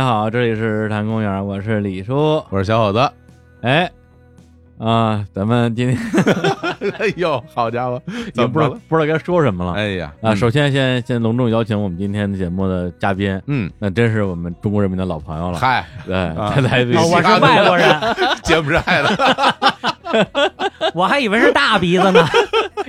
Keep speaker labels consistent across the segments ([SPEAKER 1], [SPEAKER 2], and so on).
[SPEAKER 1] 好，这里是日坛公园，我是李叔。
[SPEAKER 2] 我是小伙子。
[SPEAKER 1] 哎，啊，咱们今天
[SPEAKER 2] 哎呦，好家伙，
[SPEAKER 1] 也
[SPEAKER 2] 怎
[SPEAKER 1] 不
[SPEAKER 2] 么
[SPEAKER 1] 知
[SPEAKER 2] 着
[SPEAKER 1] 道
[SPEAKER 2] 了？
[SPEAKER 1] 不知道该说什么了。
[SPEAKER 2] 哎呀，
[SPEAKER 1] 啊，
[SPEAKER 2] 嗯
[SPEAKER 1] 首先先先隆重邀请我们今天节目的嘉宾，
[SPEAKER 2] 嗯，
[SPEAKER 1] 那真是我们中国人民的老朋友了。
[SPEAKER 2] 嗨，
[SPEAKER 1] 对，
[SPEAKER 2] 啊
[SPEAKER 1] 他来自于
[SPEAKER 2] 啊
[SPEAKER 3] 哦我是外 国人，
[SPEAKER 2] 柬埔寨 的，
[SPEAKER 3] 我还以为是大鼻子呢。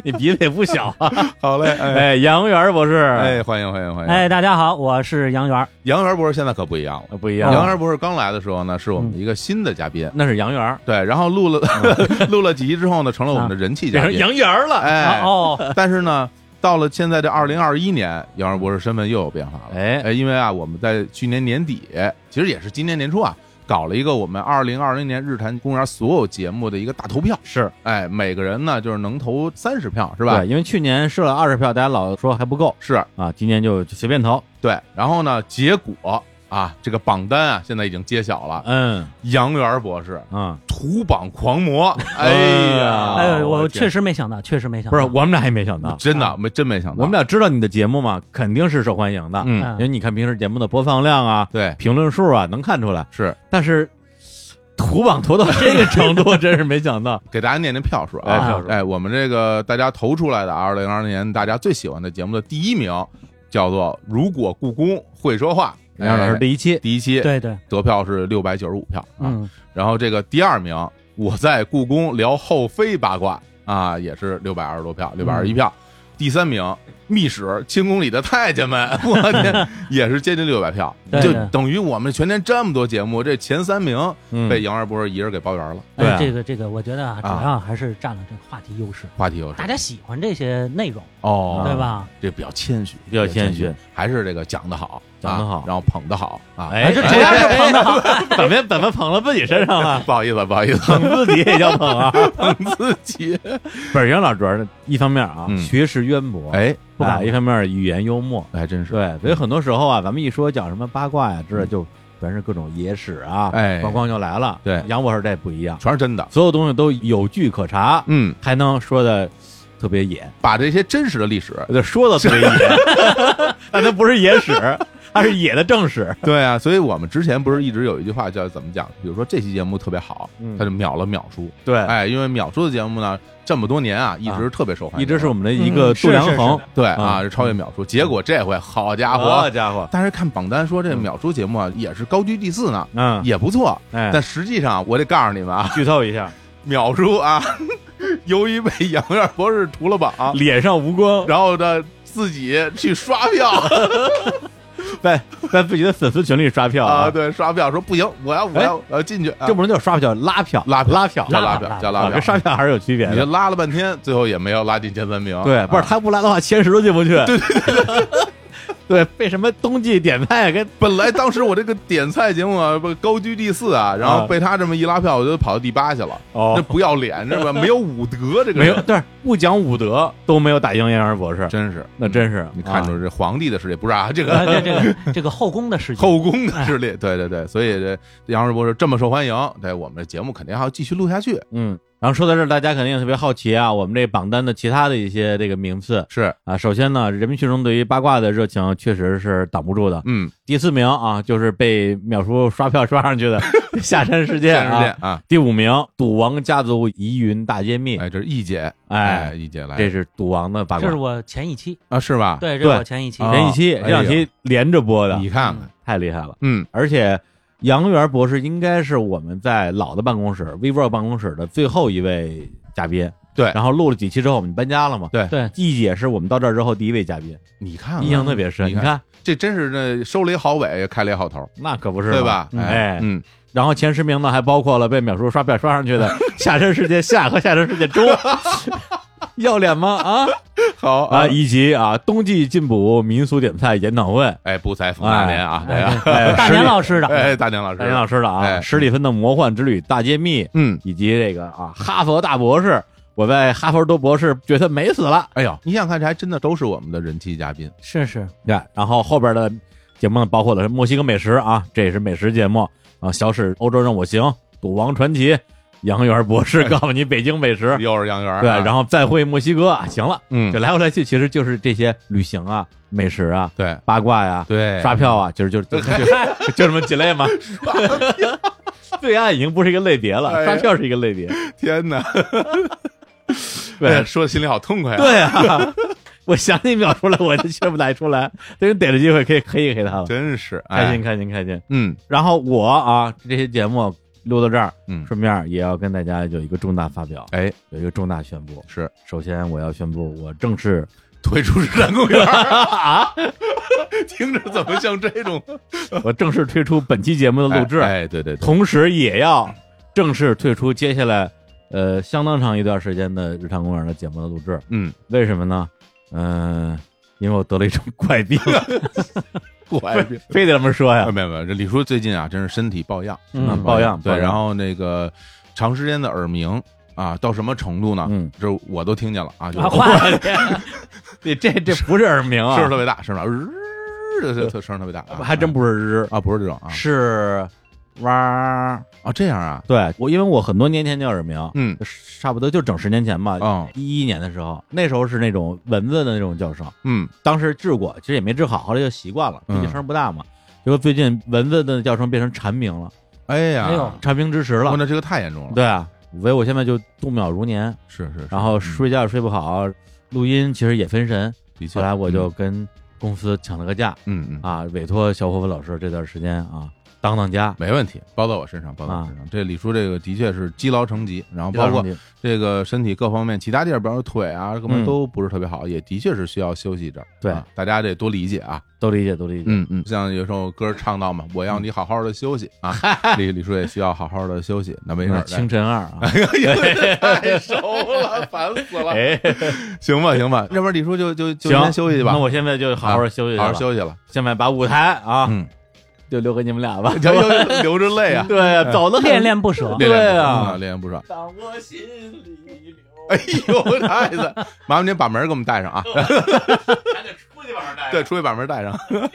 [SPEAKER 1] 你鼻子也不小啊。
[SPEAKER 2] 好嘞，哎
[SPEAKER 1] 哎，杨元博士，
[SPEAKER 2] 哎，欢迎欢迎欢迎！
[SPEAKER 3] 哎，大家好，我是杨元儿。
[SPEAKER 2] 杨元博士现在可不一样了。
[SPEAKER 1] 啊，不一样，
[SPEAKER 2] 杨元博士刚来的时候呢，是我们一个新的嘉宾，
[SPEAKER 1] 那是杨元，
[SPEAKER 2] 对，然后录了
[SPEAKER 1] 嗯
[SPEAKER 2] 录了几集之后呢，成了我们的人气
[SPEAKER 1] 变成
[SPEAKER 2] 嘉宾。
[SPEAKER 1] 杨元了。
[SPEAKER 2] 哎，
[SPEAKER 1] 啊
[SPEAKER 3] 哦，
[SPEAKER 2] 但是呢，到了现在这二零二一年，杨元博士身份又有变化了。
[SPEAKER 1] 哎，
[SPEAKER 2] 哎，因为啊，我们在去年年底，其实也是今年年初啊，搞了一个我们二零二零年日坛公园所有节目的一个大投票。
[SPEAKER 1] 是
[SPEAKER 2] 哎，每个人呢就是能投三十票，是
[SPEAKER 1] 是
[SPEAKER 2] 吧？
[SPEAKER 1] 因为去年设了二十票，大家老说还不够
[SPEAKER 2] 是
[SPEAKER 1] 啊，今年就就随便投。
[SPEAKER 2] 对。然后呢，结果啊，这个榜单啊，现在已经揭晓了。
[SPEAKER 1] 嗯
[SPEAKER 2] 杨元博士
[SPEAKER 1] 啊，
[SPEAKER 2] 屠榜狂魔，哎呀，
[SPEAKER 3] 哎呦，
[SPEAKER 2] 我
[SPEAKER 3] 我
[SPEAKER 2] 的天
[SPEAKER 3] 确实没想到，确实没想
[SPEAKER 1] 不
[SPEAKER 3] 到。
[SPEAKER 1] 是，我们俩也没想到，
[SPEAKER 2] 真的没真没想到，
[SPEAKER 1] 我们俩知道你的节目嘛，肯定是受欢迎的，
[SPEAKER 2] 嗯
[SPEAKER 3] 嗯
[SPEAKER 1] 因为你看平时节目的播放量啊、
[SPEAKER 2] 对
[SPEAKER 1] 评论数啊，能看出来。
[SPEAKER 2] 是
[SPEAKER 1] 但是图榜投到这个程度，真是没想 到。
[SPEAKER 2] 给大家念念票数
[SPEAKER 1] 哎，
[SPEAKER 2] 啊。
[SPEAKER 1] 票数
[SPEAKER 2] 哎，我们这个大家投出来的二零二零年大家最喜欢的节目的第一名，叫做《如果故宫会说话》，
[SPEAKER 1] 杨老师
[SPEAKER 2] 第
[SPEAKER 1] 第一期
[SPEAKER 2] 第一期
[SPEAKER 3] 对对，
[SPEAKER 2] 得票是六百九十五票啊，
[SPEAKER 3] 嗯，
[SPEAKER 2] 然后这个第二名，我在故宫聊后妃八卦啊，也是六百二十多票，六百二十一票。第三名，密使清宫里的太监们，我 天，也是接近六百票，
[SPEAKER 3] 对
[SPEAKER 2] 就
[SPEAKER 3] 对
[SPEAKER 2] 等于我们全年这么多节目，这前三名
[SPEAKER 1] 嗯
[SPEAKER 2] 被杨二博士一人给包圆了，
[SPEAKER 1] 对啊
[SPEAKER 3] 哎，这个这个，我觉得啊，主要还是占了这个话题优势，
[SPEAKER 2] 话题优势
[SPEAKER 3] 大家喜欢这些内容，
[SPEAKER 2] 哦
[SPEAKER 3] 对？吧？
[SPEAKER 2] 这比较谦虚，
[SPEAKER 1] 比较谦虚，
[SPEAKER 2] 还是这个讲的好，
[SPEAKER 1] 讲得好
[SPEAKER 2] 啊然后捧的好啊。
[SPEAKER 1] 哎，
[SPEAKER 3] 这
[SPEAKER 1] 这
[SPEAKER 3] 主要是捧的好，
[SPEAKER 1] 怎么怎么捧到自己身上了？
[SPEAKER 2] 不好意思，不好意思，
[SPEAKER 1] 捧自己也叫捧 啊！
[SPEAKER 2] 捧自己。
[SPEAKER 1] 不是杨老师主要是一方面啊，
[SPEAKER 2] 嗯
[SPEAKER 1] 学识渊博，
[SPEAKER 2] 哎，
[SPEAKER 1] 不敢；一方面语言幽默，
[SPEAKER 2] 还真是。
[SPEAKER 1] 对，所以很多时候啊，咱们一说讲什么八卦呀、之类，就全是各种野史啊，
[SPEAKER 2] 哎
[SPEAKER 1] 咣咣就来了。
[SPEAKER 2] 对
[SPEAKER 1] 杨博士这不一样，
[SPEAKER 2] 全是真的。
[SPEAKER 1] 所有东西都有据可查，
[SPEAKER 2] 嗯，
[SPEAKER 1] 还能说的特别野，
[SPEAKER 2] 把这些真实的历史
[SPEAKER 1] 对呃说的特别野， 但它不是野史，它是野的正 史。
[SPEAKER 2] 对啊，所以我们之前不是一直有一句话叫怎么讲？比如说这期节目特别好
[SPEAKER 1] 嗯，
[SPEAKER 2] 他就秒了秒叔。
[SPEAKER 1] 对，
[SPEAKER 2] 哎，因为秒叔的节目呢，这么多年啊，一直特别受欢
[SPEAKER 1] 一
[SPEAKER 2] 迎，
[SPEAKER 1] 直是我们的一个
[SPEAKER 3] 嗯
[SPEAKER 1] 度量
[SPEAKER 3] 是是
[SPEAKER 1] 衡。
[SPEAKER 2] 对啊，
[SPEAKER 1] 嗯
[SPEAKER 2] 是超越秒叔。结果这回好家
[SPEAKER 1] 好
[SPEAKER 2] 伙，
[SPEAKER 1] 家伙，
[SPEAKER 2] 但是看榜单说这秒叔节目啊也是高居第四呢，
[SPEAKER 1] 嗯，
[SPEAKER 2] 也不错。
[SPEAKER 1] 哎，
[SPEAKER 2] 但实际上，我得告诉你们啊，
[SPEAKER 1] 剧透一下，
[SPEAKER 2] 秒叔啊， 由于被杨院博士屠了 榜，
[SPEAKER 1] 脸上无光，
[SPEAKER 2] 然后呢自己去刷 票
[SPEAKER 1] 啊在在自己的粉丝群里刷票
[SPEAKER 2] 啊，，对，刷票说不行，我要我要我要进去啊，
[SPEAKER 1] 这不能叫刷票，拉票，
[SPEAKER 2] 拉票
[SPEAKER 1] 哎拉票，
[SPEAKER 2] 叫拉
[SPEAKER 3] 拉
[SPEAKER 2] 票
[SPEAKER 3] 票
[SPEAKER 2] 叫
[SPEAKER 1] 啊
[SPEAKER 2] 拉
[SPEAKER 1] 跟
[SPEAKER 2] 票。
[SPEAKER 1] 刷票还是有区别
[SPEAKER 2] 你
[SPEAKER 1] 的。
[SPEAKER 2] 就拉了半天，最后也没有拉进前三名。
[SPEAKER 1] 对，不是
[SPEAKER 2] 啊
[SPEAKER 1] 他不拉的话，前十都进不去。对对对 对，被什么冬季点菜跟
[SPEAKER 2] 本来当时我这个点菜节目啊，不高居第四啊，然后被他这么一拉票，我就跑到第八去了。
[SPEAKER 1] 哦
[SPEAKER 2] 这不要脸，这吧？没有武德，这个人
[SPEAKER 1] 没有，，对，不讲武德都没有打赢杨元博士，
[SPEAKER 2] 真是
[SPEAKER 1] 那真是
[SPEAKER 2] 你看
[SPEAKER 1] 啊哎
[SPEAKER 2] 出这皇帝的势力不是啊？这个
[SPEAKER 3] 呃这这个这个后宫的事情，
[SPEAKER 2] 后宫的势力，对对对，所以这杨世博士这么受欢迎，对我们的节目肯定还要继续录下去。
[SPEAKER 1] 嗯。然后说到这儿，大家肯定也特别好奇啊，我们这榜单的其他的一些这个名次
[SPEAKER 2] 是，
[SPEAKER 1] 啊，首先呢，人民群众对于八卦的热情确实是挡不住的。
[SPEAKER 2] 嗯，
[SPEAKER 1] 第四名啊，就是被秒叔刷票刷上去 的下山事件
[SPEAKER 2] 电视
[SPEAKER 1] 啊。
[SPEAKER 2] 见啊，
[SPEAKER 1] 第五名，赌王家族疑云大揭秘，
[SPEAKER 2] 哎，这是易姐，
[SPEAKER 1] 哎
[SPEAKER 2] 哎，易姐来
[SPEAKER 1] 这是赌王的八卦
[SPEAKER 3] 这是。我前一期，
[SPEAKER 2] 啊，是吧？，
[SPEAKER 3] 对，这
[SPEAKER 1] 对
[SPEAKER 3] 是我前一期
[SPEAKER 2] 啊
[SPEAKER 1] 前一期、
[SPEAKER 2] 哦
[SPEAKER 1] 这两
[SPEAKER 2] 哎
[SPEAKER 1] 期连着播的，
[SPEAKER 2] 你看看，
[SPEAKER 1] 太厉害了。
[SPEAKER 2] 嗯，
[SPEAKER 1] 而且杨元博士应该是我们在老的办公室 vivo 办公室的最后一位嘉宾。
[SPEAKER 2] 对
[SPEAKER 1] 然后录了几期之后，我们搬家了嘛。
[SPEAKER 2] 对
[SPEAKER 3] 对
[SPEAKER 1] 季姐是我们到这儿之后第一位嘉宾，
[SPEAKER 2] 你看看，
[SPEAKER 1] 印象特别深。
[SPEAKER 2] 你
[SPEAKER 1] 你
[SPEAKER 2] 看
[SPEAKER 1] 看，
[SPEAKER 2] 这真是那收了一好尾，开了一好头，
[SPEAKER 1] 那可不是嘛
[SPEAKER 2] 对吧？
[SPEAKER 1] 嗯哎，
[SPEAKER 2] 嗯，
[SPEAKER 1] 然后前十名呢，还包括了被秒叔刷票刷上去的下沉世界下和下沉世界中， 要脸吗？啊
[SPEAKER 2] 好
[SPEAKER 1] 啊，以及啊冬季进补民俗点菜研讨会，
[SPEAKER 2] 哎，不采访大连啊，
[SPEAKER 3] 哎
[SPEAKER 2] 哎呀，
[SPEAKER 1] 哎
[SPEAKER 3] 大年老师的，
[SPEAKER 2] 哎，大年老师，
[SPEAKER 1] 大林老
[SPEAKER 2] 师，
[SPEAKER 1] 师的啊，
[SPEAKER 2] 哎
[SPEAKER 1] 史蒂芬的魔幻之旅大揭秘，
[SPEAKER 2] 嗯，
[SPEAKER 1] 以及这个啊哈佛大博士，我在哈佛多博士觉得美死了，
[SPEAKER 2] 哎呦，你想看，这还真的都是我们的人气嘉宾，
[SPEAKER 3] 是是，
[SPEAKER 1] 对，然后后边的节目呢，包括了墨西哥美食啊，这也是美食节目啊，小史欧洲任我行，赌王传奇。杨元博士告诉你北京美食，
[SPEAKER 2] 又是杨元，
[SPEAKER 1] 对，然后再会墨西哥，啊行了，
[SPEAKER 2] 啊嗯
[SPEAKER 1] 就，来回来去，其实就是这些旅行啊、美食啊、
[SPEAKER 2] 对
[SPEAKER 1] 八卦呀、
[SPEAKER 2] 对，
[SPEAKER 1] 刷票啊，就是就是就就就这么几 类嘛。对岸已经不是一个类别
[SPEAKER 2] 哎
[SPEAKER 1] 了，
[SPEAKER 2] 呀
[SPEAKER 1] 刷票是一个类别。
[SPEAKER 2] 天哪，哎呀
[SPEAKER 1] 对
[SPEAKER 2] 说的心里好痛快啊，
[SPEAKER 1] 对啊，我想你秒出来，我就却不来出来，等于逮着机会可以黑一黑他了，
[SPEAKER 2] 真是
[SPEAKER 1] 开
[SPEAKER 2] 哎
[SPEAKER 1] 心开心开心。
[SPEAKER 2] 嗯
[SPEAKER 1] 然后我啊，这些节目录到这儿，
[SPEAKER 2] 嗯，
[SPEAKER 1] 顺便也要跟大家有一个重大发表，
[SPEAKER 2] 哎，
[SPEAKER 1] 有一个重大宣布。
[SPEAKER 2] 是
[SPEAKER 1] 首先，我要宣布，我正 式
[SPEAKER 2] 退出日坛公园，
[SPEAKER 1] 啊，
[SPEAKER 2] 听着怎么像这种
[SPEAKER 1] 我正式退出本期节目 的录制，
[SPEAKER 2] 哎，哎对对对，
[SPEAKER 1] 同时也要正式退出接下来呃相当长一段时间的日常公园的节目的录制。
[SPEAKER 2] 嗯，
[SPEAKER 1] 为什么呢？嗯、因为我得了一种怪 病，
[SPEAKER 2] 怪病。
[SPEAKER 1] 非得这么说呀
[SPEAKER 2] 没。有没有，这李叔最近啊，真是身体抱恙，
[SPEAKER 1] 嗯
[SPEAKER 2] 身体
[SPEAKER 1] 抱恙
[SPEAKER 2] 对，
[SPEAKER 1] 抱恙
[SPEAKER 2] 然后那个长时间的耳鸣啊，到什么程度呢？
[SPEAKER 1] 嗯，
[SPEAKER 2] 这我都听见了啊，就
[SPEAKER 3] 啊，
[SPEAKER 2] 是
[SPEAKER 3] 话题
[SPEAKER 1] 你 这这不是耳鸣啊，
[SPEAKER 2] 声儿特别大，声儿特别大，呃这声儿特别大啊，
[SPEAKER 1] 还真不是日，
[SPEAKER 2] 啊，不是这种啊
[SPEAKER 1] 是哇。
[SPEAKER 2] 啊，这样啊，
[SPEAKER 1] 对我，因为我很多年前就有耳鸣，
[SPEAKER 2] 嗯
[SPEAKER 1] 差不多就整十年前吧，
[SPEAKER 2] 哦
[SPEAKER 1] 一一年的时候，那时候是那种蚊子的那种叫声，
[SPEAKER 2] 嗯
[SPEAKER 1] 当时治过，其实也没治好，后来就习惯了，毕
[SPEAKER 2] 嗯
[SPEAKER 1] 竟声不大嘛。结果最近蚊子的叫声变成蝉鸣了，
[SPEAKER 2] 哎呀，
[SPEAKER 3] 哎呦
[SPEAKER 1] 蝉鸣之时
[SPEAKER 2] 哇
[SPEAKER 1] 了。
[SPEAKER 2] 那这个太严重了，
[SPEAKER 1] 对啊，所以我现在就度秒如年，
[SPEAKER 2] 是是，是
[SPEAKER 1] 然后
[SPEAKER 2] 嗯
[SPEAKER 1] 睡觉也睡不好，录音其实也分神。
[SPEAKER 2] 的确，
[SPEAKER 1] 后来我就跟公司请了个假
[SPEAKER 2] 嗯嗯嗯
[SPEAKER 1] 啊，委托小伙伴老师这段时间啊当当家，
[SPEAKER 2] 没问题，包到我身上，包
[SPEAKER 1] 啊
[SPEAKER 2] 到我身上。这李叔这个的确是积劳成疾，然后包括这个身体各方面，其他地儿，比方说腿啊，各方
[SPEAKER 1] 嗯
[SPEAKER 2] 面都不是特别好，也的确是需要休息一阵儿。
[SPEAKER 1] 对
[SPEAKER 2] 啊大家得多理解啊。
[SPEAKER 1] 都理解都理解。
[SPEAKER 2] 嗯嗯，像有首歌唱到嘛，我要你好好的休息 啊。李李叔也需要好好的休息，那没事
[SPEAKER 1] 那
[SPEAKER 2] 儿。哎
[SPEAKER 1] 清晨二啊，
[SPEAKER 2] 来太熟了，烦死了。
[SPEAKER 1] 哎，
[SPEAKER 2] 行吧行吧，要不然李叔就就就
[SPEAKER 1] 行，
[SPEAKER 2] 先休息去吧啊
[SPEAKER 1] 那，我现在就好好休息去
[SPEAKER 2] 好
[SPEAKER 1] 了，
[SPEAKER 2] 好休息 了。
[SPEAKER 1] 现在把舞台啊
[SPEAKER 2] 嗯，
[SPEAKER 1] 就留给你们俩吧。
[SPEAKER 2] 要要 流着泪啊，
[SPEAKER 1] 对啊，走的
[SPEAKER 3] 恋恋不舍，
[SPEAKER 1] 对啊
[SPEAKER 2] 啊，恋恋不舍。
[SPEAKER 1] 当我心里留，
[SPEAKER 2] 哎呦，太子，麻烦您把门给我们带上啊！
[SPEAKER 1] 咱得出去玩儿
[SPEAKER 2] 对，出去把门带上。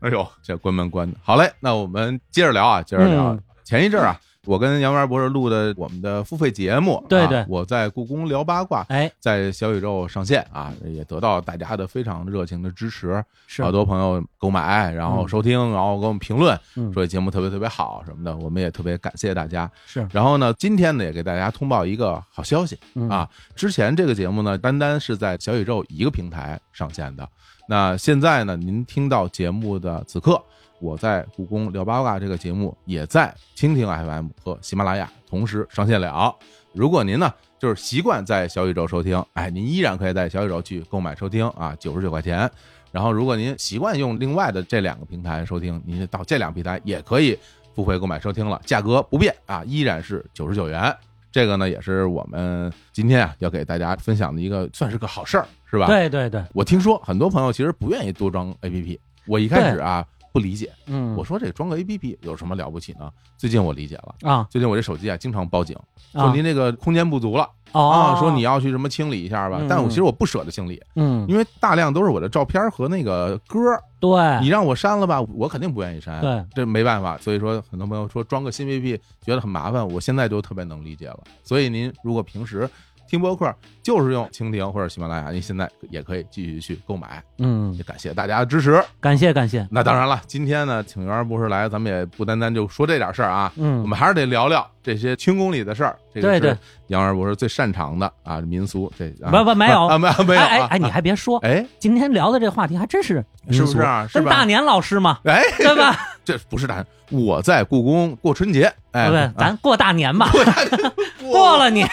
[SPEAKER 2] 哎呦，这关门关的。好嘞，那我们接着聊啊，接着聊啊。
[SPEAKER 3] 嗯
[SPEAKER 2] 前一阵儿啊，我跟杨元博士录的我们的付费节目，
[SPEAKER 3] 对
[SPEAKER 2] 啊
[SPEAKER 3] 对
[SPEAKER 2] 我在故宫聊八卦，
[SPEAKER 3] 哎，
[SPEAKER 2] 在小宇宙上线啊，也得到大家的非常热情的支持，
[SPEAKER 3] 是
[SPEAKER 2] 好多朋友购买，然后
[SPEAKER 3] 嗯
[SPEAKER 2] 收听，然后给我们评论，
[SPEAKER 3] 嗯
[SPEAKER 2] 说节目特别特别好什么的，我们也特别感谢大家。
[SPEAKER 3] 是
[SPEAKER 2] 然后呢，今天呢也给大家通报一个好消息，
[SPEAKER 3] 嗯
[SPEAKER 2] 啊，之前这个节目呢，单单是在小宇宙一个平台上线的。那现在呢，您听到节目的此刻，我在故宫聊八卦这个节目也在蜻蜓 FM 和喜马拉雅同时上线了。如果您呢就是习惯在小宇宙收听，哎，您依然可以在小宇宙去购买收听啊，九十九块钱。然后，如果您习惯用另外的这两个平台收听，您到这两个平台也可以付费购买收听了，价格不变啊，依然是九十九元。这个呢，也是我们今天啊要给大家分享的一个，算是个好事儿，是吧？。
[SPEAKER 3] 对对对，
[SPEAKER 2] 我听说很多朋友其实不愿意多装 APP，我一开始啊不理解，
[SPEAKER 3] 嗯，
[SPEAKER 2] 我说这装个 APP 有什么了不起呢？最近我理解了，
[SPEAKER 3] 啊
[SPEAKER 2] 最近我这手机啊经常报警，说
[SPEAKER 3] 啊
[SPEAKER 2] 您这个空间不足了
[SPEAKER 3] 哦
[SPEAKER 2] 啊，说你要去什么清理一下吧
[SPEAKER 3] 嗯。
[SPEAKER 2] 但我其实我不舍得清理，
[SPEAKER 3] 嗯，
[SPEAKER 2] 因为大量都是我的照片和那个歌儿，
[SPEAKER 3] 对，
[SPEAKER 2] 你让我删了吧，我肯定不愿意删，
[SPEAKER 3] 哎对，
[SPEAKER 2] 这没办法。所以说，很多朋友说装个新 APP 觉得很麻烦，我现在就特别能理解了。所以您如果平时听播客就是用蜻蜓或者喜马拉雅，您现在也可以继续去购买。
[SPEAKER 3] 嗯
[SPEAKER 2] 也，感谢大家的支持。
[SPEAKER 3] 感谢感谢，
[SPEAKER 2] 那当然了，今天呢，请袁博士来，咱们也不单单就说这点事儿啊，
[SPEAKER 3] 嗯，
[SPEAKER 2] 我们还是得聊聊这些清宫里的事儿。这个
[SPEAKER 3] 对
[SPEAKER 2] 是
[SPEAKER 3] 对
[SPEAKER 2] 杨元博士最擅长的啊，民俗这啊
[SPEAKER 3] 不不没有
[SPEAKER 2] 啊没有没有啊
[SPEAKER 3] 哎哎哎，你还别说，
[SPEAKER 2] 哎
[SPEAKER 3] 今天聊的这话题还真是
[SPEAKER 2] 是不
[SPEAKER 3] 民俗
[SPEAKER 2] 是啊？是
[SPEAKER 3] 跟
[SPEAKER 2] 吧
[SPEAKER 3] 大？年老 师嘛，
[SPEAKER 2] 哎，
[SPEAKER 3] 对吧？
[SPEAKER 2] 这不是大，我在故宫过春节，
[SPEAKER 3] 对
[SPEAKER 2] 哎
[SPEAKER 3] 不，对
[SPEAKER 2] 啊？
[SPEAKER 3] 咱过大年吧，
[SPEAKER 2] 过大年
[SPEAKER 3] 过了年，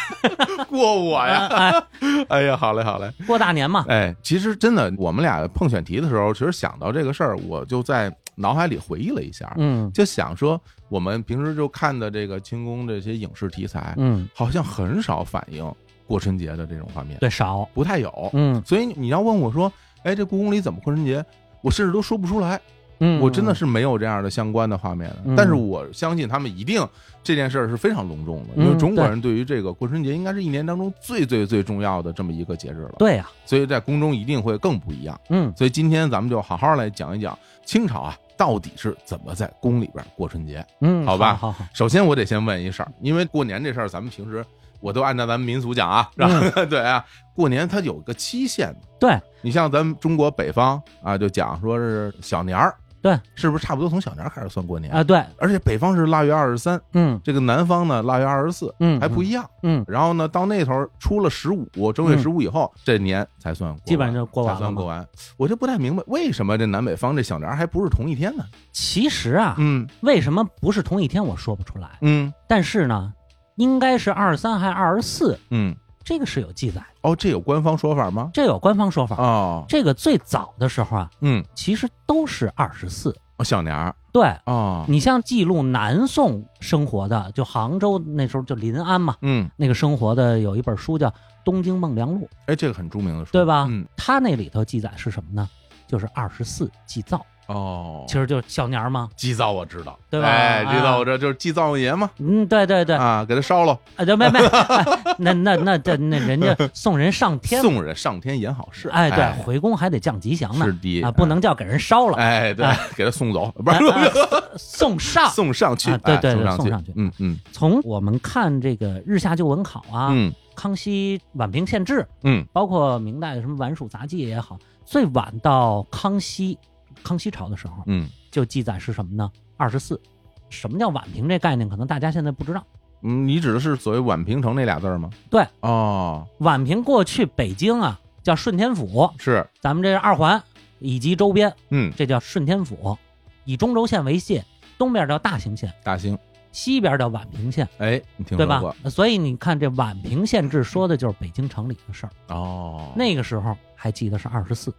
[SPEAKER 2] 过我呀！
[SPEAKER 3] 哎，
[SPEAKER 2] 哎呀，好嘞好嘞，
[SPEAKER 3] 过大年嘛，
[SPEAKER 2] 哎，其实真的，我们俩碰选题的时候，其实想到这个事儿，我就在脑海里回忆了一下，
[SPEAKER 3] 嗯
[SPEAKER 2] 就想说，我们平时就看的这个清宫这些影视题材，
[SPEAKER 3] 嗯，
[SPEAKER 2] 好像很少反映过春节的这种画面，
[SPEAKER 3] 对，少，
[SPEAKER 2] 不太有。
[SPEAKER 3] 嗯
[SPEAKER 2] 所以你要问我说，哎，这故宫里怎么过春节？我甚至都说不出来，
[SPEAKER 3] 嗯，
[SPEAKER 2] 我真的是没有这样的相关的画面的。
[SPEAKER 3] 嗯
[SPEAKER 2] 但是我相信他们一定这件事儿是非常隆重的，
[SPEAKER 3] 嗯
[SPEAKER 2] 因为中国人对于这个过春节应该是一年当中最最最重要的这么一个节日了，
[SPEAKER 3] 对呀，
[SPEAKER 2] 所以在宫中一定会更不一样。
[SPEAKER 3] 嗯
[SPEAKER 2] 所以今天咱们就好好来讲一讲清朝啊，到底是怎么在宫里边过春节？
[SPEAKER 3] 嗯，
[SPEAKER 2] 好吧
[SPEAKER 3] 好好，
[SPEAKER 2] 首先我得先问一事儿，因为过年这事儿咱们平时我都按照咱们民俗讲啊，然后、 对啊，过年它有个期限的。
[SPEAKER 3] 嗯对，
[SPEAKER 2] 你像咱们中国北方啊，就讲说是小年儿，
[SPEAKER 3] 对，
[SPEAKER 2] 是不是差不多从小年儿开始算过年？
[SPEAKER 3] 啊，对，
[SPEAKER 2] 而且北方是腊月二十三，
[SPEAKER 3] 嗯
[SPEAKER 2] 这个南方呢腊月二十四，
[SPEAKER 3] 嗯，
[SPEAKER 2] 还不
[SPEAKER 3] 一，
[SPEAKER 2] 一样。
[SPEAKER 3] 嗯，
[SPEAKER 2] 然后呢，到那头出了十五，正月
[SPEAKER 3] 嗯
[SPEAKER 2] 十五以后，这年才算过完
[SPEAKER 3] 基本上就过完
[SPEAKER 2] 才
[SPEAKER 3] 了
[SPEAKER 2] 算
[SPEAKER 3] 嘛
[SPEAKER 2] 过完。我就不太明白，为什么这南北方这小年儿还不是同一天呢？
[SPEAKER 3] 其实啊，
[SPEAKER 2] 嗯
[SPEAKER 3] 为什么不是同一天，我说不出来，
[SPEAKER 2] 嗯
[SPEAKER 3] 但是呢，应该是二十三还二十四，
[SPEAKER 2] 嗯，
[SPEAKER 3] 这个是有记载，
[SPEAKER 2] 哦，这有官方说法吗？
[SPEAKER 3] 这有官方说法。
[SPEAKER 2] 哦，
[SPEAKER 3] 这个最早的时候啊，
[SPEAKER 2] 嗯，
[SPEAKER 3] 其实都是二十四。
[SPEAKER 2] 哦小年儿
[SPEAKER 3] 对
[SPEAKER 2] 哦，
[SPEAKER 3] 你像记录南宋生活的，就杭州那时候就临安嘛，
[SPEAKER 2] 嗯，
[SPEAKER 3] 那个生活的有一本书叫《东京梦良录》，
[SPEAKER 2] 哎，这个很著名的书，
[SPEAKER 3] 对吧
[SPEAKER 2] 嗯，
[SPEAKER 3] 它那里头记载是什么呢？就是二十四祭灶，
[SPEAKER 2] 哦
[SPEAKER 3] 其，实就是小年儿嘛。
[SPEAKER 2] 祭灶我知道，
[SPEAKER 3] 对吧
[SPEAKER 2] 哎，
[SPEAKER 3] 啊
[SPEAKER 2] 祭灶我知道，就是祭灶王爷嘛，
[SPEAKER 3] 嗯，对对对，啊，
[SPEAKER 2] 啊，给他烧了，
[SPEAKER 3] 对，没没， 哎那那那那那人 家送人上天，
[SPEAKER 2] 送人上天言好事，
[SPEAKER 3] 哎，对，
[SPEAKER 2] 哎，
[SPEAKER 3] 回宫还得降吉祥呢
[SPEAKER 2] 是，的
[SPEAKER 3] 啊，不能叫给人烧了，
[SPEAKER 2] 哎，对
[SPEAKER 3] 啊，
[SPEAKER 2] 给他送走，不是
[SPEAKER 3] 哎哎送上。
[SPEAKER 2] 送上去，
[SPEAKER 3] 啊对
[SPEAKER 2] 哎
[SPEAKER 3] 对对
[SPEAKER 2] 送
[SPEAKER 3] 送上去
[SPEAKER 2] 嗯嗯
[SPEAKER 3] 从我们看这个日下旧闻考啊，
[SPEAKER 2] 嗯
[SPEAKER 3] 康熙宛平县志，
[SPEAKER 2] 嗯，
[SPEAKER 3] 包括明代什么《宛属杂记》也好，最晚到康熙康熙朝的时候，
[SPEAKER 2] 嗯
[SPEAKER 3] 就记载是什么呢？二十四。什么叫宛平这概念？可能大家现在不知道。
[SPEAKER 2] 嗯，你指的是所谓宛平城那俩字儿吗？
[SPEAKER 3] 对，
[SPEAKER 2] 哦，
[SPEAKER 3] 宛平过去北京啊叫顺天府，
[SPEAKER 2] 是，
[SPEAKER 3] 咱们这是二环以及周边，
[SPEAKER 2] 嗯，
[SPEAKER 3] 这叫顺天府，以中轴线为界，东边叫大兴县，
[SPEAKER 2] 大兴，
[SPEAKER 3] 西边叫宛平县，
[SPEAKER 2] 哎，你听
[SPEAKER 3] 对
[SPEAKER 2] 说
[SPEAKER 3] 吧
[SPEAKER 2] 过？？
[SPEAKER 3] 所以你看这宛平县志说的就是北京城里的事儿。
[SPEAKER 2] 哦，
[SPEAKER 3] 那个时候还记得是二十四，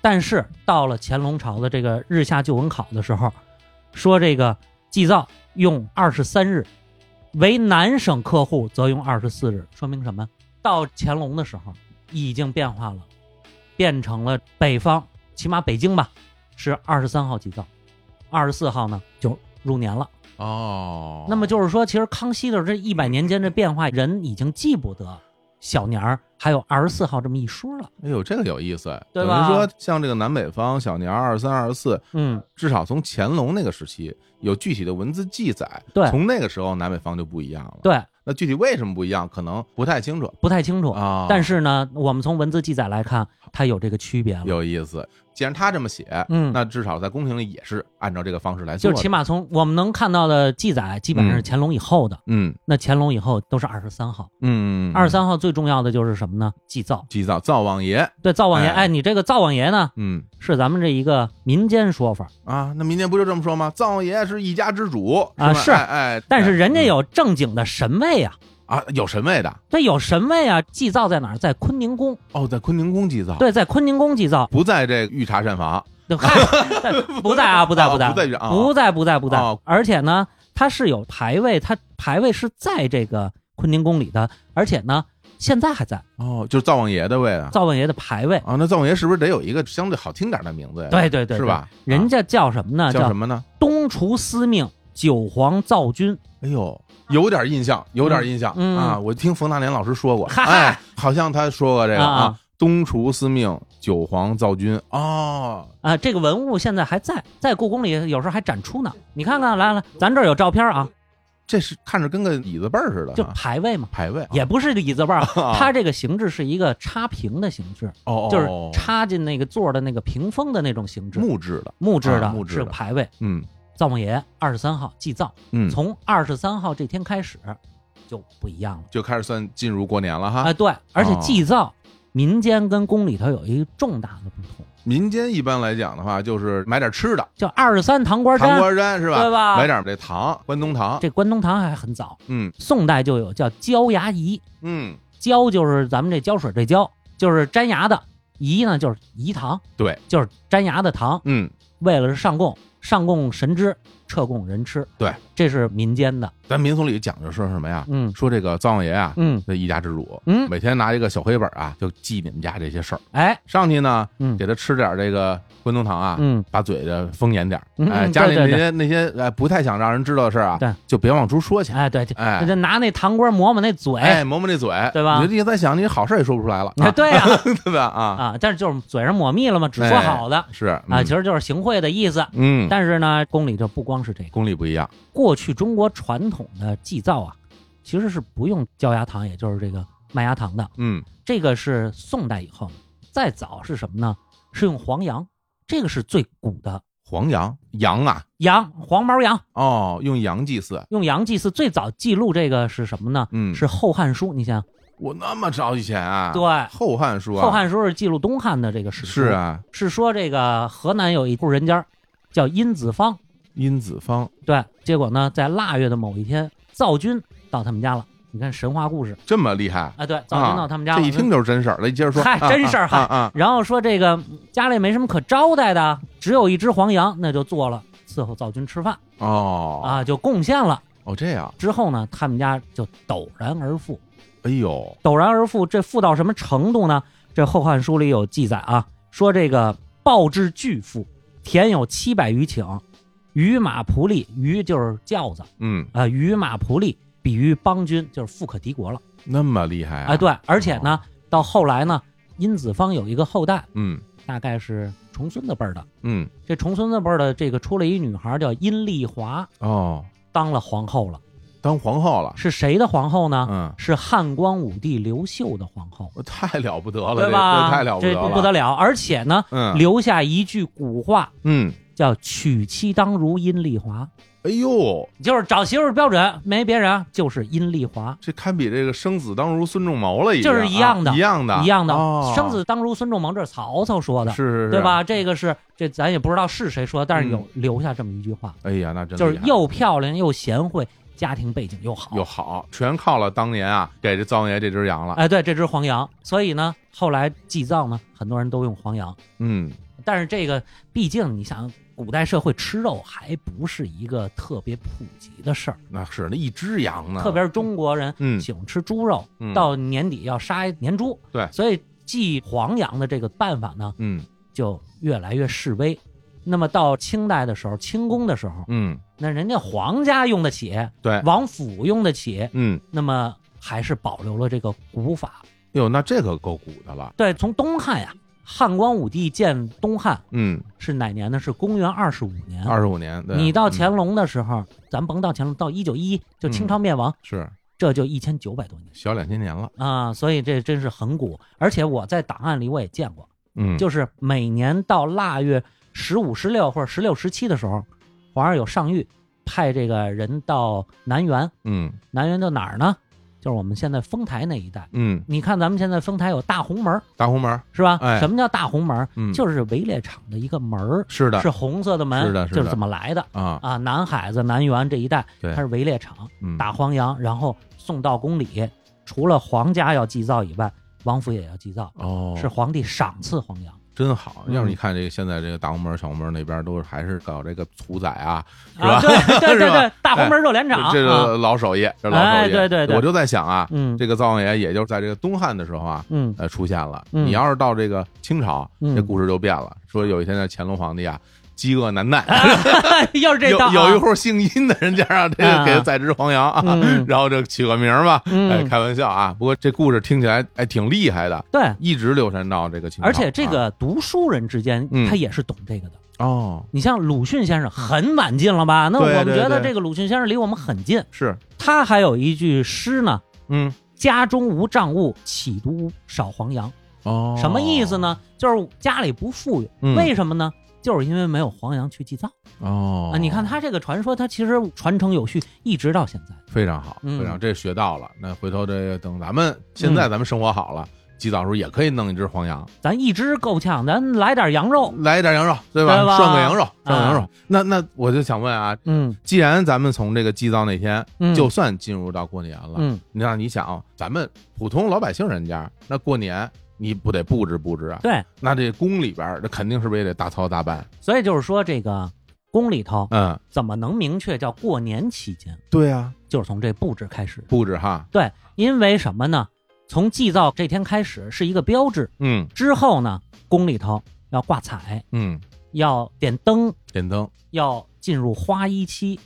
[SPEAKER 3] 但是到了乾隆朝的这个日下旧闻考的时候，说这个祭灶用二十三日，为南省客户则用二十四日，说明什么？到乾隆的时候已经变化了，变成了北方，起码北京吧，是二十三号祭灶，二十四号呢就入年了。
[SPEAKER 2] 哦，
[SPEAKER 3] 那么就是说，其实康熙的这一百年间这变化，人已经记不得小年儿还有二十四号这么一说了。
[SPEAKER 2] 哎呦，这个有意思哎，
[SPEAKER 3] 对
[SPEAKER 2] 等于
[SPEAKER 3] 吧
[SPEAKER 2] 说像这个南北方小年二三二四，
[SPEAKER 3] 嗯，
[SPEAKER 2] 至少从乾隆那个时期有具体的文字记载，
[SPEAKER 3] 对
[SPEAKER 2] 从那个时候南北方就不一样了。，
[SPEAKER 3] 对，
[SPEAKER 2] 那具体为什么不一样，可能不太清楚
[SPEAKER 3] 不太清楚。
[SPEAKER 2] 啊。
[SPEAKER 3] 但是呢，我们从文字记载来看，它有这个区别了。
[SPEAKER 2] 有意思，既然他这么写，
[SPEAKER 3] 嗯，
[SPEAKER 2] 那至少在宫廷里也是按照这个方式来做
[SPEAKER 3] 就
[SPEAKER 2] 的。
[SPEAKER 3] 起码从我们能看到的记载，基本上是
[SPEAKER 2] 嗯
[SPEAKER 3] 乾隆以后的。
[SPEAKER 2] 嗯
[SPEAKER 3] 那乾隆以后都是二十三号，
[SPEAKER 2] 嗯，
[SPEAKER 3] 二十三号最重要的就是什么呢？祭灶。
[SPEAKER 2] 祭灶灶王爷，
[SPEAKER 3] 对，灶王爷，
[SPEAKER 2] 哎
[SPEAKER 3] 哎，你这个灶王爷呢，
[SPEAKER 2] 嗯
[SPEAKER 3] 是咱们这一个民间说法，
[SPEAKER 2] 啊，那民间不就这么说吗？灶王爷是一家之主
[SPEAKER 3] 啊
[SPEAKER 2] 吧
[SPEAKER 3] 是
[SPEAKER 2] 哎哎，
[SPEAKER 3] 但是
[SPEAKER 2] 哎
[SPEAKER 3] 人家
[SPEAKER 2] 嗯
[SPEAKER 3] 有正经的神位啊，
[SPEAKER 2] 啊有神位的
[SPEAKER 3] 对，有神位啊。祭灶在哪儿？在坤宁宫。
[SPEAKER 2] 哦，在坤宁宫祭灶，
[SPEAKER 3] 对，在坤宁宫祭灶。
[SPEAKER 2] 不在这御茶膳房。
[SPEAKER 3] 对嗨在不在啊，不在
[SPEAKER 2] 啊
[SPEAKER 3] 不在
[SPEAKER 2] 不在于啊
[SPEAKER 3] 不在不在不在
[SPEAKER 2] 啊，
[SPEAKER 3] 而且呢，它是有牌位，它牌位是在这个坤宁宫里的，而且呢，现在还在
[SPEAKER 2] 哦，就是灶王爷的位啊。
[SPEAKER 3] 灶王爷的牌位，
[SPEAKER 2] 啊，那灶王爷是不是得有一个相对好听点的名字呀？
[SPEAKER 3] 对对对，
[SPEAKER 2] 是吧？
[SPEAKER 3] 对？人
[SPEAKER 2] 家、
[SPEAKER 3] 家叫什么呢？
[SPEAKER 2] 叫什
[SPEAKER 3] 叫
[SPEAKER 2] 么呢？
[SPEAKER 3] 东厨司命九皇灶君，
[SPEAKER 2] 哎呦，有点印象，有点印象、
[SPEAKER 3] 嗯嗯
[SPEAKER 2] 啊！我听冯大年老师说过，
[SPEAKER 3] 哈哈
[SPEAKER 2] 哎，好像他说过这个
[SPEAKER 3] 啊
[SPEAKER 2] 啊。东厨司命，九皇灶君哦，
[SPEAKER 3] 啊，这个文物现在还在，在故宫里有时候还展出呢。你看看，来来，咱这儿有照片啊，
[SPEAKER 2] 这是看着跟个椅子背儿似的，
[SPEAKER 3] 就
[SPEAKER 2] 啊
[SPEAKER 3] 牌位嘛，
[SPEAKER 2] 排位啊
[SPEAKER 3] 也不是椅子背儿，
[SPEAKER 2] 啊
[SPEAKER 3] 它这个形制是一个插屏的形制，
[SPEAKER 2] 哦，哦
[SPEAKER 3] 就是
[SPEAKER 2] 哦
[SPEAKER 3] 插进那个座儿的那个屏风的那种形制。
[SPEAKER 2] 木质的，
[SPEAKER 3] 木质的，
[SPEAKER 2] 啊木质的
[SPEAKER 3] 是牌位。
[SPEAKER 2] 嗯
[SPEAKER 3] 灶王爷二十三号祭灶，
[SPEAKER 2] 嗯，
[SPEAKER 3] 从二十三号这天开始就不一样了。
[SPEAKER 2] 就开始算进入过年了哈。
[SPEAKER 3] 哎，对，而
[SPEAKER 2] 哦
[SPEAKER 3] 且祭灶，民间跟宫里头有一个重大的不同，
[SPEAKER 2] 民间一般来讲的话，就是买点吃的，
[SPEAKER 3] 叫二十三糖瓜
[SPEAKER 2] 糖
[SPEAKER 3] 粘。
[SPEAKER 2] 瓜粘是吧？
[SPEAKER 3] 对吧
[SPEAKER 2] 买点这糖，关东糖，
[SPEAKER 3] 这关东糖还很早，
[SPEAKER 2] 嗯
[SPEAKER 3] 宋代就有叫椒牙仪，
[SPEAKER 2] 嗯，
[SPEAKER 3] 椒就是咱们这胶水这椒，就是粘牙的；仪呢就是饴糖，
[SPEAKER 2] 对，
[SPEAKER 3] 就是粘牙的糖。
[SPEAKER 2] 嗯
[SPEAKER 3] 为了上供，上供神祗，撤供人吃。
[SPEAKER 2] 对，
[SPEAKER 3] 这是民间的。
[SPEAKER 2] 咱民俗里讲究说什么呀？
[SPEAKER 3] 嗯
[SPEAKER 2] 说这个灶王爷啊，
[SPEAKER 3] 嗯
[SPEAKER 2] 这一家之主，
[SPEAKER 3] 嗯
[SPEAKER 2] 每天拿一个小黑本啊，就记你们家这些事儿。
[SPEAKER 3] 哎，
[SPEAKER 2] 上去呢，
[SPEAKER 3] 嗯
[SPEAKER 2] 给他吃点这个关东糖啊，
[SPEAKER 3] 嗯
[SPEAKER 2] 把嘴的封严点儿。
[SPEAKER 3] 嗯
[SPEAKER 2] 哎，
[SPEAKER 3] 嗯
[SPEAKER 2] 家里那
[SPEAKER 3] 对对
[SPEAKER 2] 些那些哎不太想让人知道的事儿啊
[SPEAKER 3] 对，
[SPEAKER 2] 就别往出说去。
[SPEAKER 3] 哎，对，
[SPEAKER 2] 哎
[SPEAKER 3] 就拿那糖瓜磨磨那嘴。
[SPEAKER 2] 哎，磨磨那嘴，
[SPEAKER 3] 对吧
[SPEAKER 2] 你就一直在想，你好事儿也说不出来了，
[SPEAKER 3] 哎
[SPEAKER 2] 啊
[SPEAKER 3] 对呀、
[SPEAKER 2] 对吧？
[SPEAKER 3] 啊
[SPEAKER 2] 啊，
[SPEAKER 3] 但是就是嘴上抹蜜了嘛，只说好的、
[SPEAKER 2] 是
[SPEAKER 3] 啊，
[SPEAKER 2] 嗯
[SPEAKER 3] 其实就是行贿的意思。
[SPEAKER 2] 嗯，
[SPEAKER 3] 但是呢，宫里就不光是这个，
[SPEAKER 2] 功力不一样。
[SPEAKER 3] 过去中国传统的祭灶啊，其实是不用焦牙糖，也就是这个麦芽糖的。
[SPEAKER 2] 嗯，
[SPEAKER 3] 这个是宋代以后呢，再早是什么呢？是用黄羊，这个是最古的
[SPEAKER 2] 黄羊羊啊，
[SPEAKER 3] 羊，黄毛羊，
[SPEAKER 2] 哦，用羊祭祀。
[SPEAKER 3] 用羊祭祀。最早记录这个是什么呢？
[SPEAKER 2] 嗯，
[SPEAKER 3] 是《后汉书》，你想，
[SPEAKER 2] 我那么早以前啊，
[SPEAKER 3] 对
[SPEAKER 2] 后汉书
[SPEAKER 3] 《
[SPEAKER 2] 啊，
[SPEAKER 3] 后汉书》是记录东汉的这个史书，
[SPEAKER 2] 是啊，
[SPEAKER 3] 是说这个河南有一户人家叫殷子方，
[SPEAKER 2] 殷子方
[SPEAKER 3] 对，结果呢，在腊月的某一天，灶君到他们家了。你看神话故事
[SPEAKER 2] 这么厉害，
[SPEAKER 3] 啊，对，灶君到他们家
[SPEAKER 2] 这
[SPEAKER 3] 了，
[SPEAKER 2] 一听就是真事儿了。你接着说，
[SPEAKER 3] 嗨
[SPEAKER 2] 啊
[SPEAKER 3] 真事儿
[SPEAKER 2] 啊啊啊，
[SPEAKER 3] 然后说这个嗯家里没什么可招待的，只有一只黄羊，那就做了伺候灶君吃饭
[SPEAKER 2] 哦
[SPEAKER 3] 啊，就贡献了。
[SPEAKER 2] 哦这样，
[SPEAKER 3] 之后呢，他们家就陡然而富，
[SPEAKER 2] 哎呦，
[SPEAKER 3] 陡然而富，这富到什么程度呢？这《后汉书》里有记载啊，说这个暴至巨富，田有七百余顷，于马仆利，于就是轿子
[SPEAKER 2] 嗯，
[SPEAKER 3] 啊，于马仆利，比喻邦君，就是富可敌国了
[SPEAKER 2] 那么厉害啊，
[SPEAKER 3] 啊。，对，而且呢，到后来呢，殷子方有一个后代，
[SPEAKER 2] 嗯
[SPEAKER 3] 大概是重孙子辈儿的。
[SPEAKER 2] 嗯，
[SPEAKER 3] 这重孙子辈儿的这个出了一女孩叫殷丽华，
[SPEAKER 2] 哦，
[SPEAKER 3] 当了皇后了。
[SPEAKER 2] 当皇后了，
[SPEAKER 3] 是谁的皇后呢？
[SPEAKER 2] 嗯，
[SPEAKER 3] 是汉光武帝刘秀的皇后，
[SPEAKER 2] 我太了不得了，这哦
[SPEAKER 3] 吧？
[SPEAKER 2] 这太了不得
[SPEAKER 3] 这
[SPEAKER 2] 了，
[SPEAKER 3] 不得了！而且呢，
[SPEAKER 2] 嗯
[SPEAKER 3] 留下一句古话，
[SPEAKER 2] 嗯，
[SPEAKER 3] 叫“娶妻当如阴丽华
[SPEAKER 2] 哎呦，”，
[SPEAKER 3] 就是找媳妇儿标准没别人，就是阴丽华，
[SPEAKER 2] 这堪比这个生子当如孙仲谋了，已经
[SPEAKER 3] 就是一样的
[SPEAKER 2] 啊一样的，
[SPEAKER 3] 一样的。
[SPEAKER 2] 哦
[SPEAKER 3] 生子当如孙仲谋，这是曹操说的，
[SPEAKER 2] 是是是，
[SPEAKER 3] 对？吧？这个是这咱也不知道是谁说，但是有
[SPEAKER 2] 嗯
[SPEAKER 3] 留下这么一句话，
[SPEAKER 2] 哎呀，那真
[SPEAKER 3] 就是
[SPEAKER 2] 厉害
[SPEAKER 3] 又漂亮又贤惠，家庭背景又好，
[SPEAKER 2] 又好，全靠了当年啊给这灶王爷这只羊了。
[SPEAKER 3] 哎，对，这只黄羊。所以呢，后来祭灶呢，很多人都用黄羊。
[SPEAKER 2] 嗯，
[SPEAKER 3] 但是这个，毕竟你想，古代社会吃肉还不是一个特别普及的事儿，
[SPEAKER 2] 那是那一只羊呢，
[SPEAKER 3] 特别是中国人
[SPEAKER 2] 嗯
[SPEAKER 3] 喜欢吃猪肉，
[SPEAKER 2] 嗯
[SPEAKER 3] 到年底要杀一年猪。
[SPEAKER 2] 对
[SPEAKER 3] 所以祭黄羊的这个办法呢，
[SPEAKER 2] 嗯
[SPEAKER 3] 就越来越式微。那么到清代的时候，清宫的时候，
[SPEAKER 2] 嗯
[SPEAKER 3] 那人家皇家用得起，
[SPEAKER 2] 对
[SPEAKER 3] 王府用得起，
[SPEAKER 2] 嗯，
[SPEAKER 3] 那么还是保留了这个古法。
[SPEAKER 2] 哟，那这个够鼓的了，
[SPEAKER 3] 对，从东汉呀，汉光武帝建东汉
[SPEAKER 2] 嗯，
[SPEAKER 3] 是哪年呢？是公元二十五年。
[SPEAKER 2] 二十五年，对
[SPEAKER 3] 你到
[SPEAKER 2] 嗯
[SPEAKER 3] 乾隆的时候，咱甭到乾隆，到一九一一就清朝灭亡，
[SPEAKER 2] 是
[SPEAKER 3] 这就一千九百多年
[SPEAKER 2] 小两千年了，
[SPEAKER 3] 啊！所以这真是很古。而且我在档案里我也见过，
[SPEAKER 2] 嗯，
[SPEAKER 3] 就是每年到腊月十五、十六或者十六、十七的时候，皇上有上谕，派这个人到南园。
[SPEAKER 2] 嗯
[SPEAKER 3] 南园到哪儿呢？就是我们现在丰台那一带。
[SPEAKER 2] 嗯，
[SPEAKER 3] 你看咱们现在丰台有大红门儿，
[SPEAKER 2] 大红门儿，
[SPEAKER 3] 是吧？
[SPEAKER 2] 哎
[SPEAKER 3] 什么叫大红门儿？
[SPEAKER 2] 嗯，
[SPEAKER 3] 就是围猎场的一个门儿，
[SPEAKER 2] 是的，
[SPEAKER 3] 是红色的门，
[SPEAKER 2] 是的是的
[SPEAKER 3] 就是怎么来的
[SPEAKER 2] 啊，
[SPEAKER 3] 啊？南海子、南园这一带，
[SPEAKER 2] 对
[SPEAKER 3] 它是围猎场，
[SPEAKER 2] 嗯
[SPEAKER 3] 打黄羊，然后送到宫里。除了皇家要祭灶以外，王府也要祭灶，
[SPEAKER 2] 哦，
[SPEAKER 3] 是皇帝赏赐黄羊
[SPEAKER 2] 真好。
[SPEAKER 3] 嗯
[SPEAKER 2] 要是你看这个现在这个大红门、小红门那边都是还是搞这个屠宰啊，是吧？
[SPEAKER 3] 啊！对对
[SPEAKER 2] 是
[SPEAKER 3] 对
[SPEAKER 2] 吧哎
[SPEAKER 3] 对，大红门肉联厂，
[SPEAKER 2] 这
[SPEAKER 3] 啊
[SPEAKER 2] 个老手艺，这老手
[SPEAKER 3] 哎
[SPEAKER 2] 艺，
[SPEAKER 3] 对对对
[SPEAKER 2] 我就在想啊，
[SPEAKER 3] 嗯
[SPEAKER 2] 这个灶王爷也就是在这个东汉的时候啊，
[SPEAKER 3] 嗯
[SPEAKER 2] 呃，出现了。
[SPEAKER 3] 嗯
[SPEAKER 2] 你要是到这个清朝，
[SPEAKER 3] 嗯
[SPEAKER 2] 这故事就变了，说有一天的乾隆皇帝啊，饥饿难 耐，
[SPEAKER 3] 又是这
[SPEAKER 2] 有
[SPEAKER 3] 道啊
[SPEAKER 2] 有一户姓殷的人家啊，这个
[SPEAKER 3] 啊
[SPEAKER 2] 给他宰只黄羊啊
[SPEAKER 3] 嗯，
[SPEAKER 2] 然后这起个名儿嘛，
[SPEAKER 3] 嗯
[SPEAKER 2] 哎，开玩笑啊。不过这故事听起来哎挺厉害的，
[SPEAKER 3] 对，
[SPEAKER 2] 一直流传到这个清朝啊。
[SPEAKER 3] 而且这个读书人之间
[SPEAKER 2] 嗯，
[SPEAKER 3] 他也是懂这个的。
[SPEAKER 2] 哦，
[SPEAKER 3] 你像鲁迅先生很晚近了吧？那我
[SPEAKER 2] 对
[SPEAKER 3] 们
[SPEAKER 2] 对
[SPEAKER 3] 觉得
[SPEAKER 2] 对
[SPEAKER 3] 这个鲁迅先生离我们很近。
[SPEAKER 2] 是，
[SPEAKER 3] 他还有一句诗呢，
[SPEAKER 2] 嗯，
[SPEAKER 3] 家中无账务，岂独少黄羊？
[SPEAKER 2] 哦，
[SPEAKER 3] 什么意思？呢？就是家里不富裕，
[SPEAKER 2] 嗯
[SPEAKER 3] 为什么呢？就是因为没有黄羊去祭灶
[SPEAKER 2] 哦
[SPEAKER 3] 啊！，你看他这个传说，他其实传承有序，一直到现在。
[SPEAKER 2] 非常好，
[SPEAKER 3] 嗯
[SPEAKER 2] 非常这学到了。那回头这个等咱们现在咱们生活好了，及早时候也可以弄一只黄羊，
[SPEAKER 3] 咱一只够呛，咱来点羊肉。
[SPEAKER 2] 来一点羊肉，对吧？
[SPEAKER 3] 哦对吧
[SPEAKER 2] 涮个羊肉，涮个羊肉
[SPEAKER 3] 啊。
[SPEAKER 2] 那那我就想问啊，
[SPEAKER 3] 嗯
[SPEAKER 2] 既然咱们从这个祭灶那天，
[SPEAKER 3] 嗯，
[SPEAKER 2] 就算进入到过年了，
[SPEAKER 3] 嗯，
[SPEAKER 2] 你让你想，咱们普通老百姓人家，那过年你不得布置布置啊？
[SPEAKER 3] 对，
[SPEAKER 2] 那这宫里边儿，那肯定是不是也得大操大办？
[SPEAKER 3] 所以就是说这个宫里头
[SPEAKER 2] 嗯，
[SPEAKER 3] 怎么能明确叫过年期间？
[SPEAKER 2] 对啊，
[SPEAKER 3] 就是从这布置开始。
[SPEAKER 2] 布置哈，
[SPEAKER 3] 对，因为什么呢？从祭灶这天开始是一个标志，
[SPEAKER 2] 嗯
[SPEAKER 3] 之后呢，宫里头要挂彩，
[SPEAKER 2] 嗯，
[SPEAKER 3] 要点灯，
[SPEAKER 2] 点灯
[SPEAKER 3] 要进入花衣期。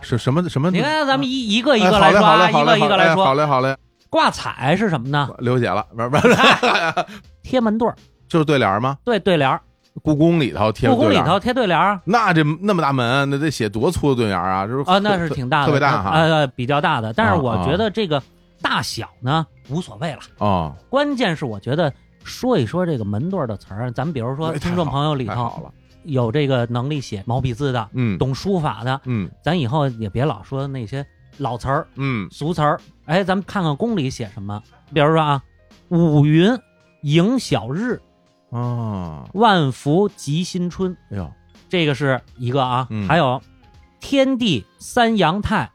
[SPEAKER 2] 是什么什么？
[SPEAKER 3] 你看，咱们一一个
[SPEAKER 2] 哎
[SPEAKER 3] 一个来说
[SPEAKER 2] 好
[SPEAKER 3] 啊，
[SPEAKER 2] 嘞，
[SPEAKER 3] 一
[SPEAKER 2] 好嘞，好嘞，
[SPEAKER 3] 个一个
[SPEAKER 2] 好嘞
[SPEAKER 3] 来
[SPEAKER 2] 好
[SPEAKER 3] 说。
[SPEAKER 2] 嘞，好嘞，
[SPEAKER 3] 挂彩是什么呢？
[SPEAKER 2] 刘解了，玩玩了，
[SPEAKER 3] 贴门对儿，
[SPEAKER 2] 就是对联儿吗？
[SPEAKER 3] 对对联儿，
[SPEAKER 2] 故宫里头贴着
[SPEAKER 3] 故宫
[SPEAKER 2] 对
[SPEAKER 3] 里
[SPEAKER 2] 联儿
[SPEAKER 3] 头贴对联儿
[SPEAKER 2] 那这那么大门，那得写多粗的对联儿啊？这是
[SPEAKER 3] 啊，那是挺大的，
[SPEAKER 2] 特别大哈
[SPEAKER 3] 呃，比较大的。但是我
[SPEAKER 2] 啊啊
[SPEAKER 3] 觉得这个大小呢无所谓了，
[SPEAKER 2] 哦，
[SPEAKER 3] 关键是我觉得说一说这个门对儿的词儿。咱们比如说
[SPEAKER 2] 哎太
[SPEAKER 3] 听众
[SPEAKER 2] 好
[SPEAKER 3] 朋友里
[SPEAKER 2] 太好
[SPEAKER 3] 头
[SPEAKER 2] 了，
[SPEAKER 3] 有这个能力写毛笔字的，
[SPEAKER 2] 嗯
[SPEAKER 3] 懂书法的，
[SPEAKER 2] 嗯
[SPEAKER 3] 咱以后也别老说那些老词儿、
[SPEAKER 2] 嗯，
[SPEAKER 3] 俗词儿。哎，咱们看看宫里写什么，比如说啊，五云迎小日，
[SPEAKER 2] 哦，
[SPEAKER 3] 万福吉新春，
[SPEAKER 2] 哎呦，
[SPEAKER 3] 这个是一个啊。
[SPEAKER 2] 嗯
[SPEAKER 3] 还有天地三阳泰，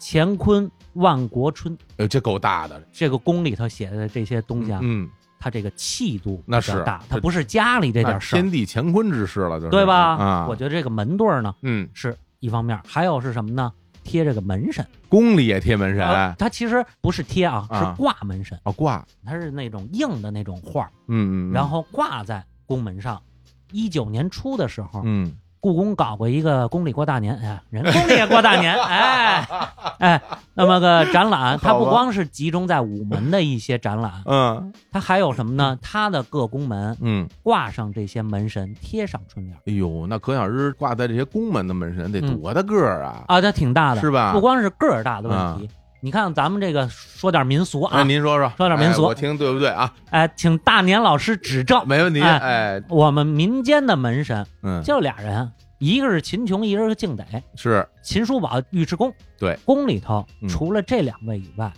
[SPEAKER 3] 乾坤万国春。
[SPEAKER 2] 哎这够大的，
[SPEAKER 3] 这个宫里头写的这些东西啊，
[SPEAKER 2] 嗯，
[SPEAKER 3] 它这个气度比
[SPEAKER 2] 那
[SPEAKER 3] 较
[SPEAKER 2] 是
[SPEAKER 3] 大，
[SPEAKER 2] 这
[SPEAKER 3] 它不是家里这
[SPEAKER 2] 这
[SPEAKER 3] 点事儿，
[SPEAKER 2] 天地乾坤之事了，就是
[SPEAKER 3] 对吧？
[SPEAKER 2] 啊，
[SPEAKER 3] 我觉得这个门对儿呢
[SPEAKER 2] 嗯，
[SPEAKER 3] 是一方面，还有是什么呢？贴这个门神。
[SPEAKER 2] 宫里也贴门神
[SPEAKER 3] 呃
[SPEAKER 2] 啊，
[SPEAKER 3] 它其实不是贴啊，
[SPEAKER 2] 啊
[SPEAKER 3] 是挂门神，
[SPEAKER 2] 挂，
[SPEAKER 3] 它是那种硬的那种画儿，
[SPEAKER 2] 嗯嗯，
[SPEAKER 3] 然后挂在宫门上。一九年初的时候，
[SPEAKER 2] 嗯
[SPEAKER 3] 故宫搞过一个宫里过大年，哎呀，人宫里也过大 年，哎哎，那么个展览，它
[SPEAKER 2] 好吧
[SPEAKER 3] 不光是集中在午门的一些展览，
[SPEAKER 2] 嗯
[SPEAKER 3] 它还有什么呢？它的各宫门
[SPEAKER 2] 嗯，
[SPEAKER 3] 挂上这些门神，贴上春联儿
[SPEAKER 2] 哎呦，那可想而知，挂在这些宫门的门神得多大个儿啊！
[SPEAKER 3] 啊，它挺嗯大的，
[SPEAKER 2] 是吧嗯
[SPEAKER 3] 不光是个儿大的问题，你看咱们这个说点民俗啊
[SPEAKER 2] 哎，，您说说，
[SPEAKER 3] 说点民俗
[SPEAKER 2] 哎我听对不对啊？
[SPEAKER 3] 哎，请大年老师指正。
[SPEAKER 2] 没问题，
[SPEAKER 3] 哎
[SPEAKER 2] 哎，
[SPEAKER 3] 我们民间的门神
[SPEAKER 2] 嗯，
[SPEAKER 3] 就俩人，一个是秦琼，一个是敬德。
[SPEAKER 2] 是
[SPEAKER 3] 秦叔宝、尉迟恭，
[SPEAKER 2] 对，
[SPEAKER 3] 宫里头
[SPEAKER 2] 嗯
[SPEAKER 3] 除了这两位以外，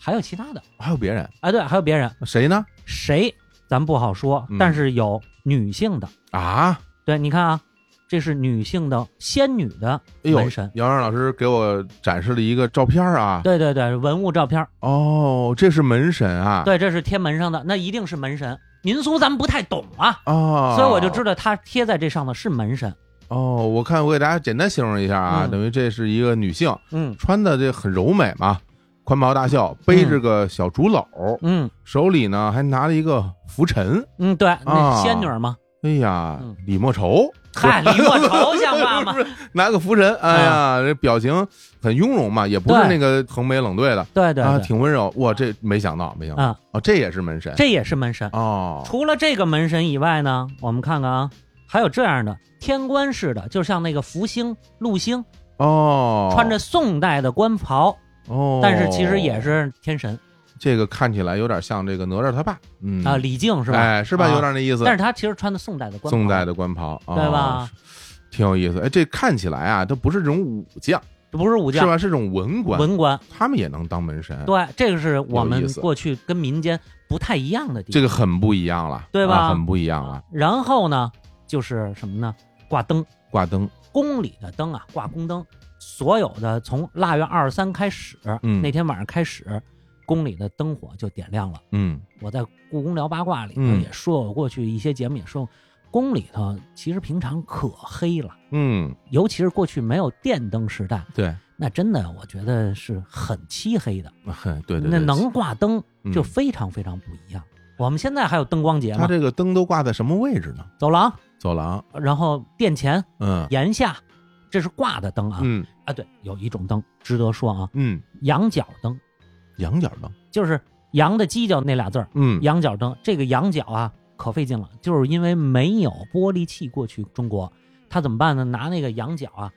[SPEAKER 3] 还有其他的。
[SPEAKER 2] 还有别人，
[SPEAKER 3] 哎，对，还有别人，
[SPEAKER 2] 谁呢？
[SPEAKER 3] 谁咱不好说
[SPEAKER 2] 嗯，
[SPEAKER 3] 但是有女性的。
[SPEAKER 2] 啊，
[SPEAKER 3] 对，你看啊，这是女性的仙女的
[SPEAKER 2] 哎呦
[SPEAKER 3] 门神，
[SPEAKER 2] 杨洋老师给我展示了一个照片啊，
[SPEAKER 3] 对对对，文物照片儿，
[SPEAKER 2] 哦，这是门神啊，，
[SPEAKER 3] 对，这是贴门上的，那一定是门神。民俗咱们不太懂啊，
[SPEAKER 2] 哦，
[SPEAKER 3] 所以我就知道它贴在这上的是门神。
[SPEAKER 2] 哦，我看我给大家简单形容一下啊，
[SPEAKER 3] 嗯
[SPEAKER 2] 等于这是一个女性，
[SPEAKER 3] 嗯
[SPEAKER 2] 穿的这很柔美嘛，宽袍大袖，背着个小竹篓，
[SPEAKER 3] 嗯
[SPEAKER 2] 手里呢还拿了一个拂尘，
[SPEAKER 3] 嗯，对，
[SPEAKER 2] 啊
[SPEAKER 3] 那仙女儿嘛，
[SPEAKER 2] 哎呀，
[SPEAKER 3] 嗯
[SPEAKER 2] 李莫愁
[SPEAKER 3] 嗨，李莫愁像话 吗？
[SPEAKER 2] 拿个拂尘，哎呀，这表情很雍容嘛，也不是那个横眉冷对的
[SPEAKER 3] 对对
[SPEAKER 2] 啊，
[SPEAKER 3] 对，
[SPEAKER 2] 挺温柔，哇，这没想到，没想到
[SPEAKER 3] 啊，
[SPEAKER 2] 哦，这也是门神，
[SPEAKER 3] 这也是门神。
[SPEAKER 2] 哦，
[SPEAKER 3] 除了这个门神以外呢，我们看看啊，还有这样的天官式的，就像那个福星、禄星，
[SPEAKER 2] 哦，
[SPEAKER 3] 穿着宋代的官袍，
[SPEAKER 2] 哦，
[SPEAKER 3] 但是其实也是天神
[SPEAKER 2] 这个看起来有点像这个哪吒他爸，嗯
[SPEAKER 3] 啊，李靖是吧？
[SPEAKER 2] 哎，是吧？
[SPEAKER 3] 啊
[SPEAKER 2] 有点那意思。
[SPEAKER 3] 但是他其实穿的宋代的官袍，
[SPEAKER 2] 宋代的官袍，哦
[SPEAKER 3] 对吧？？
[SPEAKER 2] 挺有意思。哎，这看起来啊，都不是这种武将，
[SPEAKER 3] 这不是武
[SPEAKER 2] 是
[SPEAKER 3] 将，
[SPEAKER 2] 吧？是这种文官，
[SPEAKER 3] 文官。
[SPEAKER 2] 他们也能当门神，
[SPEAKER 3] 对，这个是我
[SPEAKER 2] 有意
[SPEAKER 3] 们
[SPEAKER 2] 思
[SPEAKER 3] 过去跟民间不太一样的地方。
[SPEAKER 2] 这个很不一样了，
[SPEAKER 3] 对吧
[SPEAKER 2] 啊很不一样了。
[SPEAKER 3] 然后呢，就是什么呢？挂灯，
[SPEAKER 2] 挂灯，
[SPEAKER 3] 宫里的灯啊，挂宫灯，所有的从腊月二十三开始，
[SPEAKER 2] 嗯
[SPEAKER 3] 那天晚上开始，宫里的灯火就点亮了。
[SPEAKER 2] 嗯，
[SPEAKER 3] 我在故宫聊八卦里头
[SPEAKER 2] 嗯
[SPEAKER 3] 也说，我过去一些节目也说，宫里头其实平常可黑了，
[SPEAKER 2] 嗯，
[SPEAKER 3] 尤其是过去没有电灯时代，
[SPEAKER 2] 对，
[SPEAKER 3] 那真的我觉得是很漆黑的。
[SPEAKER 2] 哼对对，
[SPEAKER 3] 那
[SPEAKER 2] 对
[SPEAKER 3] 能挂灯
[SPEAKER 2] 嗯
[SPEAKER 3] 就非常非常不一样。我们现在还有灯光节
[SPEAKER 2] 他
[SPEAKER 3] 嘛，
[SPEAKER 2] 这个灯都挂在什么位置呢？
[SPEAKER 3] 走廊，
[SPEAKER 2] 走廊，
[SPEAKER 3] 然后殿前、
[SPEAKER 2] 嗯
[SPEAKER 3] 檐下，这是挂的灯啊。
[SPEAKER 2] 嗯
[SPEAKER 3] 啊，对，有一种灯值得说啊，
[SPEAKER 2] 嗯，
[SPEAKER 3] 羊角灯，
[SPEAKER 2] 羊角灯，
[SPEAKER 3] 就是羊的犄角那俩字儿，
[SPEAKER 2] 嗯，
[SPEAKER 3] 羊角灯。这个羊角啊，可费劲了，就是因为没有玻璃器过去中国，他怎么办呢？拿那个羊角啊，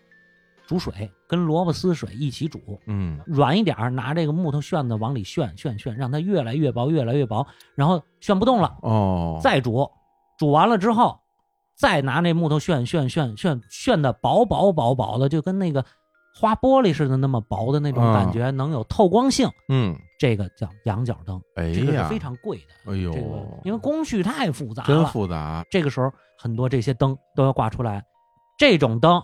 [SPEAKER 3] 煮水，跟萝卜丝水一起煮。
[SPEAKER 2] 嗯
[SPEAKER 3] 软一点儿，拿这个木头旋子往里旋旋旋，让它越来越薄，越来越薄，然后旋不动了，
[SPEAKER 2] 哦，
[SPEAKER 3] 再煮，煮完了之后，再拿那木头旋旋旋旋旋的薄薄薄薄的，就跟那个花玻璃似的那么薄的那种感觉，能有透光性。
[SPEAKER 2] 嗯，
[SPEAKER 3] 这个叫羊角灯，
[SPEAKER 2] 哎
[SPEAKER 3] 这个
[SPEAKER 2] 呀
[SPEAKER 3] 是，非常贵的。
[SPEAKER 2] 哎呦
[SPEAKER 3] 这个，因为工序太复杂
[SPEAKER 2] 真
[SPEAKER 3] 了，
[SPEAKER 2] 复杂，
[SPEAKER 3] 这个时候很多这些灯都要挂出来。这种灯，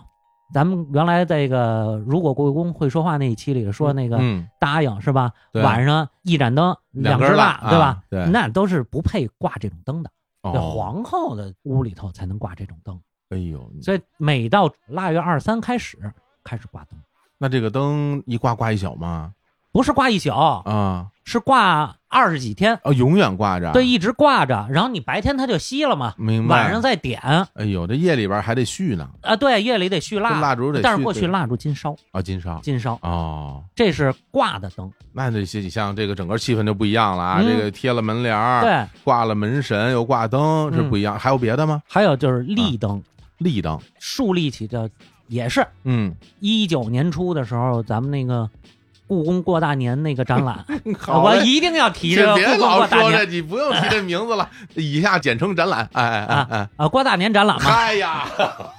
[SPEAKER 3] 咱们原来在这个如果故宫会说话那一期里说那个
[SPEAKER 2] 嗯，
[SPEAKER 3] 答应是吧？
[SPEAKER 2] 对
[SPEAKER 3] 晚上一盏灯，
[SPEAKER 2] 两
[SPEAKER 3] 两
[SPEAKER 2] 根
[SPEAKER 3] 只
[SPEAKER 2] 蜡
[SPEAKER 3] 蜡，
[SPEAKER 2] 啊
[SPEAKER 3] 对吧？
[SPEAKER 2] 对
[SPEAKER 3] 那都是不配挂这种灯的。
[SPEAKER 2] 哦
[SPEAKER 3] 这皇后的屋里头才能挂这种灯，
[SPEAKER 2] 哎呦，
[SPEAKER 3] 所以每到腊月二三开始开始挂灯，
[SPEAKER 2] 那这个灯一挂挂一宿吗？
[SPEAKER 3] 不是挂一宿，
[SPEAKER 2] 啊
[SPEAKER 3] 是挂二十几天，
[SPEAKER 2] 啊，永远挂着。
[SPEAKER 3] 对，，一直挂着，然后你白天它就熄了嘛，
[SPEAKER 2] 明白。
[SPEAKER 3] 晚上，再点啊，
[SPEAKER 2] 哎呦，这夜里边还得续呢，
[SPEAKER 3] 对，夜里得续
[SPEAKER 2] 这
[SPEAKER 3] 蜡，
[SPEAKER 2] 蜡烛得续。
[SPEAKER 3] 但是过去
[SPEAKER 2] 对
[SPEAKER 3] 蜡烛金烧，
[SPEAKER 2] 啊，金烧
[SPEAKER 3] 金烧，
[SPEAKER 2] 哦，
[SPEAKER 3] 这是挂的灯，
[SPEAKER 2] 那这些你像这个整个气氛就不一样了啊，
[SPEAKER 3] 嗯
[SPEAKER 2] 这个贴了门帘儿，，
[SPEAKER 3] 对，嗯
[SPEAKER 2] 挂了门神，又挂灯，是不一样。还有别的吗？
[SPEAKER 3] 还有就是立
[SPEAKER 2] 啊
[SPEAKER 3] 灯，
[SPEAKER 2] 立灯，
[SPEAKER 3] 树立起的也是
[SPEAKER 2] 嗯，
[SPEAKER 3] 一九年初的时候，咱们那个故宫过大年那个 展览，啊
[SPEAKER 2] 嘞
[SPEAKER 3] 我一定要提这
[SPEAKER 2] 这
[SPEAKER 3] 个
[SPEAKER 2] 别
[SPEAKER 3] 故宫
[SPEAKER 2] 老
[SPEAKER 3] 过大
[SPEAKER 2] 说这，
[SPEAKER 3] 年
[SPEAKER 2] 你不用提这名字 了，以下简称展览。哎哎哎哎，
[SPEAKER 3] 啊，过大年展览嘛，
[SPEAKER 2] 嗨 呀，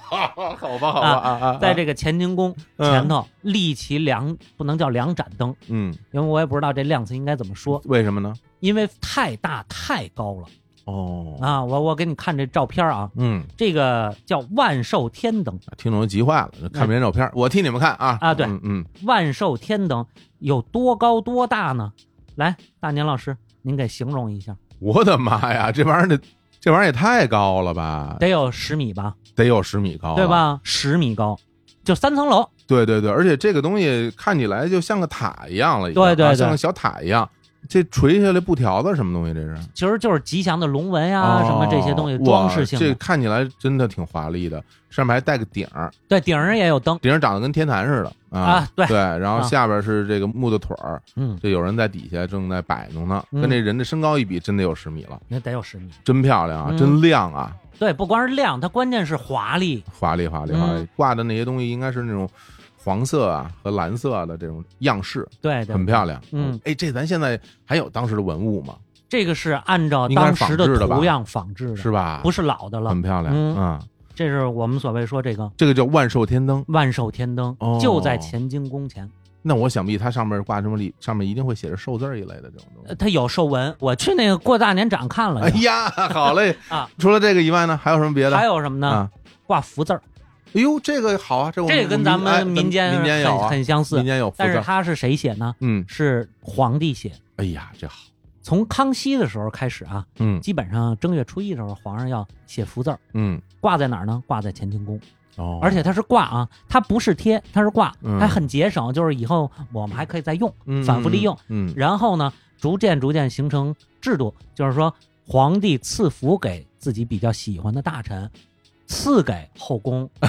[SPEAKER 2] 好吧好吧啊啊，
[SPEAKER 3] 在这个乾清宫
[SPEAKER 2] 嗯
[SPEAKER 3] 前头立起两，不能叫两盏灯，
[SPEAKER 2] 嗯，
[SPEAKER 3] 因为我也不知道这量词应该怎么说，
[SPEAKER 2] 为什么呢？
[SPEAKER 3] 因为太大太高了
[SPEAKER 2] 哦，
[SPEAKER 3] 啊！我我给你看这照片啊，
[SPEAKER 2] 嗯，
[SPEAKER 3] 这个叫万寿天灯，
[SPEAKER 2] 听众都急坏了，这看别人照片，我替你们看啊
[SPEAKER 3] 啊对
[SPEAKER 2] 嗯嗯，
[SPEAKER 3] 万寿天灯有多高多大呢？来，大年老师，您给形容一下，
[SPEAKER 2] 我的妈呀，这玩意儿得这玩意儿也太高了吧，
[SPEAKER 3] 得有十米吧，
[SPEAKER 2] 得有十米高，
[SPEAKER 3] 对？吧？十米高，就三层楼。
[SPEAKER 2] 对对对，而且这个东西看起来就像个塔一样了已经，
[SPEAKER 3] 对对
[SPEAKER 2] 啊
[SPEAKER 3] 对
[SPEAKER 2] 像个小塔一样。这垂下来不调的什么东西？这是
[SPEAKER 3] 其实就是吉祥的龙纹啊，
[SPEAKER 2] 哦
[SPEAKER 3] 什么这些东西
[SPEAKER 2] 哇
[SPEAKER 3] 装饰性
[SPEAKER 2] 这
[SPEAKER 3] 的。
[SPEAKER 2] 看起来真的挺华丽的，上面还带个顶儿，
[SPEAKER 3] 对，顶上也有灯。
[SPEAKER 2] 顶上长得跟天坛似的
[SPEAKER 3] 啊
[SPEAKER 2] 对
[SPEAKER 3] 对
[SPEAKER 2] 然后
[SPEAKER 3] 啊
[SPEAKER 2] 下边是这个木头腿儿，
[SPEAKER 3] 嗯，
[SPEAKER 2] 这有人在底下正在摆弄呢，
[SPEAKER 3] 嗯
[SPEAKER 2] 跟这人的身高一比，真得有十米了，
[SPEAKER 3] 那得有十米。
[SPEAKER 2] 真漂亮啊，
[SPEAKER 3] 嗯
[SPEAKER 2] 真亮啊，
[SPEAKER 3] 对，不光是亮，它关键是华丽。
[SPEAKER 2] 华丽华丽
[SPEAKER 3] 嗯
[SPEAKER 2] 华丽，挂的那些东西应该是那种黄色啊和蓝色的这种样式，
[SPEAKER 3] 对对
[SPEAKER 2] 很，漂亮。
[SPEAKER 3] 嗯，
[SPEAKER 2] 哎，这咱现在还有当时的文物吗？
[SPEAKER 3] 这个是按照
[SPEAKER 2] 应该
[SPEAKER 3] 当
[SPEAKER 2] 是仿
[SPEAKER 3] 时
[SPEAKER 2] 制的吧
[SPEAKER 3] 图样仿制的，
[SPEAKER 2] 是吧？
[SPEAKER 3] 不
[SPEAKER 2] 是，
[SPEAKER 3] 是老的了
[SPEAKER 2] 很。漂亮
[SPEAKER 3] 嗯
[SPEAKER 2] 啊、
[SPEAKER 3] 这是我们所谓说这个
[SPEAKER 2] 这个叫万寿天灯。
[SPEAKER 3] 万寿天灯
[SPEAKER 2] 哦，
[SPEAKER 3] 就在乾清宫前。
[SPEAKER 2] 那我想必它上面挂什么礼，上面一定会写着寿字儿一类的这种东
[SPEAKER 3] 呃
[SPEAKER 2] 西。
[SPEAKER 3] 它有寿纹，我去那个过大年展看了
[SPEAKER 2] 哎
[SPEAKER 3] 呀。
[SPEAKER 2] 呀，好嘞
[SPEAKER 3] 啊！
[SPEAKER 2] 除了这个以外呢，还有什么别的？
[SPEAKER 3] 还有什么呢？
[SPEAKER 2] 啊，
[SPEAKER 3] 挂福字儿，
[SPEAKER 2] 哎呦，这个好啊，这我
[SPEAKER 3] 这个跟咱
[SPEAKER 2] 哎
[SPEAKER 3] 们民间
[SPEAKER 2] 民间有
[SPEAKER 3] 很
[SPEAKER 2] 啊，
[SPEAKER 3] 很相
[SPEAKER 2] 民
[SPEAKER 3] 似，
[SPEAKER 2] 间有福
[SPEAKER 3] 但是
[SPEAKER 2] 字。
[SPEAKER 3] 它是谁写呢？
[SPEAKER 2] 嗯，
[SPEAKER 3] 是皇帝写。
[SPEAKER 2] 哎呀，这好，
[SPEAKER 3] 从康熙的时候开始啊，
[SPEAKER 2] 嗯
[SPEAKER 3] 基本上正月初一的时候，皇上要写福字儿，
[SPEAKER 2] 嗯，
[SPEAKER 3] 挂在哪儿呢？挂在乾清宫，
[SPEAKER 2] 哦，
[SPEAKER 3] 而且它是挂啊，它不是贴，它是挂
[SPEAKER 2] 嗯，
[SPEAKER 3] 还很节省，就是以后我们还可以再用，
[SPEAKER 2] 嗯
[SPEAKER 3] 反复利用。，
[SPEAKER 2] 嗯，嗯
[SPEAKER 3] 然后呢，逐渐逐渐形成制度，就是说皇帝赐福给自己比较喜欢的大臣，赐给 后宫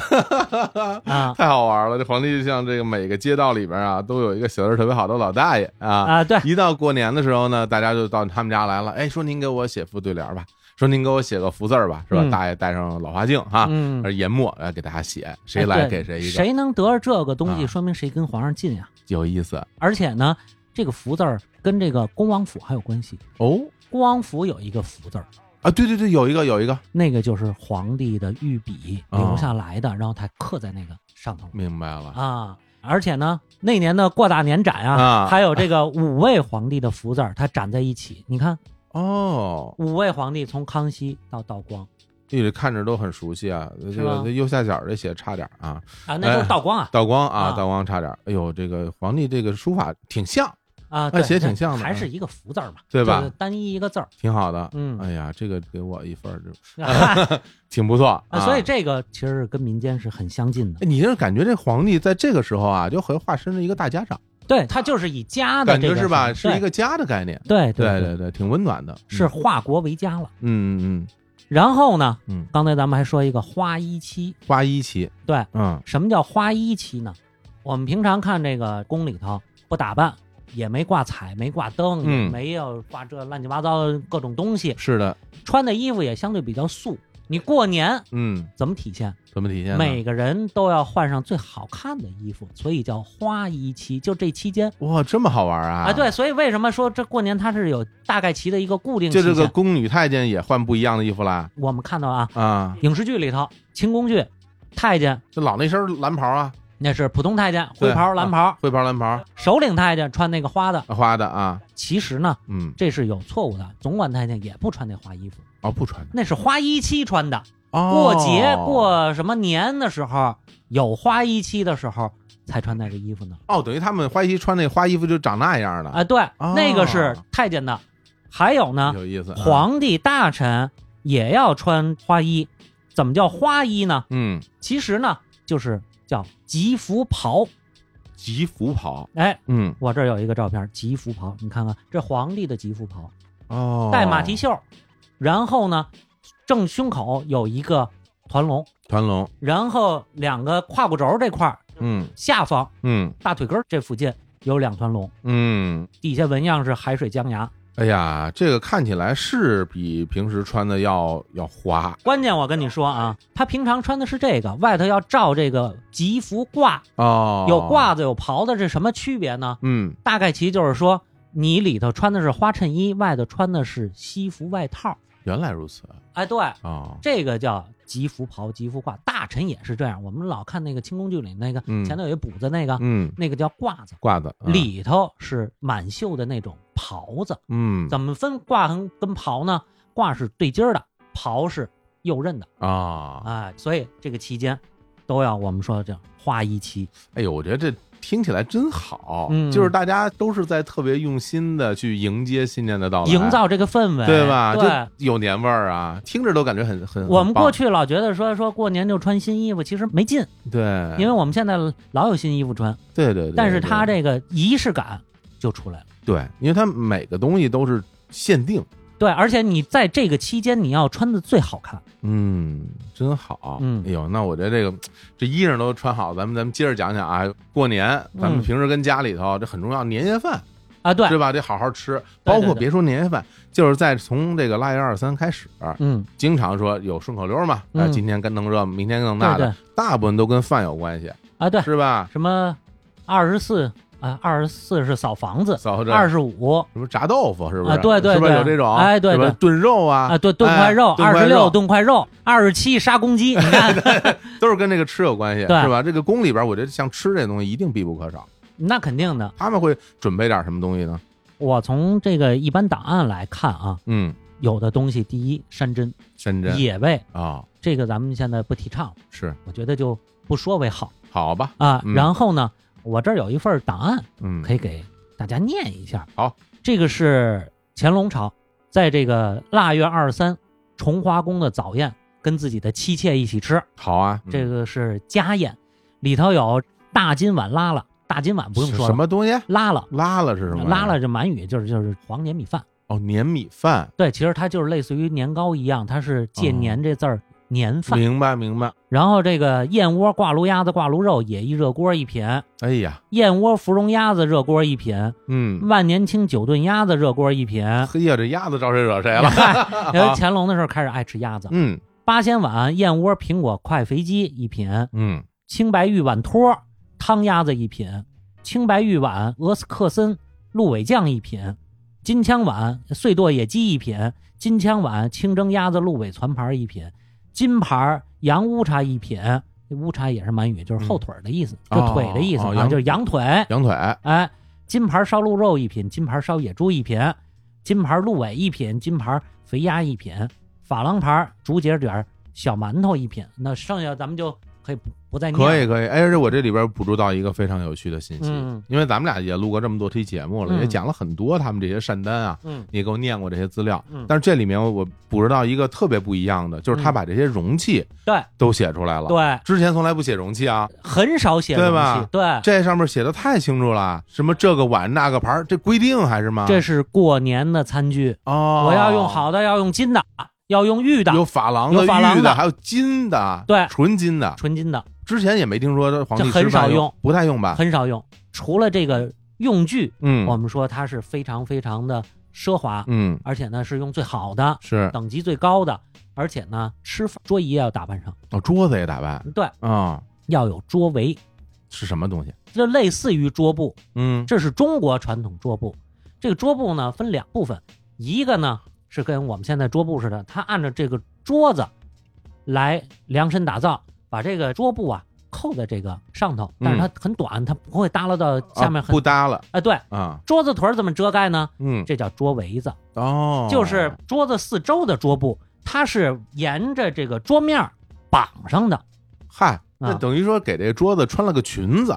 [SPEAKER 3] 啊
[SPEAKER 2] 太好玩了。这皇帝就像这个每个街道里边啊，都有一个写字儿特别好的老大爷啊
[SPEAKER 3] 啊，对，
[SPEAKER 2] 一到过年的时候呢，大家就到他们家来了。哎，说您给我写副对联儿吧，说您给我写个福字儿吧，是吧？
[SPEAKER 3] 嗯
[SPEAKER 2] 大爷戴上老花镜哈，
[SPEAKER 3] 嗯，
[SPEAKER 2] 而研墨啊来给大家写，谁
[SPEAKER 3] 哎
[SPEAKER 2] 来
[SPEAKER 3] 对
[SPEAKER 2] 给谁一个，
[SPEAKER 3] 谁能得着这个东
[SPEAKER 2] 啊
[SPEAKER 3] 西，说明谁跟皇上近啊。
[SPEAKER 2] 有意思
[SPEAKER 3] 而且呢，这个福字儿跟这个恭王府还有关系。
[SPEAKER 2] 哦
[SPEAKER 3] 恭王府有一个福字儿，
[SPEAKER 2] 啊！对对对，有一个有一个，
[SPEAKER 3] 那个就是皇帝的御笔
[SPEAKER 2] 哦
[SPEAKER 3] 留下来的，然后他刻在那个上头
[SPEAKER 2] 明白了
[SPEAKER 3] 啊。而且呢，那年的过大年展啊，
[SPEAKER 2] 啊
[SPEAKER 3] 还有这个五位皇帝的福字儿，它展在一起。你看，
[SPEAKER 2] 哦，
[SPEAKER 3] 五位皇帝从康熙到道光
[SPEAKER 2] 这个看着都很熟悉啊。这
[SPEAKER 3] 是
[SPEAKER 2] 个
[SPEAKER 3] 吗
[SPEAKER 2] 这右下角这写差点儿啊，
[SPEAKER 3] 啊，那就是道光啊、
[SPEAKER 2] 道光啊，
[SPEAKER 3] 啊
[SPEAKER 2] 道光差点儿。哎呦，这个皇帝这个书法挺像，
[SPEAKER 3] 啊，对，
[SPEAKER 2] 写挺像的
[SPEAKER 3] 还是一个福字儿嘛，
[SPEAKER 2] 对吧
[SPEAKER 3] 就是单一一个字儿，
[SPEAKER 2] 挺好的。
[SPEAKER 3] 嗯
[SPEAKER 2] 哎呀，这个给我一份儿，这
[SPEAKER 3] 啊
[SPEAKER 2] 挺不错啊。
[SPEAKER 3] 所以这个其实是跟民间是很相近的。
[SPEAKER 2] 哎你就是感觉这皇帝在这个时候啊，就很化身了一个大家长，
[SPEAKER 3] 对，它就是以家的
[SPEAKER 2] 感
[SPEAKER 3] 这
[SPEAKER 2] 觉
[SPEAKER 3] 个
[SPEAKER 2] 是吧？
[SPEAKER 3] 对
[SPEAKER 2] 是一个家的概念。
[SPEAKER 3] 对
[SPEAKER 2] 对嗯
[SPEAKER 3] 对，
[SPEAKER 2] 对对，挺温暖的。
[SPEAKER 3] 是化国为家了。
[SPEAKER 2] 嗯，嗯嗯
[SPEAKER 3] 然后呢，
[SPEAKER 2] 嗯，
[SPEAKER 3] 刚才咱们还说一个花衣期，
[SPEAKER 2] 嗯，花一期，
[SPEAKER 3] 对，
[SPEAKER 2] 嗯
[SPEAKER 3] 什么叫花衣期呢？我们平常看这个宫里头不打扮，也没挂彩，没挂灯，
[SPEAKER 2] 嗯
[SPEAKER 3] 也没有挂这乱七八糟的各种东西，
[SPEAKER 2] 是的，
[SPEAKER 3] 穿的衣服也相对比较素。你过年
[SPEAKER 2] 嗯，
[SPEAKER 3] 怎么体现？
[SPEAKER 2] 怎么体现呢？
[SPEAKER 3] 每个人都要换上最好看的衣服，所以叫花衣期。就这期间
[SPEAKER 2] 哇，这么好玩啊！
[SPEAKER 3] 啊，对，，所以为什么说这过年它是有大概期的一个固定期
[SPEAKER 2] 就这
[SPEAKER 3] 限？
[SPEAKER 2] 个宫女太监也换不一样的衣服啦
[SPEAKER 3] 我们看到啊，
[SPEAKER 2] 啊，
[SPEAKER 3] 影视剧里头清宫剧，太监
[SPEAKER 2] 这老那身蓝袍啊，
[SPEAKER 3] 那是普通太监，
[SPEAKER 2] 对啊
[SPEAKER 3] 灰袍、蓝袍，
[SPEAKER 2] 灰袍蓝袍
[SPEAKER 3] 首领太监穿那个花的。
[SPEAKER 2] 花的啊，
[SPEAKER 3] 其实呢，
[SPEAKER 2] 嗯，
[SPEAKER 3] 这是有错误的。总管太监也不穿那花衣服，
[SPEAKER 2] 哦，不穿的，
[SPEAKER 3] 那是花衣期穿的。
[SPEAKER 2] 哦
[SPEAKER 3] 过节过什么年的时候，有花衣期的时候才穿那个衣服呢。
[SPEAKER 2] 哦，等于他们花衣穿那花衣服就长那样了
[SPEAKER 3] 啊，对，
[SPEAKER 2] 哦
[SPEAKER 3] 那个是太监的。还有呢，
[SPEAKER 2] 有意思啊，
[SPEAKER 3] 皇帝大臣也要穿花衣，怎么叫花衣呢？
[SPEAKER 2] 嗯，
[SPEAKER 3] 其实呢，就是叫吉服袍。
[SPEAKER 2] 吉福袍，
[SPEAKER 3] 哎，
[SPEAKER 2] 嗯，
[SPEAKER 3] 我这儿有一个照片，吉服袍，你看看这皇帝的吉服袍，
[SPEAKER 2] 哦，
[SPEAKER 3] 带马蹄袖儿，然后呢，正胸口有一个团龙，
[SPEAKER 2] 团龙，
[SPEAKER 3] 然后两个胯骨轴这块儿
[SPEAKER 2] 嗯
[SPEAKER 3] 下方
[SPEAKER 2] 嗯
[SPEAKER 3] 大腿根儿这附近有两团龙，
[SPEAKER 2] 嗯，
[SPEAKER 3] 底下纹样是海水江崖。
[SPEAKER 2] 哎呀，这个看起来是比平时穿的要要花，
[SPEAKER 3] 关键我跟你说啊，他平常穿的是这个，外头要罩这个吉服褂，
[SPEAKER 2] 哦，
[SPEAKER 3] 有，褂子有袍子，这什么区别呢？
[SPEAKER 2] 嗯，
[SPEAKER 3] 大概其就是说，你里头穿的是花衬衣，外头穿的是西服外套。
[SPEAKER 2] 原来如此
[SPEAKER 3] 哎，对，
[SPEAKER 2] 哦，
[SPEAKER 3] 这个叫吉服袍、吉服褂。大臣也是这样，我们老看那个清宫剧里那个、
[SPEAKER 2] 嗯
[SPEAKER 3] 前头有一补子那个，
[SPEAKER 2] 嗯，
[SPEAKER 3] 那个叫褂子，
[SPEAKER 2] 褂子，嗯，
[SPEAKER 3] 里头是满袖的那种袍子。
[SPEAKER 2] 嗯，
[SPEAKER 3] 怎么分褂跟跟袍呢？褂是对襟儿的，袍是右衽的。
[SPEAKER 2] 啊，
[SPEAKER 3] 哎，所以这个期间都要我们说的这样花一期，
[SPEAKER 2] 哎呦，我觉得这。听起来真好，
[SPEAKER 3] 嗯
[SPEAKER 2] 就是大家都是在特别用心的去迎接新年的到来，
[SPEAKER 3] 营造这个氛围，
[SPEAKER 2] 对吧？
[SPEAKER 3] 对。
[SPEAKER 2] 这有年味儿啊，听着都感觉很很。
[SPEAKER 3] 我们
[SPEAKER 2] 很棒
[SPEAKER 3] 过去老觉得说说过年就穿新衣服，其实没劲，
[SPEAKER 2] 对，
[SPEAKER 3] 因为我们现在老有新衣服穿，
[SPEAKER 2] 对哎对对，
[SPEAKER 3] 但是
[SPEAKER 2] 对
[SPEAKER 3] 它这个仪式感就出来了。
[SPEAKER 2] 对，因为它每个东西都是限定，
[SPEAKER 3] 对，而且你在这个期间你要穿的最好看，
[SPEAKER 2] 嗯，真好，
[SPEAKER 3] 嗯
[SPEAKER 2] 哎呦，那我觉得这个这衣裳都穿好，咱们咱们接着讲讲啊，过年咱们
[SPEAKER 3] 嗯
[SPEAKER 2] 平时跟家里头、这很重要，年夜饭
[SPEAKER 3] 啊，对
[SPEAKER 2] 对，吧？得好好吃，
[SPEAKER 3] 对
[SPEAKER 2] 包括
[SPEAKER 3] 对
[SPEAKER 2] 别说年夜饭，就是在从这个腊月二十三开始，
[SPEAKER 3] 嗯，
[SPEAKER 2] 经常说有顺口溜嘛，啊，
[SPEAKER 3] 嗯
[SPEAKER 2] 今天干弄这，明天弄那
[SPEAKER 3] 对
[SPEAKER 2] 的
[SPEAKER 3] 对，
[SPEAKER 2] 大部分都跟饭有关系，
[SPEAKER 3] 啊，对，
[SPEAKER 2] 是吧？
[SPEAKER 3] 什么二十四啊，二十四是扫房子，
[SPEAKER 2] 扫这
[SPEAKER 3] 二十五
[SPEAKER 2] 什么炸豆腐是不是？
[SPEAKER 3] 啊对对
[SPEAKER 2] 是不是
[SPEAKER 3] 对
[SPEAKER 2] 有这种？
[SPEAKER 3] 哎对
[SPEAKER 2] 什么
[SPEAKER 3] 对
[SPEAKER 2] 炖肉啊
[SPEAKER 3] 啊，对，炖
[SPEAKER 2] 哎
[SPEAKER 3] 块肉，
[SPEAKER 2] 炖
[SPEAKER 3] 二
[SPEAKER 2] 块
[SPEAKER 3] 十
[SPEAKER 2] 肉
[SPEAKER 3] 六炖块肉，二十七杀公鸡，你看
[SPEAKER 2] 都是跟这个吃有关系，
[SPEAKER 3] 对
[SPEAKER 2] 是吧？这个宫里边，我觉得像吃这东西一定必不可少。
[SPEAKER 3] 那肯定的。
[SPEAKER 2] 他们会准备点什么东西呢？
[SPEAKER 3] 我从这个一般档案来看啊，
[SPEAKER 2] 嗯，
[SPEAKER 3] 有的东西，第一山珍、
[SPEAKER 2] 山珍
[SPEAKER 3] 野味，
[SPEAKER 2] 啊、
[SPEAKER 3] 这个咱们现在不提倡了，
[SPEAKER 2] 是
[SPEAKER 3] 我觉得就不说为好
[SPEAKER 2] 好吧？
[SPEAKER 3] 啊。
[SPEAKER 2] 嗯
[SPEAKER 3] 然后呢，我这儿有一份档案
[SPEAKER 2] 嗯，
[SPEAKER 3] 可以给大家念一下。
[SPEAKER 2] 好，
[SPEAKER 3] 这个是乾隆朝在这个腊月二十三重华宫的早宴，跟自己的妻妾一起吃，
[SPEAKER 2] 好啊，
[SPEAKER 3] 这个是家宴，里头有大金碗拉了，大金碗不用
[SPEAKER 2] 是
[SPEAKER 3] 说
[SPEAKER 2] 什
[SPEAKER 3] 了，
[SPEAKER 2] 么东西啊
[SPEAKER 3] 拉了。
[SPEAKER 2] 拉了是什么？
[SPEAKER 3] 拉了这满语就是就是黄黏米饭，
[SPEAKER 2] 哦，粘米饭，
[SPEAKER 3] 对，其实它就是类似于年糕一样，它是借
[SPEAKER 2] 哦
[SPEAKER 3] “年”这字儿年饭。
[SPEAKER 2] 明白明白。
[SPEAKER 3] 然后这个燕窝挂炉鸭子挂炉肉也一热锅一品，
[SPEAKER 2] 哎呀，
[SPEAKER 3] 燕窝芙蓉鸭子热锅一品，
[SPEAKER 2] 嗯，
[SPEAKER 3] 万年青九炖鸭子热锅一品。
[SPEAKER 2] 嘿呀，这鸭子招谁惹谁 了？啊
[SPEAKER 3] 因为乾隆的时候开始爱吃鸭子，
[SPEAKER 2] 嗯
[SPEAKER 3] 八仙碗燕窝苹果快肥鸡一品，
[SPEAKER 2] 嗯，
[SPEAKER 3] 青白玉碗托汤鸭子一品，青白玉碗俄斯克森鹿尾酱一品，金枪碗碎剁野鸡一品，金枪碗清蒸鸭子鹿尾攒盘一品，金盘羊乌茶一品。乌茶也是满语，就是后腿儿的意思，
[SPEAKER 2] 嗯
[SPEAKER 3] 就腿的意思、
[SPEAKER 2] 哦哦
[SPEAKER 3] 啊，
[SPEAKER 2] 羊
[SPEAKER 3] 就是羊腿。
[SPEAKER 2] 羊腿，
[SPEAKER 3] 哎，金盘烧鹿肉一品，金盘烧野猪一品，金盘鹿尾一品，金盘肥鸭一品，珐琅盘竹节卷儿小馒头一品。那剩下咱们就可以不不再念了。
[SPEAKER 2] 可以可以。哎，而且我这里边捕捉到一个非常有趣的信息，
[SPEAKER 3] 嗯
[SPEAKER 2] 因为咱们俩也录过这么多期节目了，
[SPEAKER 3] 嗯
[SPEAKER 2] 也讲了很多他们这些善单啊，
[SPEAKER 3] 嗯
[SPEAKER 2] 也给我念过这些资料。
[SPEAKER 3] 嗯
[SPEAKER 2] 但是这里面我捕捉到一个特别不一样的，就是他
[SPEAKER 3] 嗯
[SPEAKER 2] 把这些容器
[SPEAKER 3] 对
[SPEAKER 2] 都写出来了。
[SPEAKER 3] 对，
[SPEAKER 2] 之前从来不写容器啊，
[SPEAKER 3] 很少写东
[SPEAKER 2] 对吧
[SPEAKER 3] 西。对，
[SPEAKER 2] 这上面写的太清楚了，什么这个碗那个盘儿，这规定还是吗？
[SPEAKER 3] 这是过年的餐具，
[SPEAKER 2] 哦，
[SPEAKER 3] 我要用好的，要用金的，要用玉的，
[SPEAKER 2] 有珐琅的、
[SPEAKER 3] 有珐琅
[SPEAKER 2] 玉的，
[SPEAKER 3] 的
[SPEAKER 2] 还有金的，
[SPEAKER 3] 对
[SPEAKER 2] 纯金的。
[SPEAKER 3] 纯金的
[SPEAKER 2] 之前也没听说皇帝
[SPEAKER 3] 这很
[SPEAKER 2] 吃饭
[SPEAKER 3] 少用，
[SPEAKER 2] 不太用吧？
[SPEAKER 3] 很少用。除了这个用具，我
[SPEAKER 2] 嗯
[SPEAKER 3] 们说它是非常非常的奢华，
[SPEAKER 2] 嗯，
[SPEAKER 3] 而且呢是用最好的，
[SPEAKER 2] 是
[SPEAKER 3] 等级最高的，而且呢，吃饭桌椅也要打扮上，
[SPEAKER 2] 哦，桌子也打扮
[SPEAKER 3] 对，
[SPEAKER 2] 啊，
[SPEAKER 3] 要有桌围，
[SPEAKER 2] 是什么东西？
[SPEAKER 3] 这类似于桌布，
[SPEAKER 2] 嗯
[SPEAKER 3] 这是中国传统桌布。这个桌布呢分两部分，一个呢是跟我们现在桌布似的，它按照这个桌子来量身打造，把这个桌布啊扣在这个上头，但是它很短，它不会耷拉到下
[SPEAKER 2] 嗯
[SPEAKER 3] 面
[SPEAKER 2] 啊
[SPEAKER 3] 很
[SPEAKER 2] 不搭了
[SPEAKER 3] 啊。对，
[SPEAKER 2] 啊，
[SPEAKER 3] 桌子腿儿怎么遮盖呢？
[SPEAKER 2] 嗯
[SPEAKER 3] 这叫桌围子，
[SPEAKER 2] 哦，
[SPEAKER 3] 就是桌子四周的桌布，它是沿着这个桌面儿绑上的。
[SPEAKER 2] 嗨，那等于说给这个桌子穿了个裙子，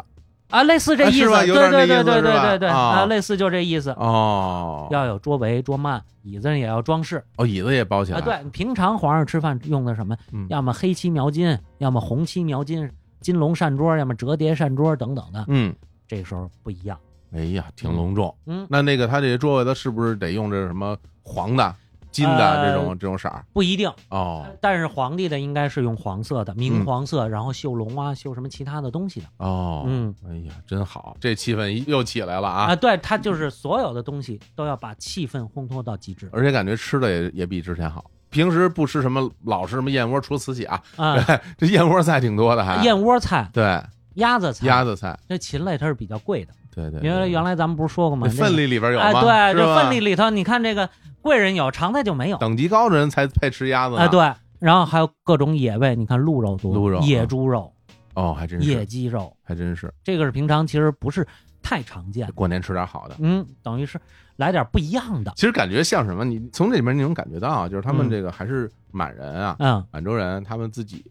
[SPEAKER 3] 啊，类似这
[SPEAKER 2] 啊
[SPEAKER 3] 意
[SPEAKER 2] 是
[SPEAKER 3] 思，
[SPEAKER 2] 吧
[SPEAKER 3] 对
[SPEAKER 2] 有点那
[SPEAKER 3] 对对
[SPEAKER 2] 意
[SPEAKER 3] 对
[SPEAKER 2] 思
[SPEAKER 3] 对
[SPEAKER 2] 是吧
[SPEAKER 3] 对对
[SPEAKER 2] 啊
[SPEAKER 3] 啊，类似就这意思。
[SPEAKER 2] 哦，
[SPEAKER 3] 要有桌围、桌幔，椅子上也要装饰
[SPEAKER 2] 哦，椅子也包起来，
[SPEAKER 3] 啊。，对，平常皇上吃饭用的什么？
[SPEAKER 2] 嗯
[SPEAKER 3] 要么黑漆描金，要么红漆描金，金龙扇桌，要么折叠扇桌等等的。
[SPEAKER 2] 嗯，
[SPEAKER 3] 这个时候不一样，
[SPEAKER 2] 哎呀，挺隆重。
[SPEAKER 3] 嗯，
[SPEAKER 2] 那那个他这些桌子，他是不是得用这什么黄的、金的
[SPEAKER 3] 呃
[SPEAKER 2] 这种这种色儿？
[SPEAKER 3] 不一定。
[SPEAKER 2] 哦嗯
[SPEAKER 3] 但是皇帝的应该是用黄色的，明黄色，然后绣龙啊，绣什么其他的东西的。
[SPEAKER 2] 哦，
[SPEAKER 3] 嗯
[SPEAKER 2] 哎呀，真好，这气氛又起来了啊！
[SPEAKER 3] 啊，对，他就是所有的东西都要把气氛烘托到极致
[SPEAKER 2] 而且感觉吃的也也比之前好。平时不吃什么，老吃什么燕窝，除慈禧啊，
[SPEAKER 3] 啊。
[SPEAKER 2] 这燕窝菜挺多的还。
[SPEAKER 3] 燕窝菜、
[SPEAKER 2] 对
[SPEAKER 3] 鸭子菜，
[SPEAKER 2] 啊鸭子菜，
[SPEAKER 3] 这禽类它是比较贵的，
[SPEAKER 2] 对对。对
[SPEAKER 3] 因为原来咱们不是说过吗？
[SPEAKER 2] 那分粒里边
[SPEAKER 3] 这
[SPEAKER 2] 有
[SPEAKER 3] 个
[SPEAKER 2] 吗？
[SPEAKER 3] 哎，
[SPEAKER 2] 是
[SPEAKER 3] 对，这
[SPEAKER 2] 吧
[SPEAKER 3] 分类里头，你看这个贵人有，常菜就没有
[SPEAKER 2] 等级高的人才配吃鸭子呢
[SPEAKER 3] 啊。，对，然后还有各种野味，你看鹿肉多，
[SPEAKER 2] 鹿肉啊
[SPEAKER 3] 野猪肉、
[SPEAKER 2] 哦，还真
[SPEAKER 3] 野
[SPEAKER 2] 是，
[SPEAKER 3] 鸡肉，
[SPEAKER 2] 还真是。
[SPEAKER 3] 这个是平常其实不是太常见的。
[SPEAKER 2] 过年吃点好的，
[SPEAKER 3] 嗯，等于是来点不一样的。
[SPEAKER 2] 其实感觉像什么？你从这里面你能感觉到啊，就是他们
[SPEAKER 3] 嗯
[SPEAKER 2] 这个还是满人啊，
[SPEAKER 3] 嗯，
[SPEAKER 2] 满洲人他们自己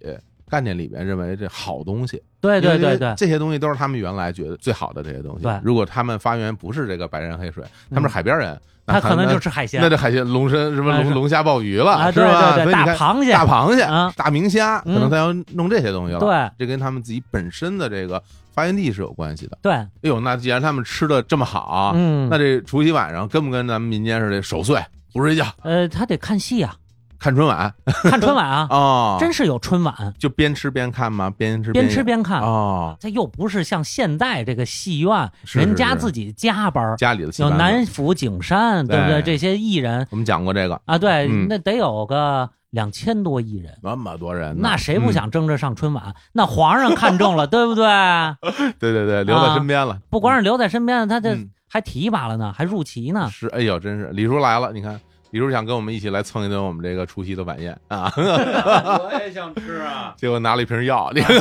[SPEAKER 2] 概念里面认为这好东西，
[SPEAKER 3] 对对
[SPEAKER 2] 因为
[SPEAKER 3] 对对，
[SPEAKER 2] 这些东西都是他们原来觉得最好的这些东西
[SPEAKER 3] 对。嗯
[SPEAKER 2] 如果他们发源不是这个白人黑水，他们是海边人，那
[SPEAKER 3] 他可能就
[SPEAKER 2] 那
[SPEAKER 3] 吃海鲜
[SPEAKER 2] 那这海鲜龙参什么
[SPEAKER 3] 啊
[SPEAKER 2] 龙
[SPEAKER 3] 是
[SPEAKER 2] 龙虾鲍鱼了，
[SPEAKER 3] 啊，
[SPEAKER 2] 是
[SPEAKER 3] 对
[SPEAKER 2] 吧？
[SPEAKER 3] 对
[SPEAKER 2] 所以
[SPEAKER 3] 对，
[SPEAKER 2] 你
[SPEAKER 3] 大
[SPEAKER 2] 看
[SPEAKER 3] 螃蟹，
[SPEAKER 2] 大螃蟹
[SPEAKER 3] 啊、
[SPEAKER 2] 大明虾，可能他要弄这些东西了。
[SPEAKER 3] 对
[SPEAKER 2] 这跟他们自己本身的这个发源地是有关系的。
[SPEAKER 3] 对，
[SPEAKER 2] 哎呦，那既然他们吃的这么好，
[SPEAKER 3] 嗯，
[SPEAKER 2] 那这除夕晚上跟不跟咱们民间似的守岁不睡觉
[SPEAKER 3] 呃，他得看戏啊，
[SPEAKER 2] 看春晚
[SPEAKER 3] 看春 晚啊，
[SPEAKER 2] 哦，
[SPEAKER 3] 真是有春晚，
[SPEAKER 2] 就边吃边看吗？边吃
[SPEAKER 3] 边吃
[SPEAKER 2] 演
[SPEAKER 3] 边看。
[SPEAKER 2] 哦，
[SPEAKER 3] 他又不是像现在这个戏院，
[SPEAKER 2] 是
[SPEAKER 3] 人家
[SPEAKER 2] 是
[SPEAKER 3] 自己加班儿，
[SPEAKER 2] 家里的戏
[SPEAKER 3] 有
[SPEAKER 2] 班子
[SPEAKER 3] 南府景山，对不
[SPEAKER 2] 对
[SPEAKER 3] 对？这些艺人
[SPEAKER 2] 我们讲过这个，
[SPEAKER 3] 啊，对，
[SPEAKER 2] 嗯
[SPEAKER 3] 那得有个两千多艺人。
[SPEAKER 2] 那么多人呢，
[SPEAKER 3] 那谁不想争着上春晚？那皇上看 中了，对不对？
[SPEAKER 2] 嗯？对对对，留
[SPEAKER 3] 啊
[SPEAKER 2] 在身边了，
[SPEAKER 3] 不光是留在身边，他这
[SPEAKER 2] 嗯
[SPEAKER 3] 还提拔了呢，还入旗呢。
[SPEAKER 2] 是，哎呦，真是李叔来了，你看。李叔想跟我们一起来蹭一顿我们这个除夕的晚宴啊，
[SPEAKER 1] 我也想吃啊。
[SPEAKER 2] 结果拿了一瓶药，你看，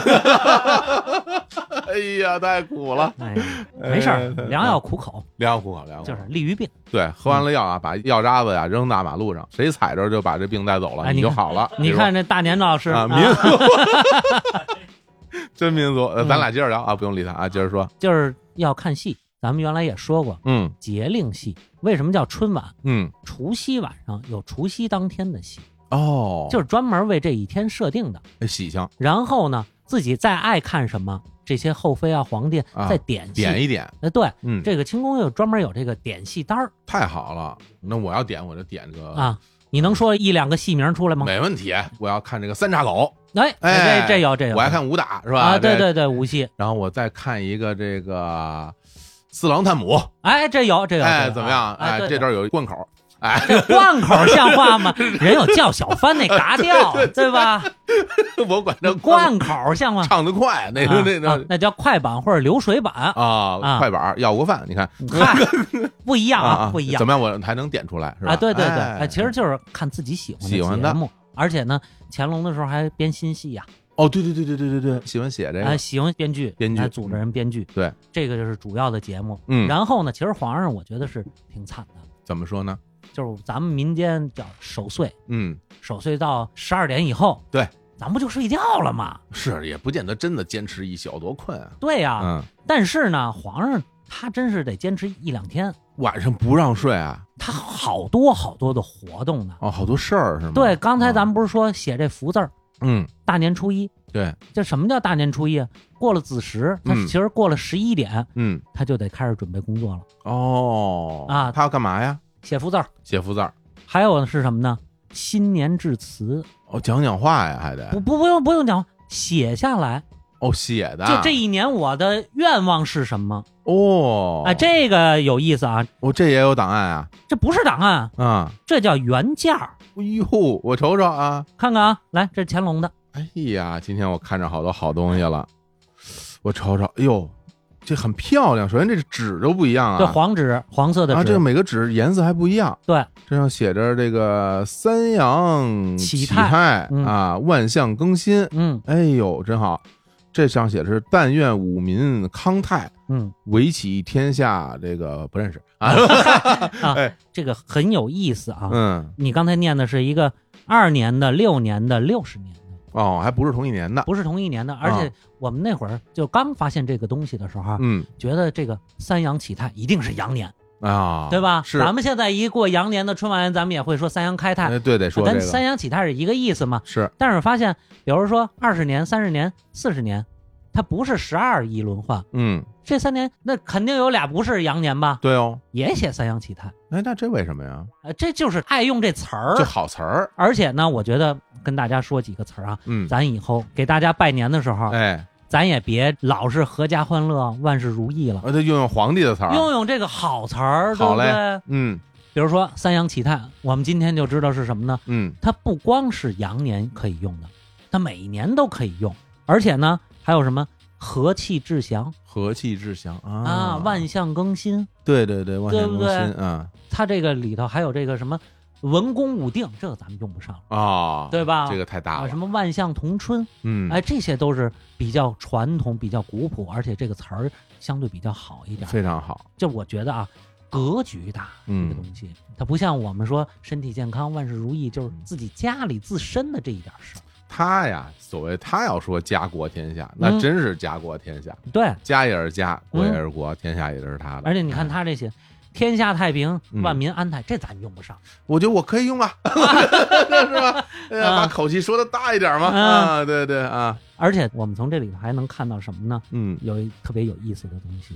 [SPEAKER 2] 哎呀，太苦了，啊
[SPEAKER 3] 哎，没事
[SPEAKER 2] 哎
[SPEAKER 3] 儿，良药苦口，
[SPEAKER 2] 良药苦口，良药苦口
[SPEAKER 3] 就是利于病。
[SPEAKER 2] 对，喝完了药啊，把药渣子呀扔大马路上，谁踩着就把这病带走了，
[SPEAKER 3] 嗯哎
[SPEAKER 2] 你
[SPEAKER 3] 你
[SPEAKER 2] 就
[SPEAKER 3] 看
[SPEAKER 2] 好了。
[SPEAKER 3] 你
[SPEAKER 2] 李叔
[SPEAKER 3] 看这大年老师
[SPEAKER 2] 啊，
[SPEAKER 3] 啊
[SPEAKER 2] 民 族，真民族。呃
[SPEAKER 3] 嗯
[SPEAKER 2] 咱俩接着聊啊，不用理他啊，接着说。
[SPEAKER 3] 就是要看戏。咱们原来也说过，
[SPEAKER 2] 嗯
[SPEAKER 3] 节令戏为什么叫春晚？
[SPEAKER 2] 嗯，
[SPEAKER 3] 除夕晚上有除夕当天的戏，
[SPEAKER 2] 哦，
[SPEAKER 3] 就是专门为这一天设定的。
[SPEAKER 2] 是喜庆，
[SPEAKER 3] 然后呢，自己再爱看什么，这些后妃啊、皇帝
[SPEAKER 2] 啊
[SPEAKER 3] 再点戏。
[SPEAKER 2] 点一点，
[SPEAKER 3] 哎，对，
[SPEAKER 2] 嗯，
[SPEAKER 3] 这个清宫有专门有这个点戏单儿
[SPEAKER 2] 太好了。那我要点我就点这个，
[SPEAKER 3] 啊。你能说一两个戏名出来吗？
[SPEAKER 2] 没问题。我要看这个三岔口，
[SPEAKER 3] 哎，
[SPEAKER 2] 哎
[SPEAKER 3] 这这有这有。
[SPEAKER 2] 我爱看武打是吧？
[SPEAKER 3] 啊，对
[SPEAKER 2] 这。
[SPEAKER 3] 对对，武戏，
[SPEAKER 2] 然后我再看一个这个四郎探母，
[SPEAKER 3] 哎，这有这有。这
[SPEAKER 2] 哎，
[SPEAKER 3] 有
[SPEAKER 2] 怎么样？
[SPEAKER 3] 哎，
[SPEAKER 2] 哎，
[SPEAKER 3] 对
[SPEAKER 2] 这
[SPEAKER 3] 对
[SPEAKER 2] 段有一贯口，哎，
[SPEAKER 3] 这贯口像话吗？人有叫小番那嘎 调，啊对吧？
[SPEAKER 2] 我管这
[SPEAKER 3] 贯口像 话。
[SPEAKER 2] 唱得快，哎那
[SPEAKER 3] 啊
[SPEAKER 2] 那
[SPEAKER 3] 啊
[SPEAKER 2] 那
[SPEAKER 3] 那叫快板或者流水 板，
[SPEAKER 2] 啊，
[SPEAKER 3] 啊
[SPEAKER 2] 快板儿要过饭，你看
[SPEAKER 3] 嗨，不一样
[SPEAKER 2] 啊
[SPEAKER 3] 啊，不一样
[SPEAKER 2] 怎么样？我还能点出来是吧？
[SPEAKER 3] 啊！对对对，
[SPEAKER 2] 哎
[SPEAKER 3] 哎，其实就是看自己喜欢
[SPEAKER 2] 喜欢的
[SPEAKER 3] 节目，而且呢，乾隆的时候还编新戏呀，
[SPEAKER 2] 哦，对对对对对对对，喜欢写这
[SPEAKER 3] 哎，
[SPEAKER 2] 个，
[SPEAKER 3] 喜欢编剧，
[SPEAKER 2] 编剧
[SPEAKER 3] 哎组织人编剧，
[SPEAKER 2] 对，
[SPEAKER 3] 这个就是主要的节目。
[SPEAKER 2] 嗯，
[SPEAKER 3] 然后呢，其实皇上我觉得是挺惨的，
[SPEAKER 2] 怎么说呢？
[SPEAKER 3] 就是咱们民间叫守岁，
[SPEAKER 2] 嗯，
[SPEAKER 3] 守岁到十二点以后，
[SPEAKER 2] 对，
[SPEAKER 3] 咱不就睡觉了吗？
[SPEAKER 2] 是也不见得真的坚持一宿，多困啊！
[SPEAKER 3] 对呀、
[SPEAKER 2] 嗯，
[SPEAKER 3] 但是呢，皇上他真是得坚持一两天，
[SPEAKER 2] 晚上不让睡啊？
[SPEAKER 3] 他好多好多的活动呢。
[SPEAKER 2] 哦，好多事儿是吗？
[SPEAKER 3] 对，刚才咱
[SPEAKER 2] 们
[SPEAKER 3] 们不是说写这福字儿，
[SPEAKER 2] 嗯，
[SPEAKER 3] 大年初一，
[SPEAKER 2] 对，
[SPEAKER 3] 这什么叫大年初一啊？过了子时，他
[SPEAKER 2] 嗯
[SPEAKER 3] 其实过了十一点，
[SPEAKER 2] 嗯，
[SPEAKER 3] 他就得开始准备工作了，
[SPEAKER 2] 哦
[SPEAKER 3] 啊
[SPEAKER 2] 他要干嘛呀？
[SPEAKER 3] 写福字儿。
[SPEAKER 2] 写福字儿，
[SPEAKER 3] 还有是什么呢？新年致辞，
[SPEAKER 2] 哦，讲讲话呀，还
[SPEAKER 3] 不
[SPEAKER 2] 得
[SPEAKER 3] 不不用不用讲，写下来，
[SPEAKER 2] 哦写的，
[SPEAKER 3] 就这一年我的愿望是什么？
[SPEAKER 2] 哦，
[SPEAKER 3] 哎，这个有意思啊，
[SPEAKER 2] 哦这也有档案啊，
[SPEAKER 3] 这不是档案，
[SPEAKER 2] 啊，
[SPEAKER 3] 这叫原件儿。
[SPEAKER 2] 哎呦，我瞅瞅啊，
[SPEAKER 3] 看看啊，来，这是乾隆的，
[SPEAKER 2] 哎呀，今天我看着好多好东西了，我瞅瞅，哎呦，这很漂亮。首先这纸都不一样
[SPEAKER 3] 这
[SPEAKER 2] 啊，
[SPEAKER 3] 黄纸，黄色的纸，
[SPEAKER 2] 啊，这个每个纸颜色还不一样。
[SPEAKER 3] 对，
[SPEAKER 2] 这上写着这个三阳
[SPEAKER 3] 启
[SPEAKER 2] 泰
[SPEAKER 3] 泰嗯
[SPEAKER 2] 啊，万象更新。
[SPEAKER 3] 嗯
[SPEAKER 2] 哎呦，真好！这上写的是“但愿武民康泰，
[SPEAKER 3] 嗯，
[SPEAKER 2] 维起天下”，这个不 认识啊。
[SPEAKER 3] 这个很有意思啊。
[SPEAKER 2] 嗯，
[SPEAKER 3] 你刚才念的是一个二年的、六年的、六十年的，
[SPEAKER 2] 哦，还不是同一年的，
[SPEAKER 3] 不是同一年
[SPEAKER 2] 啊
[SPEAKER 3] 的。而且我们那会儿就刚发现这个东西的时候啊，
[SPEAKER 2] 嗯
[SPEAKER 3] 觉得这个三阳起泰一定是羊年，
[SPEAKER 2] 啊，
[SPEAKER 3] 对吧？
[SPEAKER 2] 是，
[SPEAKER 3] 咱们现在一过羊年的春晚，咱们也会说三阳开泰，
[SPEAKER 2] 哎对，得说这
[SPEAKER 3] 跟
[SPEAKER 2] 个
[SPEAKER 3] 三阳起泰是一个意思嘛。
[SPEAKER 2] 是
[SPEAKER 3] 但是发现，比如说二十年、三十年、四十年，它不是十二亿轮换，
[SPEAKER 2] 嗯，
[SPEAKER 3] 这三年那肯定有俩不是羊年吧？
[SPEAKER 2] 对哦，
[SPEAKER 3] 也写三阳起泰，
[SPEAKER 2] 哎，那这为什么呀？
[SPEAKER 3] 呃，这就是爱用这词
[SPEAKER 2] 这
[SPEAKER 3] 儿。
[SPEAKER 2] 好词儿，
[SPEAKER 3] 而且呢，我觉得跟大家说几个词儿啊，
[SPEAKER 2] 嗯，
[SPEAKER 3] 咱以后给大家拜年的时候，
[SPEAKER 2] 哎，
[SPEAKER 3] 咱也别老是阖家欢乐、万事如意了，
[SPEAKER 2] 我得用用皇帝的词
[SPEAKER 3] 用
[SPEAKER 2] 儿，
[SPEAKER 3] 用这个好词儿，对
[SPEAKER 2] 啊好
[SPEAKER 3] 不
[SPEAKER 2] 嘞
[SPEAKER 3] 对？
[SPEAKER 2] 嗯
[SPEAKER 3] 比如说三阳起泰，我们今天就知道是什么呢？
[SPEAKER 2] 嗯，
[SPEAKER 3] 它不光是羊年可以用的，它每一年都可以用，而且呢，还有什么和气致祥
[SPEAKER 2] 和气致祥
[SPEAKER 3] 啊，万象更新，
[SPEAKER 2] 对对对，万象
[SPEAKER 3] 对
[SPEAKER 2] 更
[SPEAKER 3] 不对
[SPEAKER 2] 新啊
[SPEAKER 3] 它这个里头还有这个什么文公武定，这个咱们用不上了
[SPEAKER 2] 啊，
[SPEAKER 3] 对吧
[SPEAKER 2] 这个太大
[SPEAKER 3] 啊，
[SPEAKER 2] 了
[SPEAKER 3] 什，么万象同春，
[SPEAKER 2] 嗯，
[SPEAKER 3] 哎，这些都是比较传统、比较古朴，而且这个词儿相对比较好一点。
[SPEAKER 2] 非常好，
[SPEAKER 3] 就我觉得啊，格局大这个
[SPEAKER 2] 嗯
[SPEAKER 3] 东西，它不像我们说身体健康、万事如意，就是自己家里自身的这一点事儿。
[SPEAKER 2] 他呀，所谓他要说家国天下，那
[SPEAKER 3] 嗯
[SPEAKER 2] 真是家国天下，
[SPEAKER 3] 对，
[SPEAKER 2] 家也是家，国也是国，天下也是他的。
[SPEAKER 3] 而且你看
[SPEAKER 2] 哎，
[SPEAKER 3] 他这些“天下太平，
[SPEAKER 2] 嗯
[SPEAKER 3] 万民安泰”，这咱用不上。
[SPEAKER 2] 我觉得我可以用 啊，是吧？哎呀
[SPEAKER 3] 啊
[SPEAKER 2] 把口气说的大一点嘛，
[SPEAKER 3] 啊
[SPEAKER 2] 啊，对对啊，
[SPEAKER 3] 而且我们从这里头还能看到什么呢？
[SPEAKER 2] 嗯
[SPEAKER 3] 有一特别有意思的东西，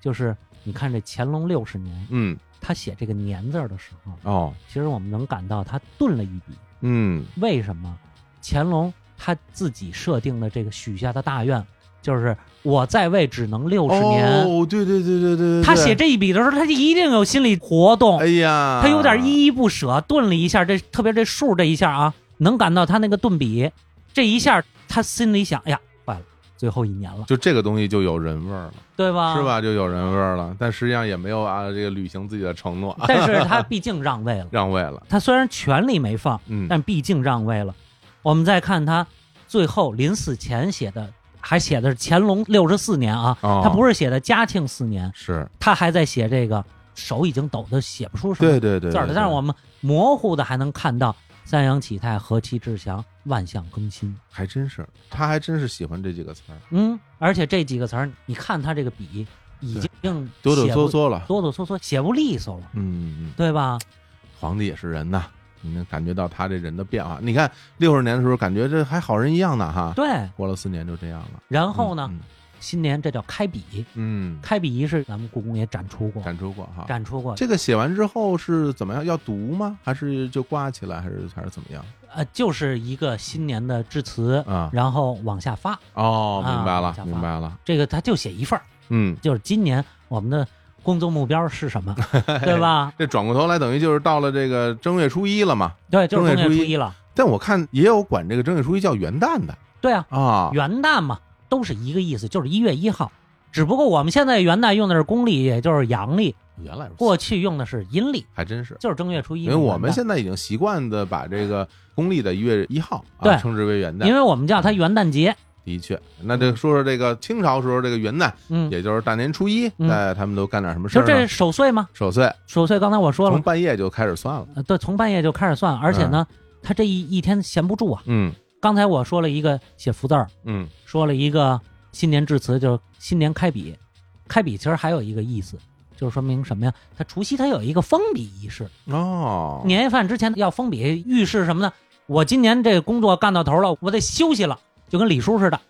[SPEAKER 3] 就是你看这乾隆六十年，
[SPEAKER 2] 嗯，
[SPEAKER 3] 他写这个“年”字儿的时候，
[SPEAKER 2] 哦，
[SPEAKER 3] 其实我们能感到他顿了一笔。
[SPEAKER 2] 嗯
[SPEAKER 3] 为什么？乾隆他自己设定的这个许下的大愿，就是我在位只能六十年。
[SPEAKER 2] 哦，对对对对对对，
[SPEAKER 3] 他写
[SPEAKER 2] 这，
[SPEAKER 3] 这一笔的时候，他就一定有心理活动。
[SPEAKER 2] 哎呀，
[SPEAKER 3] 他有点依依不舍，顿了一下，这特别这数这一下啊，能感到他那个顿笔，这一下他心里想，哎呀，坏了，最后一年了，
[SPEAKER 2] 就这个东西就有人味儿了，
[SPEAKER 3] 对吧？
[SPEAKER 2] 是？吧？就有人味儿了，但实际上也没有啊，这个履行自己的承诺，，
[SPEAKER 3] 但是他毕竟让位了
[SPEAKER 2] 让位了，
[SPEAKER 3] 他虽然权力没放，
[SPEAKER 2] 嗯，
[SPEAKER 3] 但毕竟让位了。我们再看他最后临死前写的，还写的是乾隆六十四年啊，
[SPEAKER 2] 哦
[SPEAKER 3] 他不是写的嘉庆四年，
[SPEAKER 2] 是
[SPEAKER 3] 他还在写这个，手已经抖得写不出什么
[SPEAKER 2] 对对对，
[SPEAKER 3] 字儿
[SPEAKER 2] 对
[SPEAKER 3] 了，但是我们模糊的还能看到三阳起泰，和气致祥，万象更新。
[SPEAKER 2] 还真是，他还真是喜欢这几个词儿，
[SPEAKER 3] 嗯，而且这几个词儿，你看他这个笔已经
[SPEAKER 2] 哆哆
[SPEAKER 3] 写
[SPEAKER 2] 嗦
[SPEAKER 3] 不
[SPEAKER 2] 嗦了，
[SPEAKER 3] 哆哆嗦嗦，写不利索了，
[SPEAKER 2] 嗯嗯。
[SPEAKER 3] 对吧？
[SPEAKER 2] 皇帝也是人呐，你能感觉到他这人的变化。你看六十年的时候，感觉这还好人一样呢哈，
[SPEAKER 3] 对，
[SPEAKER 2] 过了四年就这样了。
[SPEAKER 3] 然后呢，
[SPEAKER 2] 嗯？
[SPEAKER 3] 新年这叫开笔，
[SPEAKER 2] 嗯，
[SPEAKER 3] 开笔仪式咱们故宫也展出过
[SPEAKER 2] 嗯，展出过哈。
[SPEAKER 3] 展出过，
[SPEAKER 2] 这个写完之后是怎么样？要读吗？还是就挂起来？还是还是怎么样？
[SPEAKER 3] 呃，就是一个新年的致辞，
[SPEAKER 2] 啊，
[SPEAKER 3] 然后往下发，
[SPEAKER 2] 哦，
[SPEAKER 3] 啊
[SPEAKER 2] 明白了
[SPEAKER 3] 往下，发
[SPEAKER 2] 明白了。
[SPEAKER 3] 这个他就写一份儿，
[SPEAKER 2] 嗯，
[SPEAKER 3] 就是今年我们的工作目标是 什么，对吧？
[SPEAKER 2] 这转过头来，等于就是到了这个正月初一了嘛。
[SPEAKER 3] 对，就是
[SPEAKER 2] 正月
[SPEAKER 3] 正月初
[SPEAKER 2] 初一
[SPEAKER 3] 一了，
[SPEAKER 2] 但我看也有管这个正月初一叫元旦的
[SPEAKER 3] 对啊，
[SPEAKER 2] 啊。
[SPEAKER 3] 元旦嘛，都是一个意思，就是一月一号。只不过我们现在元旦用的是公历，也就是阳历，
[SPEAKER 2] 原来如此，
[SPEAKER 3] 过去用的是阴历，
[SPEAKER 2] 还真是。
[SPEAKER 3] 就是正月初一。
[SPEAKER 2] 因为我们现在已经习惯的把这个公历的一月一号啊
[SPEAKER 3] 对
[SPEAKER 2] 称之为元旦，
[SPEAKER 3] 因为我们叫它元旦节，
[SPEAKER 2] 的确，那这说说这个清朝时候这个元旦，
[SPEAKER 3] 嗯，
[SPEAKER 2] 也就是大年初一，
[SPEAKER 3] 嗯
[SPEAKER 2] 哎，他们都干点什么事
[SPEAKER 3] 就
[SPEAKER 2] 儿
[SPEAKER 3] 这
[SPEAKER 2] 呢？
[SPEAKER 3] 守岁嘛，
[SPEAKER 2] 守岁，
[SPEAKER 3] 守岁刚才我说
[SPEAKER 2] 从嗯
[SPEAKER 3] 了，
[SPEAKER 2] 半夜就开始算了。
[SPEAKER 3] 呃对，从半夜就开始算，而且呢，他这一一天闲不住啊。
[SPEAKER 2] 嗯
[SPEAKER 3] 刚才我说了一个写福字儿，
[SPEAKER 2] 嗯，
[SPEAKER 3] 说了一个新年致辞，就是新年开笔，开笔其实还有一个意思，就是说明什么呀？它除夕它有一个封笔仪式，
[SPEAKER 2] 哦，
[SPEAKER 3] 年夜饭之前要封笔，预示什么呢？我今年这工作干到头了，我得休息了，就跟李叔似的，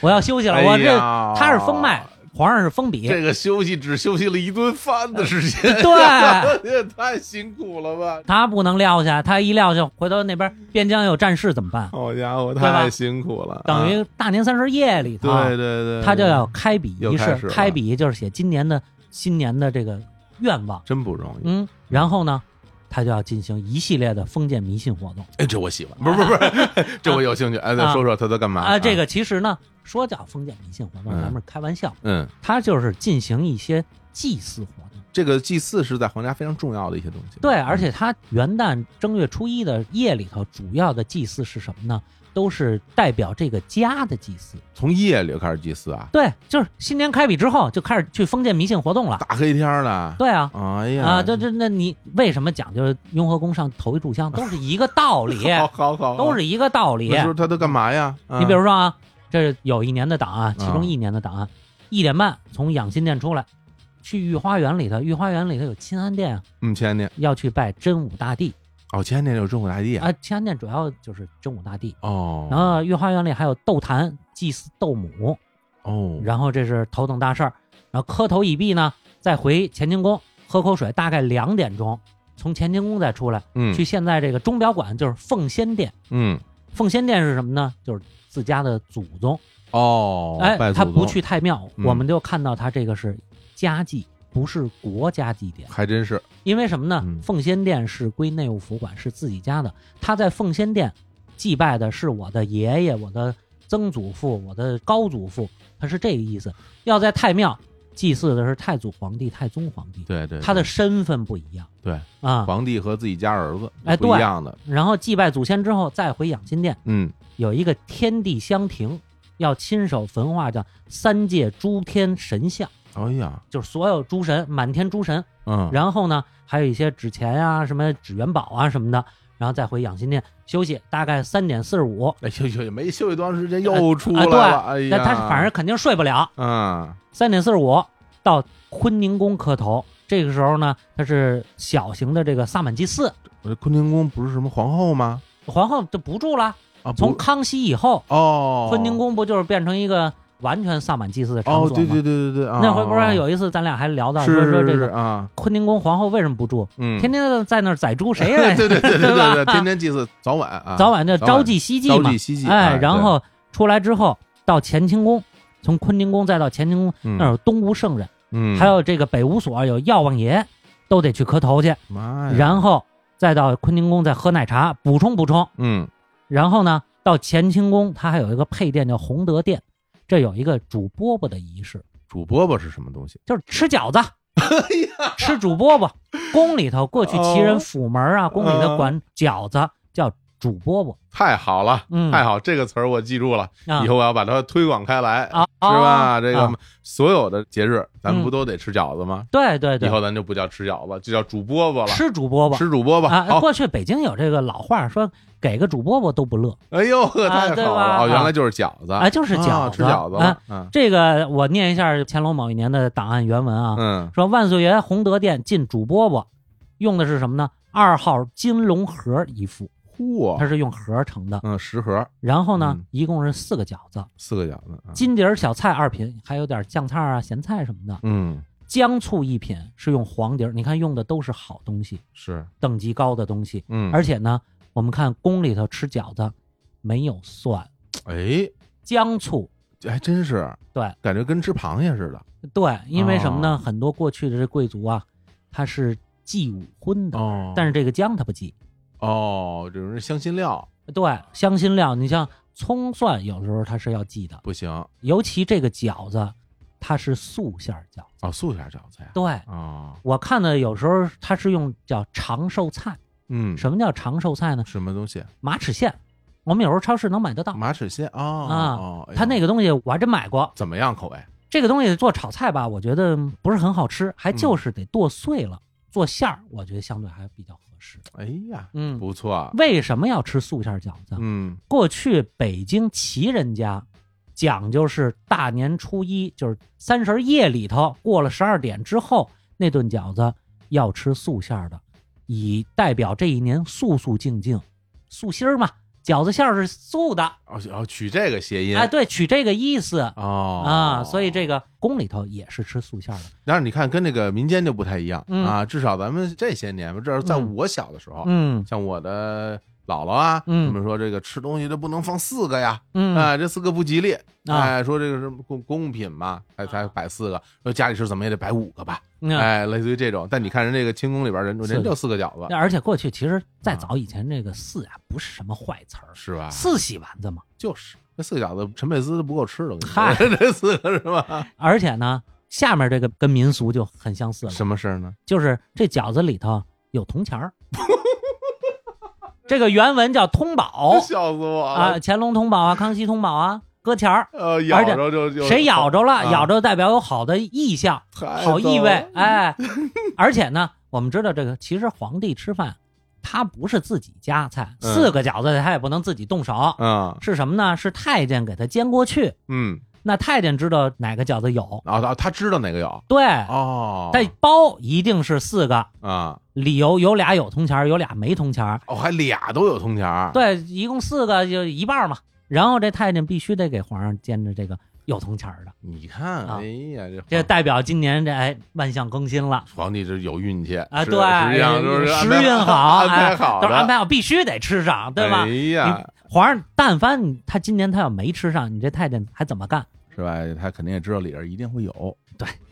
[SPEAKER 3] 我要休息了。我这他
[SPEAKER 2] 他
[SPEAKER 3] 是封麦，，皇上是封笔，
[SPEAKER 2] 哎这个休息只休息了一顿饭的时间，
[SPEAKER 3] 对
[SPEAKER 2] 也太辛苦了吧！
[SPEAKER 3] 他不能撂下，他一撂下，回头那边边疆有战事怎么办？
[SPEAKER 2] 好家伙，
[SPEAKER 3] 对吧
[SPEAKER 2] 太辛苦了，
[SPEAKER 3] 等
[SPEAKER 2] 啊
[SPEAKER 3] 于大年三十夜里头，
[SPEAKER 2] 对对对，
[SPEAKER 3] 他就
[SPEAKER 2] 对
[SPEAKER 3] 要开笔
[SPEAKER 2] 又
[SPEAKER 3] 仪
[SPEAKER 2] 开
[SPEAKER 3] 式
[SPEAKER 2] 始，了
[SPEAKER 3] 开笔就是写今年的新年的这个愿望，
[SPEAKER 2] 真不容易。
[SPEAKER 3] 嗯，然后呢，他就要进行一系列的封建迷信活动
[SPEAKER 2] 哎，这我喜欢，不是不是不 是，这我有兴趣。哎，再
[SPEAKER 3] 啊
[SPEAKER 2] 说说他都干嘛
[SPEAKER 3] 啊。这，个其实呢，说叫封建迷信活动，
[SPEAKER 2] 嗯
[SPEAKER 3] 咱们是开玩笑，
[SPEAKER 2] 嗯，
[SPEAKER 3] 他就是进行一些祭祀活动。嗯
[SPEAKER 2] 这个祭祀是在皇家非常重要的一些东西。
[SPEAKER 3] 对，而且他元旦正月初一的夜里头，主要的祭祀是什么呢？都是代表这个家的祭祀。
[SPEAKER 2] 从夜里开始祭祀啊，
[SPEAKER 3] 对，就是新年开笔之后就开始去封建迷信活动了。
[SPEAKER 2] 大黑天儿的，
[SPEAKER 3] 对啊，
[SPEAKER 2] 哎呀
[SPEAKER 3] 啊，这这那你为什么讲究雍和宫上头一炷香，都是一个道 理，
[SPEAKER 2] 好好好，
[SPEAKER 3] 都
[SPEAKER 2] 是
[SPEAKER 3] 哦是一个道理
[SPEAKER 2] 那。时候他都干嘛呀？
[SPEAKER 3] 你比
[SPEAKER 2] 如
[SPEAKER 3] 如说啊，这是有一年的档啊，其
[SPEAKER 2] 嗯
[SPEAKER 3] 中一年的档啊，一点半从养心殿出来，去御花园里头，御花园里头有钦安殿啊，
[SPEAKER 2] 嗯，前年
[SPEAKER 3] 要去拜真武大帝
[SPEAKER 2] 哦，前年有中国大地
[SPEAKER 3] 啊。钦安殿主要就是真武大帝，
[SPEAKER 2] 哦，
[SPEAKER 3] 然后御花园里还有斗坛祭祀斗母，
[SPEAKER 2] 哦，
[SPEAKER 3] 然后这是头等大事儿。然后磕头已毕呢，再回乾清宫喝口水，大概两点钟从乾清宫再出来，
[SPEAKER 2] 嗯
[SPEAKER 3] 去现在这个钟表馆，就是奉先殿。
[SPEAKER 2] 嗯
[SPEAKER 3] 奉先殿是什么呢？就是自家的祖宗。
[SPEAKER 2] 哦，
[SPEAKER 3] 哎
[SPEAKER 2] 拜，祖
[SPEAKER 3] 他不
[SPEAKER 2] 宗
[SPEAKER 3] 去太庙，
[SPEAKER 2] 嗯
[SPEAKER 3] 我们就看到他这个是家祭，不是国家祭典。
[SPEAKER 2] 还真是
[SPEAKER 3] 因为什么呢
[SPEAKER 2] 嗯？
[SPEAKER 3] 奉先殿是归内务府管，是自己家的。他在奉先殿祭拜的是我的爷爷、我的曾祖父、我的高祖父，他是这个意思。要在太庙祭祀的是太祖皇帝、太宗皇帝，
[SPEAKER 2] 对对，
[SPEAKER 3] 他
[SPEAKER 2] 对
[SPEAKER 3] 的身份不一样
[SPEAKER 2] 对
[SPEAKER 3] 啊。
[SPEAKER 2] 皇帝和自己家儿子
[SPEAKER 3] 哎
[SPEAKER 2] 不一
[SPEAKER 3] 对
[SPEAKER 2] 样的，
[SPEAKER 3] 然后祭拜祖先之后，再回养心殿，
[SPEAKER 2] 嗯，
[SPEAKER 3] 有一个天地香亭，要亲手焚化叫三界诸天神像。
[SPEAKER 2] 哎呀，
[SPEAKER 3] 就是所有诸神，满天诸神。
[SPEAKER 2] 嗯，
[SPEAKER 3] 然后呢，还有一些纸钱啊、什么纸元宝啊什么的，然后再回养心殿休息，大概三点四十五。
[SPEAKER 2] 哎呦呦，也没休息多长时间又出来
[SPEAKER 3] 哎
[SPEAKER 2] 了，哎呀，
[SPEAKER 3] 那他反正肯定睡不了。
[SPEAKER 2] 嗯
[SPEAKER 3] 三点四十五到坤宁宫磕头，这个时候呢，他是小型的这个萨满祭祀，
[SPEAKER 2] 呃坤宁宫不是什么皇后吗？
[SPEAKER 3] 皇后就不住了。
[SPEAKER 2] 啊，不
[SPEAKER 3] 从康熙以后，
[SPEAKER 2] 哦，
[SPEAKER 3] 坤宁宫不就是变成一个完全萨满祭祀的场
[SPEAKER 2] 哦，
[SPEAKER 3] 所吗？
[SPEAKER 2] 对对对对对，啊
[SPEAKER 3] 那回不是有一次咱俩还聊到
[SPEAKER 2] 是
[SPEAKER 3] 说说
[SPEAKER 2] 是
[SPEAKER 3] 这
[SPEAKER 2] 是
[SPEAKER 3] 个
[SPEAKER 2] 啊，
[SPEAKER 3] 坤宁宫皇后为什么不住？
[SPEAKER 2] 嗯，
[SPEAKER 3] 天天在那儿宰 猪，谁来
[SPEAKER 2] 对对对对
[SPEAKER 3] 对吧
[SPEAKER 2] 对对，天天祭祀，早晚啊，
[SPEAKER 3] 早晚叫朝祭夕祭
[SPEAKER 2] 朝
[SPEAKER 3] 嘛
[SPEAKER 2] 祭，夕祭，
[SPEAKER 3] 哎，然
[SPEAKER 2] 对
[SPEAKER 3] 后出来之后到乾清宫，从坤宁宫再到乾清宫，那儿
[SPEAKER 2] 嗯
[SPEAKER 3] 有东吴圣人，
[SPEAKER 2] 嗯，
[SPEAKER 3] 还有这个北吴所有药王爷，都得去磕头去，
[SPEAKER 2] 妈哎呀，
[SPEAKER 3] 然后再到坤宁宫再喝奶茶补充补充，
[SPEAKER 2] 嗯
[SPEAKER 3] 然后呢到乾清宫，它还有一个配殿叫洪德殿，这有一个煮饽饽的仪式，
[SPEAKER 2] 煮饽饽是什么东西？
[SPEAKER 3] 就是吃饺子。
[SPEAKER 2] 哎
[SPEAKER 3] 吃煮饽饽，宫里头过去
[SPEAKER 2] 哦
[SPEAKER 3] 齐人府门啊，宫里
[SPEAKER 2] 嗯
[SPEAKER 3] 头管饺子叫煮饽饽，
[SPEAKER 2] 太好了，
[SPEAKER 3] 嗯
[SPEAKER 2] 太好，这个词儿我记住了，
[SPEAKER 3] 啊
[SPEAKER 2] 以后我要把它推广开来，
[SPEAKER 3] 啊，
[SPEAKER 2] 是吧？
[SPEAKER 3] 啊
[SPEAKER 2] 这
[SPEAKER 3] 啊
[SPEAKER 2] 个所有的节日，咱们
[SPEAKER 3] 嗯
[SPEAKER 2] 不都得吃饺子吗？
[SPEAKER 3] 对嗯对
[SPEAKER 2] 以
[SPEAKER 3] 对，
[SPEAKER 2] 后咱就不叫吃饺子，就叫煮饽饽了，
[SPEAKER 3] 吃煮饽饽
[SPEAKER 2] 吃煮饽饽。
[SPEAKER 3] 啊。
[SPEAKER 2] 好，
[SPEAKER 3] 过去北京有这个老话说，给个煮饽饽都不乐。
[SPEAKER 2] 哎呦，呵
[SPEAKER 3] 啊
[SPEAKER 2] 太
[SPEAKER 3] 对
[SPEAKER 2] 好了，
[SPEAKER 3] 吧
[SPEAKER 2] 哦，原来就是饺子
[SPEAKER 3] 啊就是饺
[SPEAKER 2] 啊
[SPEAKER 3] 子
[SPEAKER 2] 吃饺子了
[SPEAKER 3] 啊，
[SPEAKER 2] 嗯
[SPEAKER 3] 这个我念一下乾隆某一年的档案原文啊，
[SPEAKER 2] 嗯，
[SPEAKER 3] 说万岁爷洪德殿进煮饽饽，用的是什么呢？二号金龙盒一副，它
[SPEAKER 2] 嚯，
[SPEAKER 3] 是用盒成的。
[SPEAKER 2] 嗯，十盒
[SPEAKER 3] 然后呢
[SPEAKER 2] 哦嗯，
[SPEAKER 3] 一共是四个饺子，
[SPEAKER 2] 四个饺子，啊
[SPEAKER 3] 金碟儿小菜二品，还有点酱菜啊、咸菜什么的，
[SPEAKER 2] 嗯，
[SPEAKER 3] 姜醋一品是用黄碟儿。你看用的都是好东西，
[SPEAKER 2] 是，
[SPEAKER 3] 等级高的东西。
[SPEAKER 2] 嗯，
[SPEAKER 3] 而且呢，我们看宫里头吃饺子没有蒜，
[SPEAKER 2] 哎，
[SPEAKER 3] 姜醋
[SPEAKER 2] 这还真是，
[SPEAKER 3] 对，
[SPEAKER 2] 感觉跟吃螃蟹似的。
[SPEAKER 3] 对，因为什么
[SPEAKER 2] 哦
[SPEAKER 3] 呢？很多过去的这贵族啊，他是忌五荤的，
[SPEAKER 2] 哦，
[SPEAKER 3] 但是这个姜他不忌。
[SPEAKER 2] 哦，这种是香辛料
[SPEAKER 3] 对，香辛料，你像葱蒜，有时候它是要忌的。
[SPEAKER 2] 不行啊、
[SPEAKER 3] 尤其这个饺子，它是素馅儿饺子。
[SPEAKER 2] 哦，素馅儿饺子呀。
[SPEAKER 3] 对
[SPEAKER 2] 哦，
[SPEAKER 3] 我看的有时候它是用叫长寿菜。
[SPEAKER 2] 嗯，
[SPEAKER 3] 什么叫长寿菜呢？
[SPEAKER 2] 什么东西？
[SPEAKER 3] 马齿苋，我们有时候超市能买得到。
[SPEAKER 2] 马齿苋哦
[SPEAKER 3] 啊
[SPEAKER 2] 哦，哎呦
[SPEAKER 3] 它那个东西我还真买过。
[SPEAKER 2] 怎么样口味？
[SPEAKER 3] 这个东西做炒菜吧，我觉得不是很好吃，还就是得剁碎了、做馅儿，我觉得相对还比较合适。
[SPEAKER 2] 哎呀，
[SPEAKER 3] 嗯，
[SPEAKER 2] 不错。
[SPEAKER 3] 为什么要吃素馅儿饺子？
[SPEAKER 2] 嗯，
[SPEAKER 3] 过去北京旗人家讲究是大年初一，就是三十夜里头过了十二点之后，那顿饺子要吃素馅儿的，以代表这一年素素净净，素心儿嘛。饺子馅儿是素的，
[SPEAKER 2] 哦哦，取这个谐音。
[SPEAKER 3] 哎，对，取这个意思
[SPEAKER 2] 哦
[SPEAKER 3] 啊，所以这
[SPEAKER 2] 个，
[SPEAKER 3] 个宫里头也是吃素馅儿的。
[SPEAKER 2] 但是你看，跟这个民间就不太一样、
[SPEAKER 3] 嗯
[SPEAKER 2] 啊。至少咱们这些年吧，这是在
[SPEAKER 3] 嗯
[SPEAKER 2] 我小的时候，
[SPEAKER 3] 嗯
[SPEAKER 2] 像我的姥姥啊，
[SPEAKER 3] 嗯
[SPEAKER 2] 他们说这个吃东西都不能放四个呀，
[SPEAKER 3] 嗯
[SPEAKER 2] 啊，这四个不吉利。
[SPEAKER 3] 啊
[SPEAKER 2] 哎，说这个是公公品嘛，才才摆四个，说家里吃怎么也得摆五个吧，
[SPEAKER 3] 嗯
[SPEAKER 2] 哎，类似于这种。但你看人这个清宫里边人，
[SPEAKER 3] 是
[SPEAKER 2] 人就四个饺子，
[SPEAKER 3] 而且过去其实再早以前，这个“四”啊不是什么坏词儿，
[SPEAKER 2] 啊是啊吧？
[SPEAKER 3] 四喜丸子嘛。
[SPEAKER 2] 就是那四个饺子，陈佩斯都不够吃的。我跟你说
[SPEAKER 3] 嗨
[SPEAKER 2] 这四个是吧？
[SPEAKER 3] 而且呢，下面这个跟民俗就很相似了，
[SPEAKER 2] 什么事儿呢？
[SPEAKER 3] 就是这饺子里头有铜钱儿，这个原文叫通宝
[SPEAKER 2] 笑死我
[SPEAKER 3] 啊，
[SPEAKER 2] 了！
[SPEAKER 3] 乾隆通宝啊，康熙通宝啊，搁钱儿，
[SPEAKER 2] 呃，咬着就就
[SPEAKER 3] 谁 咬着了，
[SPEAKER 2] 啊
[SPEAKER 3] 咬着代表有好的意象，好意味，哎，而且呢，我们知道这个，其实皇帝吃饭，他不是自己夹菜，
[SPEAKER 2] 嗯
[SPEAKER 3] 四个饺子他也不能自己动手，
[SPEAKER 2] 嗯
[SPEAKER 3] 是什么呢？是太监给他煎过去，
[SPEAKER 2] 嗯，
[SPEAKER 3] 那太监知道哪个饺子有，
[SPEAKER 2] 啊，他他知道哪个咬
[SPEAKER 3] 对，
[SPEAKER 2] 哦，
[SPEAKER 3] 但包一定是四个，
[SPEAKER 2] 啊，
[SPEAKER 3] 理由有俩有铜钱儿，有俩没铜钱儿，
[SPEAKER 2] 哦，还俩都有铜钱儿，
[SPEAKER 3] 对，一共四个就一半嘛。然后这太监必须得给皇上煎着这个有铜钱儿的，
[SPEAKER 2] 你看，
[SPEAKER 3] 啊
[SPEAKER 2] 哎呀，这
[SPEAKER 3] 这代表今年这哎万象更新了。
[SPEAKER 2] 皇帝这有运气
[SPEAKER 3] 啊，
[SPEAKER 2] 是
[SPEAKER 3] 对，
[SPEAKER 2] 实际上就是安
[SPEAKER 3] 时
[SPEAKER 2] 排
[SPEAKER 3] 运好，
[SPEAKER 2] 安
[SPEAKER 3] 哎
[SPEAKER 2] 排好
[SPEAKER 3] 都
[SPEAKER 2] 的，
[SPEAKER 3] 是安排好，必须得吃上，对吧
[SPEAKER 2] 哎？
[SPEAKER 3] 你
[SPEAKER 2] 呀，
[SPEAKER 3] 皇上，但凡你他今年他要没吃上，你这太监还怎么干？
[SPEAKER 2] 是吧？他肯定也知道里边一定会有，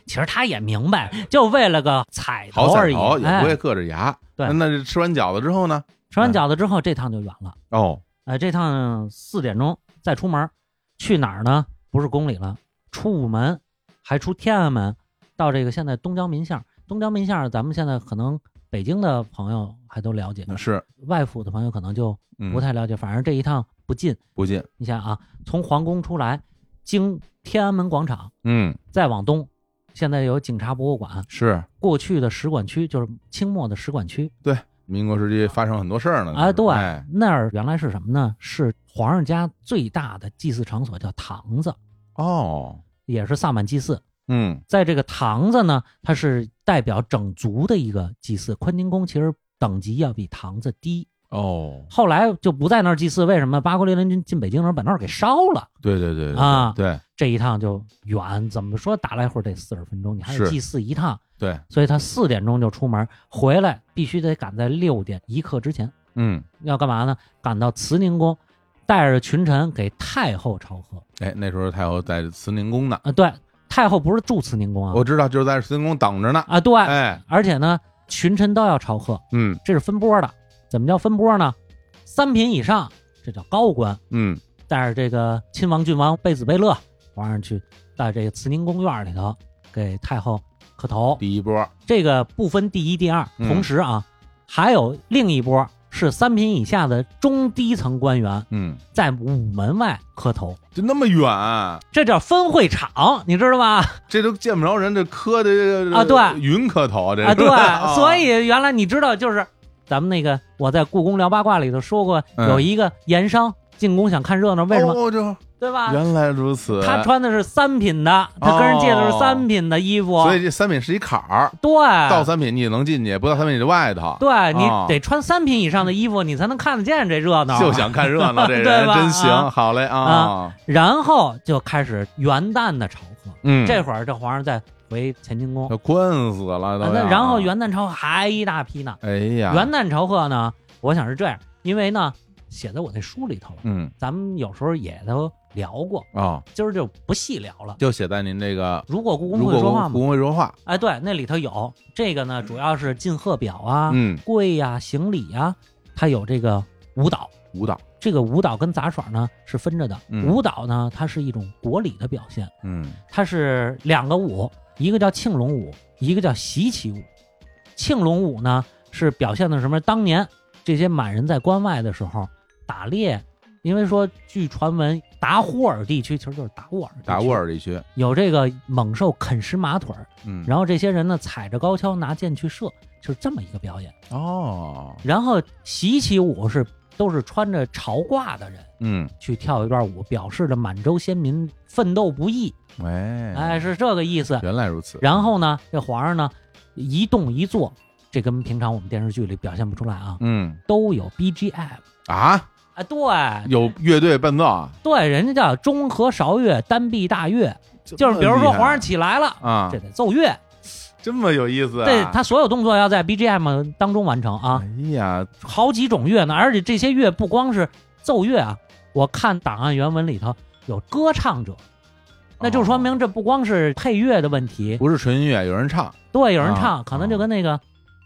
[SPEAKER 3] 其实他也明白，就为了个彩
[SPEAKER 2] 好
[SPEAKER 3] 头
[SPEAKER 2] 彩
[SPEAKER 3] 而已。
[SPEAKER 2] 头也不会嗯
[SPEAKER 3] 哎，
[SPEAKER 2] 硌着牙。
[SPEAKER 3] 对
[SPEAKER 2] 那那这吃完饺子之后呢？
[SPEAKER 3] 吃完饺子之后，这趟就远了。
[SPEAKER 2] 哦，
[SPEAKER 3] 呃，这趟四点钟再出门，去哪儿呢？不是宫里了，出午门，还出天安门，到这个现在东交民巷。东交民巷，咱们现在可能北京的朋友还都了解，
[SPEAKER 2] 那是
[SPEAKER 3] 外府的朋友可能就
[SPEAKER 2] 嗯
[SPEAKER 3] 不太了解。反正这一趟不近，
[SPEAKER 2] 不近，
[SPEAKER 3] 你想啊，从皇宫出来，经天安门广场，
[SPEAKER 2] 嗯，
[SPEAKER 3] 再往东，现在有警察博物馆，
[SPEAKER 2] 是
[SPEAKER 3] 过去的使馆区就是清末的使馆区
[SPEAKER 2] 民国时期发生很多事儿呢。
[SPEAKER 3] 啊，对
[SPEAKER 2] 哎，
[SPEAKER 3] 那儿原来是什么呢？是皇上家最大的祭祀场所，叫堂子，
[SPEAKER 2] 哦，
[SPEAKER 3] 也是萨满祭祀。
[SPEAKER 2] 嗯，
[SPEAKER 3] 在这个堂子呢，它是代表整族的一个祭祀。坤宁宫其实等级要比堂子低，
[SPEAKER 2] 哦，
[SPEAKER 3] 后来就不在那儿祭祀。为什么？八国联军进北京的时候把那儿给烧了。
[SPEAKER 2] 对对对对
[SPEAKER 3] 啊
[SPEAKER 2] 对
[SPEAKER 3] 这一趟就远，怎么说打来回得四十分钟，你还得
[SPEAKER 2] 是
[SPEAKER 3] 祭祀一趟，
[SPEAKER 2] 对，
[SPEAKER 3] 所以他四点钟就出门，回来必须得赶在六点一刻之前。
[SPEAKER 2] 嗯，
[SPEAKER 3] 要干嘛呢？赶到慈宁宫，带着群臣给太后朝贺。
[SPEAKER 2] 哎，那时候太后在慈宁宫呢，
[SPEAKER 3] 啊，对，太后不是住慈宁宫啊
[SPEAKER 2] 我，知道就是在慈宁宫等着呢。
[SPEAKER 3] 啊，对，
[SPEAKER 2] 哎，
[SPEAKER 3] 而且呢，群臣都要朝贺，
[SPEAKER 2] 嗯
[SPEAKER 3] 这是分波的。怎么叫分波呢？三品以上，这叫高官，
[SPEAKER 2] 嗯，
[SPEAKER 3] 带着这个亲王、郡王、贝子、贝勒，皇上去到这个慈宁宫院里头给太后磕头。
[SPEAKER 2] 第一波，
[SPEAKER 3] 这个不分第一、第二，
[SPEAKER 2] 嗯
[SPEAKER 3] 同时啊，还有另一波是三品以下的中低层官员
[SPEAKER 2] 嗯，
[SPEAKER 3] 在午门外磕头，
[SPEAKER 2] 就那么远、
[SPEAKER 3] 这叫分会场，你知道吧？
[SPEAKER 2] 这都见不着人，这磕的这个
[SPEAKER 3] 啊对
[SPEAKER 2] 云磕头，这是
[SPEAKER 3] 啊，对，所以原来你知道就是咱们那个我在故宫聊八卦里头说过，
[SPEAKER 2] 嗯
[SPEAKER 3] 有一个盐商进宫想看热闹，为什么？
[SPEAKER 2] 哦，就
[SPEAKER 3] 对吧？
[SPEAKER 2] 原来如此，
[SPEAKER 3] 他穿的是三品的，他跟人借的是三品的衣服，
[SPEAKER 2] 所以这三品是一坎儿，到
[SPEAKER 3] 对。
[SPEAKER 2] 三品你就能进去，不到三品你就外头。
[SPEAKER 3] 对你
[SPEAKER 2] 哦
[SPEAKER 3] 得穿三品以上的衣服，你才能看得见这热闹。
[SPEAKER 2] 就想看热闹，这
[SPEAKER 3] 对
[SPEAKER 2] 人
[SPEAKER 3] 吧
[SPEAKER 2] 真行，
[SPEAKER 3] 啊
[SPEAKER 2] 好嘞啊
[SPEAKER 3] 啊！然后就开始元旦的朝贺。
[SPEAKER 2] 嗯，
[SPEAKER 3] 这会儿这皇上再回乾清宫，
[SPEAKER 2] 都困死了
[SPEAKER 3] 啊
[SPEAKER 2] 都要。
[SPEAKER 3] 那然后元旦朝贺还一大批呢。
[SPEAKER 2] 哎呀，
[SPEAKER 3] 元旦朝贺呢，我想是这样，因为呢写在我那书里头了，
[SPEAKER 2] 嗯
[SPEAKER 3] 咱们有时候也都聊过，
[SPEAKER 2] 哦，
[SPEAKER 3] 今儿就不细聊了。
[SPEAKER 2] 就写在您这个
[SPEAKER 3] 如果故宫
[SPEAKER 2] 如
[SPEAKER 3] 会
[SPEAKER 2] 果
[SPEAKER 3] 说话
[SPEAKER 2] 故
[SPEAKER 3] 吗？
[SPEAKER 2] 宫会说话，
[SPEAKER 3] 哎，对，那里头有这个呢，主要是进贺表啊、
[SPEAKER 2] 嗯，
[SPEAKER 3] 跪呀、行礼呀、它有这个舞蹈。
[SPEAKER 2] 舞蹈，
[SPEAKER 3] 这个舞蹈跟杂耍呢是分着的。
[SPEAKER 2] 嗯
[SPEAKER 3] 舞蹈呢，它是一种国礼的表现，
[SPEAKER 2] 嗯，
[SPEAKER 3] 它是两个舞，一个叫庆龙舞，一个叫习棋舞。庆龙舞呢是表现的什么？当年这些满人在关外的时候打猎，因为说据传闻达呼尔地区其实就是达斡尔地区，
[SPEAKER 2] 达斡尔地区，
[SPEAKER 3] 有这个猛兽啃食马腿儿，
[SPEAKER 2] 嗯，
[SPEAKER 3] 然后这些人呢踩着高跷拿箭去射，就是这么一个表演。
[SPEAKER 2] 哦，
[SPEAKER 3] 然后习棋舞是都是穿着朝褂的人。
[SPEAKER 2] 嗯，
[SPEAKER 3] 去跳一段舞，表示着满洲先民奋斗不易，
[SPEAKER 2] 哎，
[SPEAKER 3] 哎，是这个意思。
[SPEAKER 2] 原来如此。
[SPEAKER 3] 然后呢，这皇上呢，一动一坐，这跟平常我们电视剧里表现不出来啊，
[SPEAKER 2] 嗯
[SPEAKER 3] 都有 BGM
[SPEAKER 2] 啊，
[SPEAKER 3] 啊，对
[SPEAKER 2] 有乐队伴奏啊，
[SPEAKER 3] 对，人家叫中和韶乐、单臂大乐，
[SPEAKER 2] 就
[SPEAKER 3] 就是比如说皇上起来了，
[SPEAKER 2] 啊
[SPEAKER 3] 这，得奏乐，
[SPEAKER 2] 这么有意思啊！
[SPEAKER 3] 对他所有动作要在 BGM 当中完成啊
[SPEAKER 2] 哎，呀，
[SPEAKER 3] 好几种乐呢，而且这些乐不光是奏乐啊，我看档案原文里头有歌唱者。那就说
[SPEAKER 2] 哦
[SPEAKER 3] 明这不光是配乐的问题，
[SPEAKER 2] 不是纯音乐，有人唱，
[SPEAKER 3] 对，有人
[SPEAKER 2] 啊
[SPEAKER 3] 唱，可能就跟那个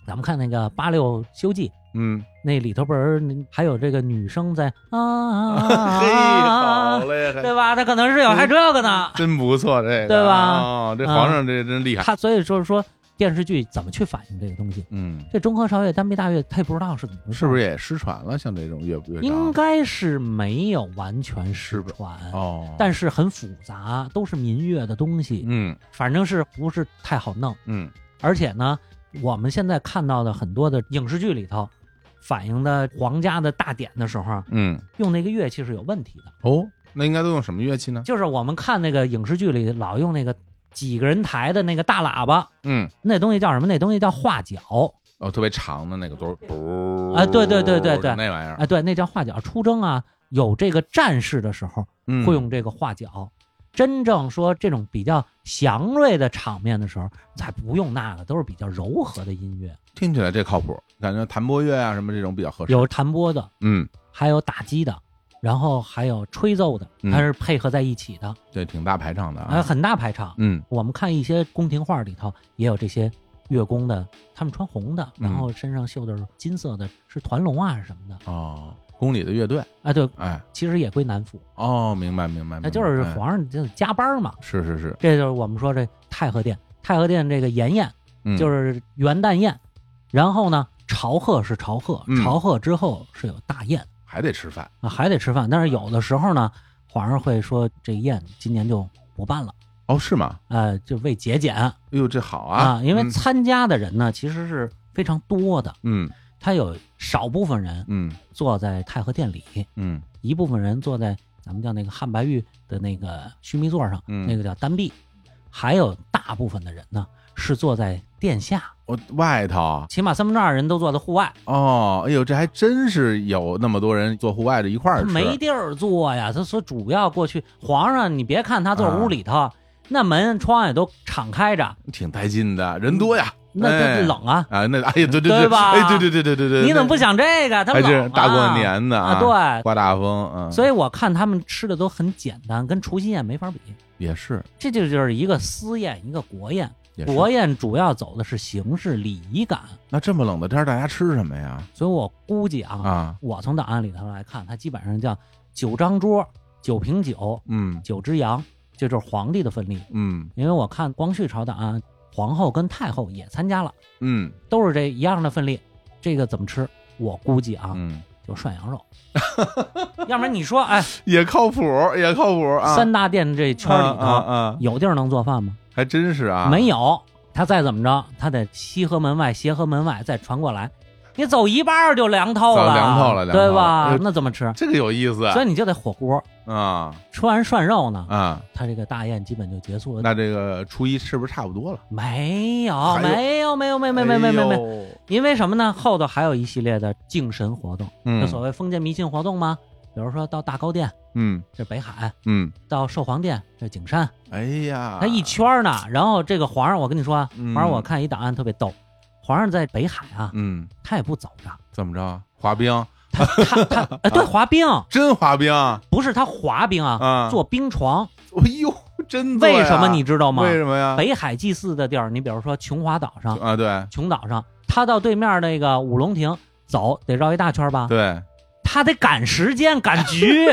[SPEAKER 3] 咱们看那个《八六修记》
[SPEAKER 2] 嗯，
[SPEAKER 3] 那里头不是嗯还有这个女生在啊，
[SPEAKER 2] 嘿，好 嘞，还
[SPEAKER 3] 对吧？他可能是有还这个呢，
[SPEAKER 2] 真不错，这个
[SPEAKER 3] 对吧嗯
[SPEAKER 2] 哦，这皇上这真厉害，
[SPEAKER 3] 他所以就是说电视剧怎么去反映这个东西。
[SPEAKER 2] 嗯，
[SPEAKER 3] 这中和韶乐、单臂大乐，他也不知道是怎么回事，
[SPEAKER 2] 是不是也失传了？像这种乐乐
[SPEAKER 3] 应
[SPEAKER 2] 章
[SPEAKER 3] 该是没有完全失传，
[SPEAKER 2] 哦，
[SPEAKER 3] 但
[SPEAKER 2] 是
[SPEAKER 3] 是很复杂，都是民乐的东西，
[SPEAKER 2] 嗯
[SPEAKER 3] 反正是不是太好弄。
[SPEAKER 2] 嗯
[SPEAKER 3] 而且呢，我们现在看到的很多的影视剧里头，反映的皇家的大典的时候，啊
[SPEAKER 2] 嗯，
[SPEAKER 3] 用那个乐器是有问题的。
[SPEAKER 2] 哦，那应该都用什么乐器呢？
[SPEAKER 3] 就是我们看那个影视剧里老用那个几个人抬的那个大喇叭，
[SPEAKER 2] 嗯，
[SPEAKER 3] 那东西叫什么？那东西叫画角
[SPEAKER 2] 哦，特别长的那个都是
[SPEAKER 3] 啊对对对对对
[SPEAKER 2] 那玩意儿
[SPEAKER 3] 啊，对，那叫画角。出征啊，有这个战事的时候
[SPEAKER 2] 嗯
[SPEAKER 3] 会用这个画角。真正说这种比较祥瑞的场面的时候，才不用那个，都是比较柔和的音乐，
[SPEAKER 2] 听起来这靠谱，感觉弹拨乐啊什么这种比较合适。
[SPEAKER 3] 有弹拨的，
[SPEAKER 2] 嗯，
[SPEAKER 3] 还有打击的，然后还有吹奏的，
[SPEAKER 2] 嗯
[SPEAKER 3] 它是配合在一起的，
[SPEAKER 2] 对，挺大排场的
[SPEAKER 3] 呃，
[SPEAKER 2] 啊。
[SPEAKER 3] 很大排场。
[SPEAKER 2] 嗯
[SPEAKER 3] 我们看一些宫廷画里头也有这些乐工的，他们穿红的，然
[SPEAKER 2] 嗯
[SPEAKER 3] 后身上绣的是金色的，是团龙啊什么的。
[SPEAKER 2] 哦，宫里的乐队，
[SPEAKER 3] 啊，对，
[SPEAKER 2] 哎
[SPEAKER 3] 其实也归南府，
[SPEAKER 2] 哦，明白明白，明
[SPEAKER 3] 那
[SPEAKER 2] 白
[SPEAKER 3] 就是
[SPEAKER 2] 哎
[SPEAKER 3] 皇上就加班嘛。
[SPEAKER 2] 是是是，
[SPEAKER 3] 这就是我们说这太和殿，太和殿这个筵宴
[SPEAKER 2] 嗯
[SPEAKER 3] 就是元旦宴，然后呢朝贺是朝贺
[SPEAKER 2] 嗯，
[SPEAKER 3] 朝贺之后是有大宴
[SPEAKER 2] 还得吃饭。
[SPEAKER 3] 啊，还得吃饭。但是有的时候呢，皇上会说这宴今年就不办了。
[SPEAKER 2] 哦，是吗？
[SPEAKER 3] 呃，就为节俭啊
[SPEAKER 2] 哎呦，这好啊，
[SPEAKER 3] 因为
[SPEAKER 2] 嗯
[SPEAKER 3] 参加的人呢、其实是非常多的，
[SPEAKER 2] 嗯
[SPEAKER 3] 他有少部分人
[SPEAKER 2] 嗯
[SPEAKER 3] 坐在太和殿里，
[SPEAKER 2] 嗯
[SPEAKER 3] 一部分人坐在咱们叫那个汉白玉的那个须弥座上，
[SPEAKER 2] 嗯
[SPEAKER 3] 那个叫单臂，还有大部分的人呢是坐在殿下，
[SPEAKER 2] 我外头啊
[SPEAKER 3] 起码三分之二人都坐在户外，
[SPEAKER 2] 哦，哎呦，这还真是有那么多人坐户外的一块
[SPEAKER 3] 他
[SPEAKER 2] 儿吃，
[SPEAKER 3] 没地儿坐呀。他说主要过去，皇上你别看他坐屋里头，
[SPEAKER 2] 啊
[SPEAKER 3] 那门窗也都敞开着，
[SPEAKER 2] 挺带劲的，人多呀。
[SPEAKER 3] 那
[SPEAKER 2] 哎
[SPEAKER 3] 他冷啊。
[SPEAKER 2] 啊，那哎呀，对对
[SPEAKER 3] 对吧
[SPEAKER 2] 哎，对对对对对对，
[SPEAKER 3] 你怎么不
[SPEAKER 2] 想？
[SPEAKER 3] 想这个？他
[SPEAKER 2] 还
[SPEAKER 3] 冷
[SPEAKER 2] 是
[SPEAKER 3] 啊！
[SPEAKER 2] 大过年的
[SPEAKER 3] 啊，对，
[SPEAKER 2] 刮大风，嗯，
[SPEAKER 3] 所
[SPEAKER 2] 以
[SPEAKER 3] 以我看他们吃的都很简单，跟除夕宴没法比。
[SPEAKER 2] 也是
[SPEAKER 3] 这就就是一个私宴，一个国宴。
[SPEAKER 2] 也是。
[SPEAKER 3] 国宴主要走的是形式礼仪感，
[SPEAKER 2] 那这么冷的天儿，大家吃什么呀？
[SPEAKER 3] 所以我估计啊，
[SPEAKER 2] 啊，
[SPEAKER 3] 我从档案里头来看，它基本上叫九张桌、九瓶酒、
[SPEAKER 2] 嗯
[SPEAKER 3] 九只羊，这就是皇帝的分例。
[SPEAKER 2] 嗯
[SPEAKER 3] 因为我看光绪朝档案，皇后跟太后也参加了，
[SPEAKER 2] 嗯
[SPEAKER 3] 都是这一样的分例。这个怎么吃？我估计啊，
[SPEAKER 2] 嗯，
[SPEAKER 3] 就涮 羊肉。要不然你说，哎，
[SPEAKER 2] 也靠谱，也靠谱啊。
[SPEAKER 3] 三大殿这圈儿里头、
[SPEAKER 2] 啊啊啊，
[SPEAKER 3] 有地儿能做饭吗？
[SPEAKER 2] 还真是啊，
[SPEAKER 3] 没有，他再怎么着，他得西河门外、协和门外再传过来，你走一半儿就凉透
[SPEAKER 2] 早
[SPEAKER 3] 了，
[SPEAKER 2] 凉透了凉透了
[SPEAKER 3] 对吧
[SPEAKER 2] 哎？
[SPEAKER 3] 那怎么吃？
[SPEAKER 2] 这个有意思
[SPEAKER 3] 所以你就得火锅。
[SPEAKER 2] 啊
[SPEAKER 3] 吃完涮肉呢，
[SPEAKER 2] 啊。
[SPEAKER 3] 他这个大宴基本就结束了。
[SPEAKER 2] 那这个初一是不是差不多了？哎
[SPEAKER 3] 没有，
[SPEAKER 2] 还有
[SPEAKER 3] 没有，没有，没有，没有，没有，没有，没有，
[SPEAKER 2] 有，
[SPEAKER 3] 因为什么呢？后头还有一系列的敬神活动，
[SPEAKER 2] 嗯
[SPEAKER 3] 就所谓封建迷信活动吗？比如说到大高殿，
[SPEAKER 2] 嗯
[SPEAKER 3] 这北海；
[SPEAKER 2] 嗯，
[SPEAKER 3] 到寿皇殿，这景山。
[SPEAKER 2] 哎呀，
[SPEAKER 3] 他一圈儿呢。然后这个皇上，我跟你说啊，
[SPEAKER 2] 嗯
[SPEAKER 3] 皇上我看一档案特别逗，皇上在北海啊，
[SPEAKER 2] 嗯，
[SPEAKER 3] 他也不走着，
[SPEAKER 2] 怎么着？滑冰，
[SPEAKER 3] 他他他，
[SPEAKER 2] 啊
[SPEAKER 3] 哎，对，滑冰
[SPEAKER 2] 真滑冰啊！
[SPEAKER 3] 不是他滑冰啊，
[SPEAKER 2] 啊
[SPEAKER 3] 坐冰床。
[SPEAKER 2] 哎呦，真做呀
[SPEAKER 3] 为什么你知道吗？哎
[SPEAKER 2] 为什么呀？
[SPEAKER 3] 北海祭祀的地儿，你比如说琼华岛上、
[SPEAKER 2] 啊，对
[SPEAKER 3] 琼岛上，他到对面那个五龙亭走得绕一大圈吧，
[SPEAKER 2] 对，
[SPEAKER 3] 他得赶时间赶 局，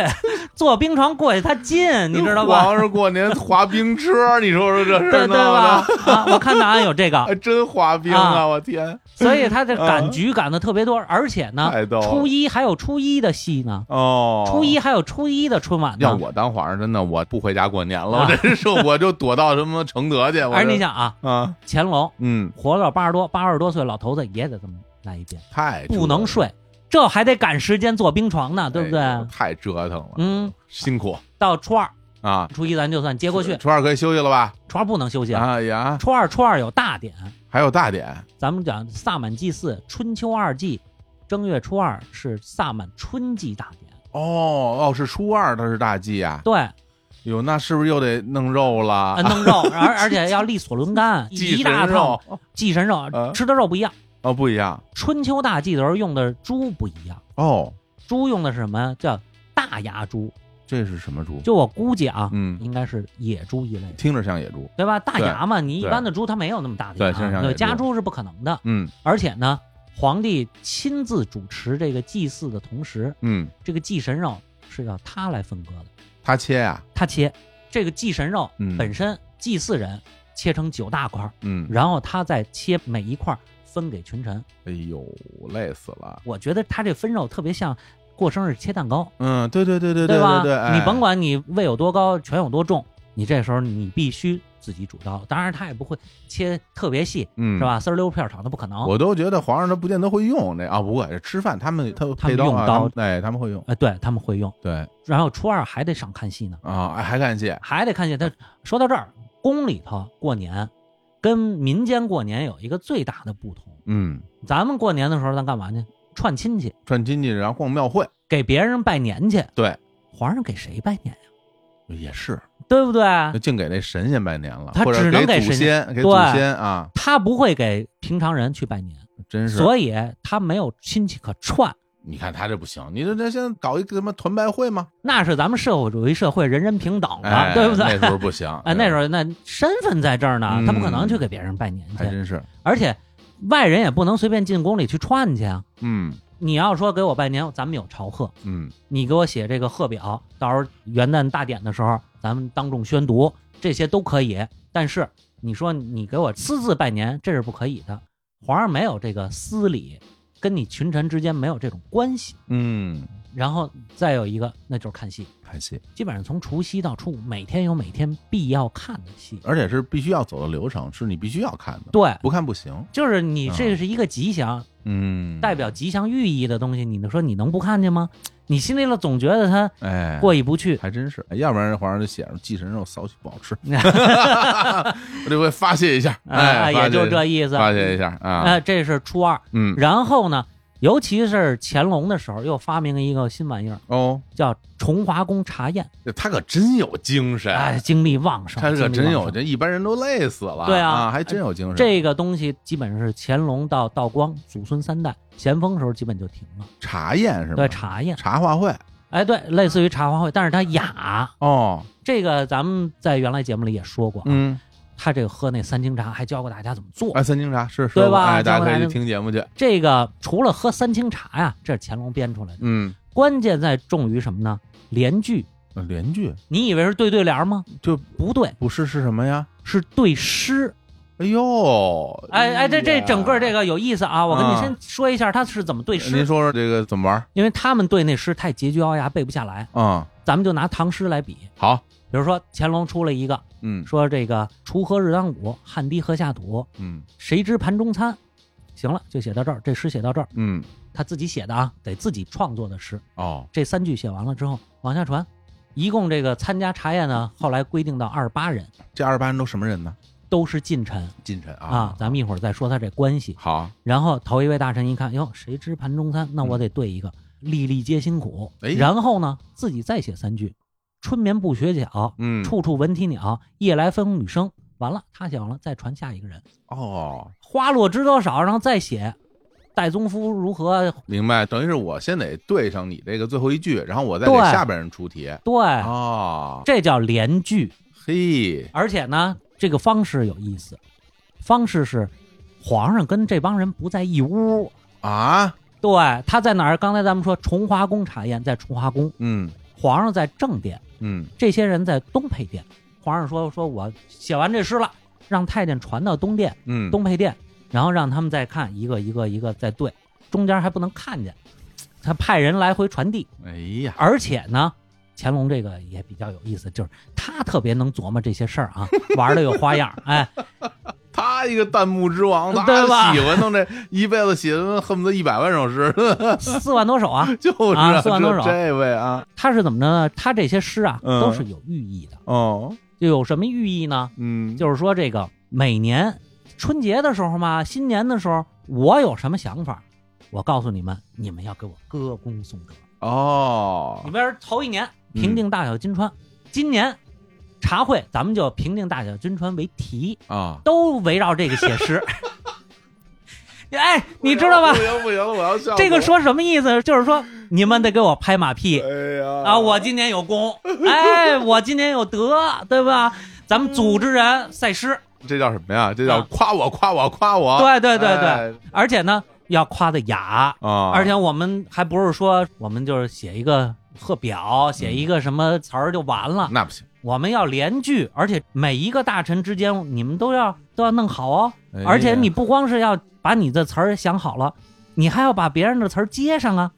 [SPEAKER 3] 坐冰床过去他近，你知道吧？
[SPEAKER 2] 皇上过年滑冰车，你说说这事
[SPEAKER 3] 对
[SPEAKER 2] 儿闹
[SPEAKER 3] 对
[SPEAKER 2] 的
[SPEAKER 3] 吧？？啊，我看档案有这个，
[SPEAKER 2] 还真滑冰啊！
[SPEAKER 3] 啊
[SPEAKER 2] 我天，
[SPEAKER 3] 所以他这
[SPEAKER 2] 啊
[SPEAKER 3] 赶局赶的特别多，而且呢，
[SPEAKER 2] 太逗了
[SPEAKER 3] 啊初一还有初一的戏呢，
[SPEAKER 2] 哎哦！
[SPEAKER 3] 初一啊还有初一的春晚
[SPEAKER 2] 要
[SPEAKER 3] 呢。
[SPEAKER 2] 我当皇上，真的我不回家过年了，
[SPEAKER 3] 啊
[SPEAKER 2] 我真是我就躲到什么承德去。我
[SPEAKER 3] 而
[SPEAKER 2] 这
[SPEAKER 3] 你想啊，
[SPEAKER 2] 啊，
[SPEAKER 3] 乾隆
[SPEAKER 2] 嗯，
[SPEAKER 3] 活到八十多、八十多岁老头子也得这么来一遍，
[SPEAKER 2] 太
[SPEAKER 3] 不能睡，这还得赶时间坐冰床呢，
[SPEAKER 2] 折腾了，
[SPEAKER 3] 对不对？
[SPEAKER 2] 哎呦太折腾了，
[SPEAKER 3] 嗯，
[SPEAKER 2] 辛苦
[SPEAKER 3] 到初二、
[SPEAKER 2] 啊！
[SPEAKER 3] 初一咱就算接过去，
[SPEAKER 2] 初二可以休息了吧？
[SPEAKER 3] 初二不能休息啊。
[SPEAKER 2] 哎呀，
[SPEAKER 3] 初二、初二有大典，
[SPEAKER 2] 还有大典，
[SPEAKER 3] 咱们讲萨满祭祀，春秋二祭，正月初二是萨满春季大典。
[SPEAKER 2] 哦哦，是初二，它是大祭啊。
[SPEAKER 3] 对，啊
[SPEAKER 2] 哟，那是不是又得弄肉了？
[SPEAKER 3] 弄 肉，而而且要立索伦干，
[SPEAKER 2] 祭
[SPEAKER 3] 一大哦
[SPEAKER 2] 神
[SPEAKER 3] 套
[SPEAKER 2] 肉
[SPEAKER 3] 祭神肉
[SPEAKER 2] 啊，
[SPEAKER 3] 吃的肉不一样。
[SPEAKER 2] 哦，不一样
[SPEAKER 3] 春秋大祭的时候用的猪不一样，
[SPEAKER 2] 哦。
[SPEAKER 3] 猪用的是什么呀？叫大牙猪。
[SPEAKER 2] 这是什么猪？
[SPEAKER 3] 就我估计啊，
[SPEAKER 2] 嗯，
[SPEAKER 3] 应该是野猪一类的，
[SPEAKER 2] 听着像野猪。
[SPEAKER 3] 对吧？大牙嘛，你一
[SPEAKER 2] 对
[SPEAKER 3] 般的猪它没有那么大的
[SPEAKER 2] 对
[SPEAKER 3] 牙，
[SPEAKER 2] 像像野
[SPEAKER 3] 对，
[SPEAKER 2] 猪
[SPEAKER 3] 家猪是不可能的。
[SPEAKER 2] 嗯
[SPEAKER 3] 而且呢，皇帝亲自主持这个祭祀的同时，
[SPEAKER 2] 嗯，
[SPEAKER 3] 这个祭神肉是要他来分割的，
[SPEAKER 2] 他切呀、啊
[SPEAKER 3] 他切这个祭神肉
[SPEAKER 2] 嗯
[SPEAKER 3] 本身，祭祀人切成九大块儿，
[SPEAKER 2] 嗯，
[SPEAKER 3] 然后他再切每一块儿分给群臣。
[SPEAKER 2] 哎呦，累死了。
[SPEAKER 3] 我觉得他这分肉特别像过生日切蛋糕，
[SPEAKER 2] 嗯，对对对对
[SPEAKER 3] 吧？
[SPEAKER 2] 对对，哎
[SPEAKER 3] 你甭管你胃有多高，拳有多重，你这时候你必须自己主刀。当然，他也不会切特别细，
[SPEAKER 2] 嗯
[SPEAKER 3] 是？吧？哦丝儿溜片儿长那不可能。
[SPEAKER 2] 我都觉得皇上他不见得会用这啊，不过吃饭他们他配
[SPEAKER 3] 他们
[SPEAKER 2] 刀
[SPEAKER 3] 用
[SPEAKER 2] 啊，
[SPEAKER 3] 刀
[SPEAKER 2] 他们哎，他们会用，
[SPEAKER 3] 哎，对他们会用。
[SPEAKER 2] 对
[SPEAKER 3] 然后初二还得上看戏呢，
[SPEAKER 2] 啊，哎还感谢，
[SPEAKER 3] 还得看戏。他说到这儿，宫里头过年跟民间过年有一个最大的不同。
[SPEAKER 2] 嗯，
[SPEAKER 3] 咱们过年的时候，咱干嘛去？串亲戚，
[SPEAKER 2] 串亲戚然后逛庙会，
[SPEAKER 3] 给别人拜年去。
[SPEAKER 2] 对，
[SPEAKER 3] 皇上给谁拜年呀？
[SPEAKER 2] 也是，
[SPEAKER 3] 对不对？
[SPEAKER 2] 就净给那神仙拜年了，
[SPEAKER 3] 啊他
[SPEAKER 2] 或者
[SPEAKER 3] 只能
[SPEAKER 2] 给
[SPEAKER 3] 给
[SPEAKER 2] 祖
[SPEAKER 3] 神
[SPEAKER 2] 先给
[SPEAKER 3] 对
[SPEAKER 2] 祖先啊，
[SPEAKER 3] 他不会给平常人去拜年，
[SPEAKER 2] 真是，
[SPEAKER 3] 所以他没有亲戚可串。
[SPEAKER 2] 你看他这不行，你这这现在搞一个什么团拜会吗？
[SPEAKER 3] 那是咱们社会主义社会人人平等的，
[SPEAKER 2] 哎，
[SPEAKER 3] 对不对？
[SPEAKER 2] 那 时候不行，
[SPEAKER 3] 哎，那时候那身份在这儿呢，
[SPEAKER 2] 嗯
[SPEAKER 3] 他不可能去给别人拜年
[SPEAKER 2] 还
[SPEAKER 3] 去，
[SPEAKER 2] 真是，
[SPEAKER 3] 而且外人也不能随便进宫里去串去啊。
[SPEAKER 2] 嗯
[SPEAKER 3] 你要说给我拜年，咱们有朝贺，
[SPEAKER 2] 嗯，
[SPEAKER 3] 你给我写这个贺表，到时候元旦大典的时候，咱们当众宣读，这些都可以。但是你说你给我私自拜年，这是不可以的。皇上没有这个私礼，跟你群臣之间没有这种关系。
[SPEAKER 2] 嗯，
[SPEAKER 3] 然后再有一个，那就是看戏，
[SPEAKER 2] 还行，
[SPEAKER 3] 基本上从除夕到初五，每天有每天必要看的戏。
[SPEAKER 2] 而且是必须要走的流程，是你必须要看的，
[SPEAKER 3] 对，
[SPEAKER 2] 不看不行，
[SPEAKER 3] 就是你这是一个吉祥，
[SPEAKER 2] 嗯，
[SPEAKER 3] 代表吉祥寓意的东西，你能说你能不看见吗？你心里头总觉得他
[SPEAKER 2] 哎，
[SPEAKER 3] 过意不去。
[SPEAKER 2] 还真是，哎要不然皇上就写上祭神肉骚气不好 吃， 我得为发泄一下，
[SPEAKER 3] 啊，
[SPEAKER 2] 哎，发
[SPEAKER 3] 也就
[SPEAKER 2] 泄
[SPEAKER 3] 这意思。
[SPEAKER 2] 发泄一下啊，
[SPEAKER 3] 呃，这是初二。
[SPEAKER 2] 嗯，
[SPEAKER 3] 然后呢，尤其是乾隆的时候，又发明了一个新玩意儿，
[SPEAKER 2] 哦，
[SPEAKER 3] 叫崇华宫茶宴。
[SPEAKER 2] 他可真有精神，
[SPEAKER 3] 哎，精力旺盛，
[SPEAKER 2] 他可
[SPEAKER 3] 精力旺
[SPEAKER 2] 真
[SPEAKER 3] 盛
[SPEAKER 2] 有，这一般人都累死了，
[SPEAKER 3] 对啊
[SPEAKER 2] 啊，还真有精神，
[SPEAKER 3] 这个东西，基本是乾隆到道光祖孙三代咸丰时候基本就停了。
[SPEAKER 2] 茶宴是吧？
[SPEAKER 3] 对，茶宴，
[SPEAKER 2] 茶话会
[SPEAKER 3] 哎，对，类似于茶话会，但是它雅。
[SPEAKER 2] 哦，
[SPEAKER 3] 这个咱们在原来节目里也说过，
[SPEAKER 2] 嗯，
[SPEAKER 3] 他这个喝那三清茶还教过大家怎么做。
[SPEAKER 2] 哎，三清茶是，是
[SPEAKER 3] 对吧
[SPEAKER 2] 哎，大家可以
[SPEAKER 3] 咱
[SPEAKER 2] 去
[SPEAKER 3] 们
[SPEAKER 2] 听节目去，
[SPEAKER 3] 这个除了喝三清茶呀，这是乾隆编出来的。
[SPEAKER 2] 嗯，
[SPEAKER 3] 关键在重于什么呢？联句。
[SPEAKER 2] 呃联句
[SPEAKER 3] 你以为是对对联吗？
[SPEAKER 2] 就
[SPEAKER 3] 不对，
[SPEAKER 2] 不是是什么呀？
[SPEAKER 3] 是对诗。
[SPEAKER 2] 哎呦，
[SPEAKER 3] 哎哎，这这整个这
[SPEAKER 2] 个，
[SPEAKER 3] 个有意思啊！我跟
[SPEAKER 2] 啊
[SPEAKER 3] 你先说一下他是怎么对
[SPEAKER 2] 呃您
[SPEAKER 3] 诗，
[SPEAKER 2] 说说这个怎么玩
[SPEAKER 3] 因为他们对那诗太拮据咬牙背不下来。
[SPEAKER 2] 啊？
[SPEAKER 3] 咱们就拿唐诗来比，
[SPEAKER 2] 好，
[SPEAKER 3] 比如说乾隆出了一个
[SPEAKER 2] 嗯
[SPEAKER 3] 说这个“锄禾日当午，汗滴禾下土，
[SPEAKER 2] 嗯
[SPEAKER 3] 谁知盘中餐”，行了，就写到这儿，这诗写到这儿，
[SPEAKER 2] 嗯，
[SPEAKER 3] 他自己写的啊，得自己创作的诗。
[SPEAKER 2] 哦，
[SPEAKER 3] 这三句写完了之后，往下传，一共这个参加茶宴呢，后来规定到二十八人，
[SPEAKER 2] 这二十八人都什么人呢？
[SPEAKER 3] 都是近臣
[SPEAKER 2] 近臣
[SPEAKER 3] 啊
[SPEAKER 2] 啊。，
[SPEAKER 3] 咱们一会儿再说他这关系。
[SPEAKER 2] 好，
[SPEAKER 3] 然后头一位大臣一看，哟，谁知盘中餐？那我得对一个，粒粒皆辛苦。
[SPEAKER 2] 嗯哎
[SPEAKER 3] 然后呢，自己再写三句：春眠不觉晓，
[SPEAKER 2] 嗯，
[SPEAKER 3] 处处闻啼鸟，夜来风雨声。完了，他写完了，再传下一个人，
[SPEAKER 2] 哦，
[SPEAKER 3] 花落知多少，然后再写戴宗夫如何。
[SPEAKER 2] 明白，等于是我先得对上你这个最后一句，然后我再给
[SPEAKER 3] 对哎
[SPEAKER 2] 下边人出题。
[SPEAKER 3] 对，
[SPEAKER 2] 哦，
[SPEAKER 3] 这叫联句。
[SPEAKER 2] 嘿，
[SPEAKER 3] 而且呢，这个方式有意思，方式是皇上跟这帮人不在一屋。
[SPEAKER 2] 啊，
[SPEAKER 3] 对，他在哪儿？刚才咱们说崇华宫茶宴在崇华宫，
[SPEAKER 2] 嗯
[SPEAKER 3] 皇上在正殿。
[SPEAKER 2] 嗯，
[SPEAKER 3] 这些人在东配殿。皇上说：“说我写完这诗了，让太监传到东殿、
[SPEAKER 2] 嗯，
[SPEAKER 3] 东配殿，然后让他们再看一个一个一个再对，中间还不能看见，他派人来回传递。
[SPEAKER 2] 哎呀，
[SPEAKER 3] 而且呢，乾隆这个也比较有意思，就是他特别能琢磨这些事儿啊， 玩的有花样。哎，
[SPEAKER 2] 他一个弹幕之王，他
[SPEAKER 3] 对吧
[SPEAKER 2] 喜欢弄这一辈子写的恨不得一百万首诗，
[SPEAKER 3] 四万多首啊，
[SPEAKER 2] 就是
[SPEAKER 3] 啊四万多
[SPEAKER 2] 这
[SPEAKER 3] 首
[SPEAKER 2] 这位啊，
[SPEAKER 3] 他是怎么着呢？他这些诗啊
[SPEAKER 2] 嗯
[SPEAKER 3] 都是有寓意的，
[SPEAKER 2] 哦，
[SPEAKER 3] 就有什么寓意呢？
[SPEAKER 2] 嗯，
[SPEAKER 3] 就是说这个每年春节的时候嘛，新年的时候，我有什么想法，我告诉你们，你们要给我歌功颂德。
[SPEAKER 2] 哦
[SPEAKER 3] 你，比如头一年
[SPEAKER 2] 嗯
[SPEAKER 3] 平定大小金川，今年茶会咱们就平定大小金川为题，
[SPEAKER 2] 啊，
[SPEAKER 3] 都围绕这个写诗。 哎，你知道吧
[SPEAKER 2] 不？行不行了，我要笑死了。
[SPEAKER 3] 这个说什么意思？就是说你们得给我拍马屁
[SPEAKER 2] 哎呀
[SPEAKER 3] 啊！我今年有功， 哎，我今年有德，对吧？咱们组织人赛诗，
[SPEAKER 2] 这叫什么呀？这叫
[SPEAKER 3] 啊
[SPEAKER 2] 夸我夸我夸我。
[SPEAKER 3] 对对对对，
[SPEAKER 2] 哎
[SPEAKER 3] 而且呢，要夸的雅，
[SPEAKER 2] 啊，
[SPEAKER 3] 而且我们还不是说我们就是写一个课表，写一个什么词儿就完了。
[SPEAKER 2] 那不行，
[SPEAKER 3] 我们要连句，而且每一个大臣之间，你们都要都要弄好哦。
[SPEAKER 2] 哎呀
[SPEAKER 3] 而且你不光是要把你的词儿想好了，你还要把别人的词儿接上啊。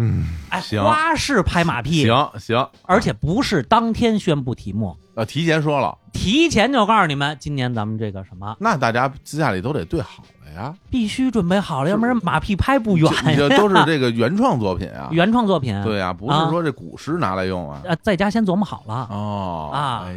[SPEAKER 2] 嗯
[SPEAKER 3] 哎，
[SPEAKER 2] 行
[SPEAKER 3] 花式拍马屁，
[SPEAKER 2] 行行，
[SPEAKER 3] 而且不是当天宣布题目，
[SPEAKER 2] 呃提前说了，
[SPEAKER 3] 提前就告诉你们，今年咱们这个什么
[SPEAKER 2] 那大家私下里都得对好了呀，
[SPEAKER 3] 必须准备好了，要不然马屁拍不远
[SPEAKER 2] 你这
[SPEAKER 3] 呀
[SPEAKER 2] 都是这个原创作品啊，
[SPEAKER 3] 原创作品，
[SPEAKER 2] 对呀，不是说这古诗拿来用啊，
[SPEAKER 3] 呃，在家先琢磨好了。
[SPEAKER 2] 哦
[SPEAKER 3] 啊
[SPEAKER 2] 哎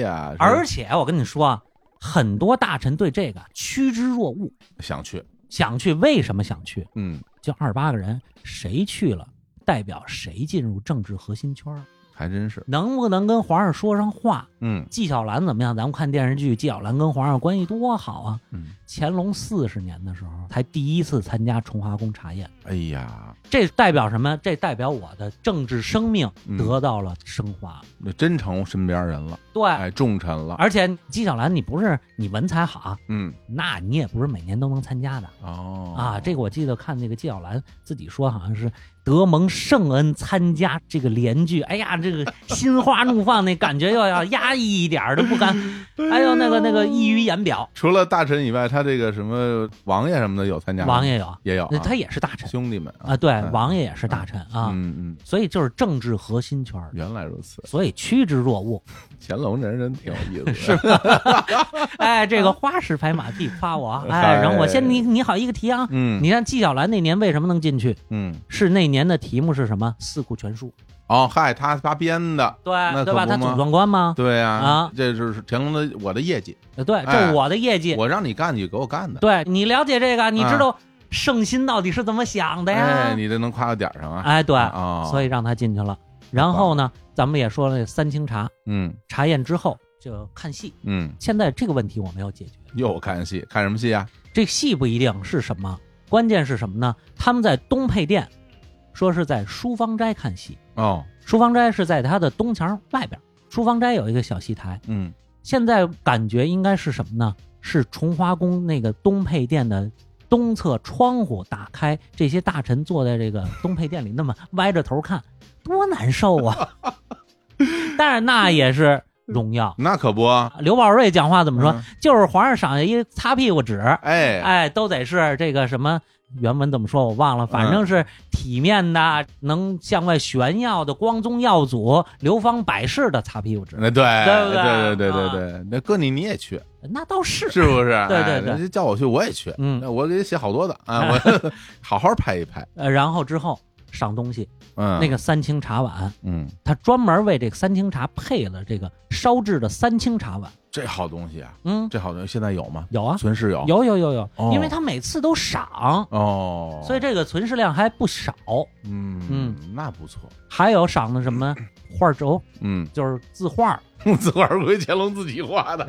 [SPEAKER 2] 呀，是
[SPEAKER 3] 而且我跟你说啊，很多大臣对这个趋之若鹜，
[SPEAKER 2] 想去，
[SPEAKER 3] 想去为什么想去？
[SPEAKER 2] 嗯，
[SPEAKER 3] 就二十八个人，谁去了，代表谁进入政治核心圈儿，
[SPEAKER 2] 还真是，
[SPEAKER 3] 能不能跟皇上说上话？
[SPEAKER 2] 嗯
[SPEAKER 3] 纪晓岚怎么样？咱们看电视剧，纪晓岚跟皇上关系多好啊！
[SPEAKER 2] 嗯，
[SPEAKER 3] 乾隆四十年的时候，才第一次参加崇华宫茶宴，
[SPEAKER 2] 哎呀，
[SPEAKER 3] 这代表什么？这代表我的政治生命
[SPEAKER 2] 嗯
[SPEAKER 3] 得到了升华。
[SPEAKER 2] 那真成身边人了，
[SPEAKER 3] 对，
[SPEAKER 2] 哎，重臣了，
[SPEAKER 3] 而且纪晓岚，你不是你文采好啊，
[SPEAKER 2] 嗯，
[SPEAKER 3] 那你也不是每年都能参加的
[SPEAKER 2] 哦
[SPEAKER 3] 啊。这个我记得看那个纪晓岚自己说，好像是德蒙圣恩参加这个联剧，哎呀，这个心花怒放，那感觉要要压抑一点儿都不 敢，哎呦，那个那个溢于言表。
[SPEAKER 2] 除了大臣以外，他这个什么王爷什么的有参加吗，
[SPEAKER 3] 王爷有，
[SPEAKER 2] 也有啊，
[SPEAKER 3] 他也是大臣
[SPEAKER 2] 兄弟们
[SPEAKER 3] 啊，对，
[SPEAKER 2] 嗯
[SPEAKER 3] 王爷也是大臣啊，
[SPEAKER 2] 嗯嗯，
[SPEAKER 3] 所以就是政治核心圈儿。
[SPEAKER 2] 原来如此，
[SPEAKER 3] 所以趋之若鹜，
[SPEAKER 2] 乾隆这人真挺有意思的，是，
[SPEAKER 3] 哎，这个花式拍马屁夸我，
[SPEAKER 2] 嗨
[SPEAKER 3] 哎，然后我先你你好一个题啊，
[SPEAKER 2] 嗯，
[SPEAKER 3] 你看纪晓岚那年为什么能进去？
[SPEAKER 2] 嗯，
[SPEAKER 3] 是那年的题目是什么？《四库全书
[SPEAKER 2] 哦，嗨，他他编的，》，那
[SPEAKER 3] 对对吧？
[SPEAKER 2] 可
[SPEAKER 3] 他
[SPEAKER 2] 不吗
[SPEAKER 3] 总壮观吗？
[SPEAKER 2] 对呀，
[SPEAKER 3] 啊
[SPEAKER 2] 这就是乾隆的我的业绩，
[SPEAKER 3] 呃对，
[SPEAKER 2] 哎
[SPEAKER 3] 这我的业绩。
[SPEAKER 2] 我让你干你就给我干的，
[SPEAKER 3] 对你了解这个，你
[SPEAKER 2] 啊
[SPEAKER 3] 知道圣心到底是怎么想的
[SPEAKER 2] 哎，
[SPEAKER 3] 呀？
[SPEAKER 2] 你这能夸到点儿上啊，
[SPEAKER 3] 啊哎，对，
[SPEAKER 2] 啊，
[SPEAKER 3] 所
[SPEAKER 2] 以，
[SPEAKER 3] 以让他进去了。然后呢，咱们也说了三清茶
[SPEAKER 2] 嗯
[SPEAKER 3] 茶宴之后就看戏。
[SPEAKER 2] 嗯，
[SPEAKER 3] 现在这个问题我们要解决，
[SPEAKER 2] 又看戏，看什么戏啊？
[SPEAKER 3] 这戏不一定是什么，关键是什么呢？他们在东配殿，说是在书房斋看戏。
[SPEAKER 2] 哦，
[SPEAKER 3] 书房斋是在它的东墙外边，书房斋有一个小戏台，
[SPEAKER 2] 嗯，
[SPEAKER 3] 现在感觉应该是什么呢？是崇华宫那个东配殿的东侧窗户打开，这些大臣坐在这个东配殿里，那么歪着头看，多难受啊！ 但是那也是荣耀。
[SPEAKER 2] 那可不，
[SPEAKER 3] 刘宝瑞讲话怎么说？
[SPEAKER 2] 嗯
[SPEAKER 3] 就是皇上赏下一擦屁股纸，
[SPEAKER 2] 哎，
[SPEAKER 3] 哎，都得是这个什么原文怎么说我忘了，反正是体面的、能向外炫耀的、光宗耀祖、流芳百世的擦屁股纸，
[SPEAKER 2] 那对，
[SPEAKER 3] 对不
[SPEAKER 2] 对
[SPEAKER 3] 对
[SPEAKER 2] 对对对对，那哥你你也去，
[SPEAKER 3] 那倒是
[SPEAKER 2] 是不是？
[SPEAKER 3] 对对
[SPEAKER 2] 哎
[SPEAKER 3] 对
[SPEAKER 2] 人家叫我去我也去，
[SPEAKER 3] 嗯
[SPEAKER 2] 那我给你写好多的啊，我 好好拍一拍，
[SPEAKER 3] 呃，然后之后上东西，
[SPEAKER 2] 嗯，
[SPEAKER 3] 那，个三清茶碗，
[SPEAKER 2] 嗯，
[SPEAKER 3] 他专门为这个三清茶配了这个烧制的三清茶碗。
[SPEAKER 2] 这好东西啊，
[SPEAKER 3] 嗯，
[SPEAKER 2] 这好东西现在有吗？
[SPEAKER 3] 有啊，
[SPEAKER 2] 存世有，
[SPEAKER 3] 有有有有
[SPEAKER 2] 哦，
[SPEAKER 3] 因为他每次都赏，
[SPEAKER 2] 哦，
[SPEAKER 3] 所以这个存世量还不少。
[SPEAKER 2] 嗯
[SPEAKER 3] 嗯
[SPEAKER 2] 那不错，
[SPEAKER 3] 还有赏的什么画轴，
[SPEAKER 2] 嗯，
[SPEAKER 3] 就是字画。
[SPEAKER 2] 自个儿归乾隆自己画 的，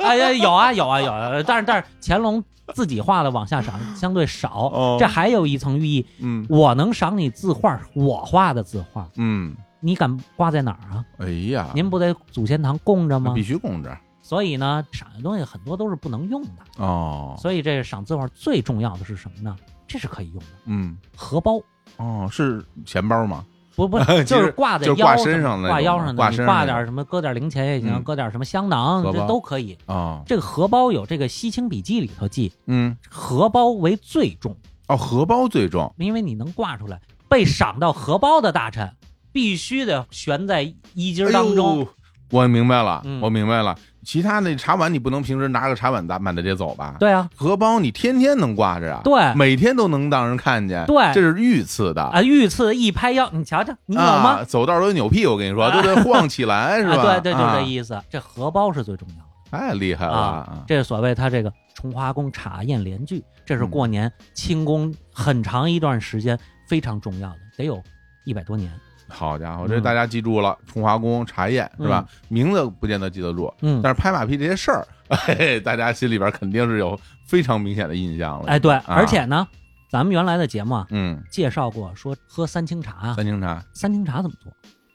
[SPEAKER 3] 哎呀，有啊有啊有啊，但是但是乾隆自己画的往下赏相对
[SPEAKER 2] 哦
[SPEAKER 3] 少，这还有一层寓意，
[SPEAKER 2] 嗯
[SPEAKER 3] 我能赏你字画，我画的字画，
[SPEAKER 2] 嗯，
[SPEAKER 3] 你敢挂在哪儿啊？
[SPEAKER 2] 哎呀，
[SPEAKER 3] 您不得祖先堂供着吗
[SPEAKER 2] 必？须供着
[SPEAKER 3] 所以呢，赏的东西很多都是不能用的。
[SPEAKER 2] 哦，
[SPEAKER 3] 所以这个赏字画最重要的是什么呢？这是可以用的，
[SPEAKER 2] 嗯，
[SPEAKER 3] 荷包
[SPEAKER 2] 哦，是钱包吗？
[SPEAKER 3] 不不
[SPEAKER 2] 其实
[SPEAKER 3] 就是挂在
[SPEAKER 2] 就
[SPEAKER 3] 腰
[SPEAKER 2] 挂身上那种
[SPEAKER 3] 挂腰上的，
[SPEAKER 2] 挂
[SPEAKER 3] 你
[SPEAKER 2] 身上
[SPEAKER 3] 挂
[SPEAKER 2] 那种
[SPEAKER 3] 点什么，搁点零钱也行，
[SPEAKER 2] 嗯
[SPEAKER 3] 搁点什么香囊
[SPEAKER 2] 荷，包
[SPEAKER 3] 这都可以。
[SPEAKER 2] 哦，
[SPEAKER 3] 这个荷包有这个《西清笔记》里头记，
[SPEAKER 2] 嗯，
[SPEAKER 3] 荷包为最重，
[SPEAKER 2] 哦，荷包最重，
[SPEAKER 3] 因为你能挂出来，被赏到荷包的大臣必须得悬在衣襟儿当中。
[SPEAKER 2] 哎呦。我明白了，
[SPEAKER 3] 嗯
[SPEAKER 2] 我明白了。其他那茶碗你不能平时拿个茶碗大满大街走吧？
[SPEAKER 3] 对啊，
[SPEAKER 2] 荷包你天天能挂着啊，
[SPEAKER 3] 对
[SPEAKER 2] 每天都能让人看见，
[SPEAKER 3] 对
[SPEAKER 2] 这是御赐的。
[SPEAKER 3] 啊，御赐一拍腰，你瞧瞧，你有吗？
[SPEAKER 2] 啊？走道都扭屁，我跟你说，都得晃起来，是吧？
[SPEAKER 3] 啊， 对对，就
[SPEAKER 2] 啊
[SPEAKER 3] 这意思。这荷包是最重要的。
[SPEAKER 2] 太厉害了
[SPEAKER 3] 啊，！这是所谓他这个崇华宫茶宴联句，这是
[SPEAKER 2] 嗯
[SPEAKER 3] 过年清宫很长一段时间非常重要的，得有一百多年。
[SPEAKER 2] 好家伙，
[SPEAKER 3] 嗯
[SPEAKER 2] 这大家记住了，春华宫茶宴是吧？名字不见得记得住，
[SPEAKER 3] 嗯，
[SPEAKER 2] 但是拍马屁这些事儿， 嘿嘿，大家心里边肯定是有非常明显的印象了。
[SPEAKER 3] 哎，对，
[SPEAKER 2] 啊
[SPEAKER 3] 而且呢，咱们原来的节目啊
[SPEAKER 2] 嗯，
[SPEAKER 3] 介绍过，说喝三清茶啊，
[SPEAKER 2] 三清茶，
[SPEAKER 3] 三清茶怎么做？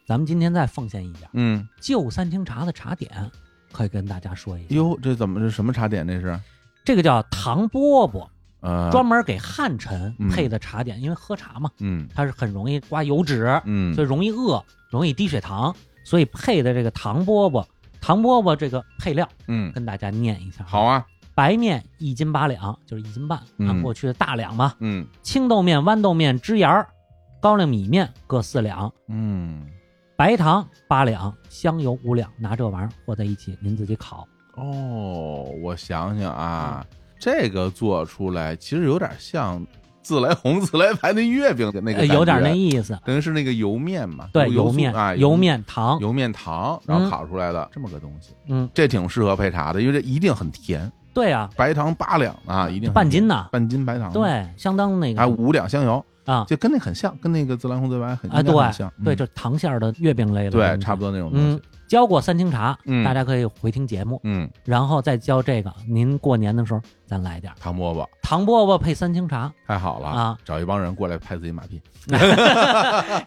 [SPEAKER 3] 咱们今天再奉献一点，
[SPEAKER 2] 嗯，
[SPEAKER 3] 就三清茶的茶点，可以跟大家说一下，
[SPEAKER 2] 哟，这怎么这什么茶点？这是
[SPEAKER 3] 这个叫糖饽饽，
[SPEAKER 2] 呃，
[SPEAKER 3] 专门给汉臣
[SPEAKER 2] 嗯
[SPEAKER 3] 配的茶点，因为喝茶嘛，
[SPEAKER 2] 嗯
[SPEAKER 3] 它是很容易刮油脂，
[SPEAKER 2] 嗯，
[SPEAKER 3] 所以容易饿，容易低血糖，所以配的这个糖饽饽，糖饽饽这个配料
[SPEAKER 2] 嗯，
[SPEAKER 3] 跟大家念一下。
[SPEAKER 2] 好，啊，
[SPEAKER 3] 白面一斤八两，就是一斤半，
[SPEAKER 2] 嗯
[SPEAKER 3] 按过去的大两嘛。
[SPEAKER 2] 嗯
[SPEAKER 3] 青豆面、豌豆面、枝芽儿、高粱米面各四两，
[SPEAKER 2] 嗯，
[SPEAKER 3] 白糖八两，香油五两。拿这玩意儿和在一起，您自己烤。
[SPEAKER 2] 哦，我想想啊，这个做出来其实有点像自来红、自来牌那月饼的那个
[SPEAKER 3] 呃
[SPEAKER 2] 感觉，
[SPEAKER 3] 有点那意思。
[SPEAKER 2] 等于是那个油面嘛，
[SPEAKER 3] 对，
[SPEAKER 2] 油
[SPEAKER 3] 油面、
[SPEAKER 2] 啊，
[SPEAKER 3] 油面嗯糖，
[SPEAKER 2] 油面糖，然后烤出来的这么个东西，
[SPEAKER 3] 嗯，
[SPEAKER 2] 这挺适合配茶的，因为这一定很甜，
[SPEAKER 3] 对啊，
[SPEAKER 2] 白糖八两啊，一定很
[SPEAKER 3] 半
[SPEAKER 2] 甜
[SPEAKER 3] 斤呐，
[SPEAKER 2] 半斤白糖，，
[SPEAKER 3] 对，相当那
[SPEAKER 2] 还有
[SPEAKER 3] 个
[SPEAKER 2] 五两香油，
[SPEAKER 3] 啊
[SPEAKER 2] 就跟那很像，跟那个自来红、自来很
[SPEAKER 3] 啊，
[SPEAKER 2] 应该很像，
[SPEAKER 3] 对对，
[SPEAKER 2] 嗯
[SPEAKER 3] 就糖馅儿的月饼类的，
[SPEAKER 2] 对，差不
[SPEAKER 3] 多。
[SPEAKER 2] 多那种东
[SPEAKER 3] 嗯
[SPEAKER 2] 西，，
[SPEAKER 3] 教过三清茶，
[SPEAKER 2] 嗯
[SPEAKER 3] 大家可以回听节目，
[SPEAKER 2] 嗯，
[SPEAKER 3] 然后再教这个。您过年的时候咱来点儿
[SPEAKER 2] 糖饽饽
[SPEAKER 3] 糖饽饽配三清 茶，
[SPEAKER 2] 太好了
[SPEAKER 3] 啊！
[SPEAKER 2] 找一帮人过来拍自己马屁，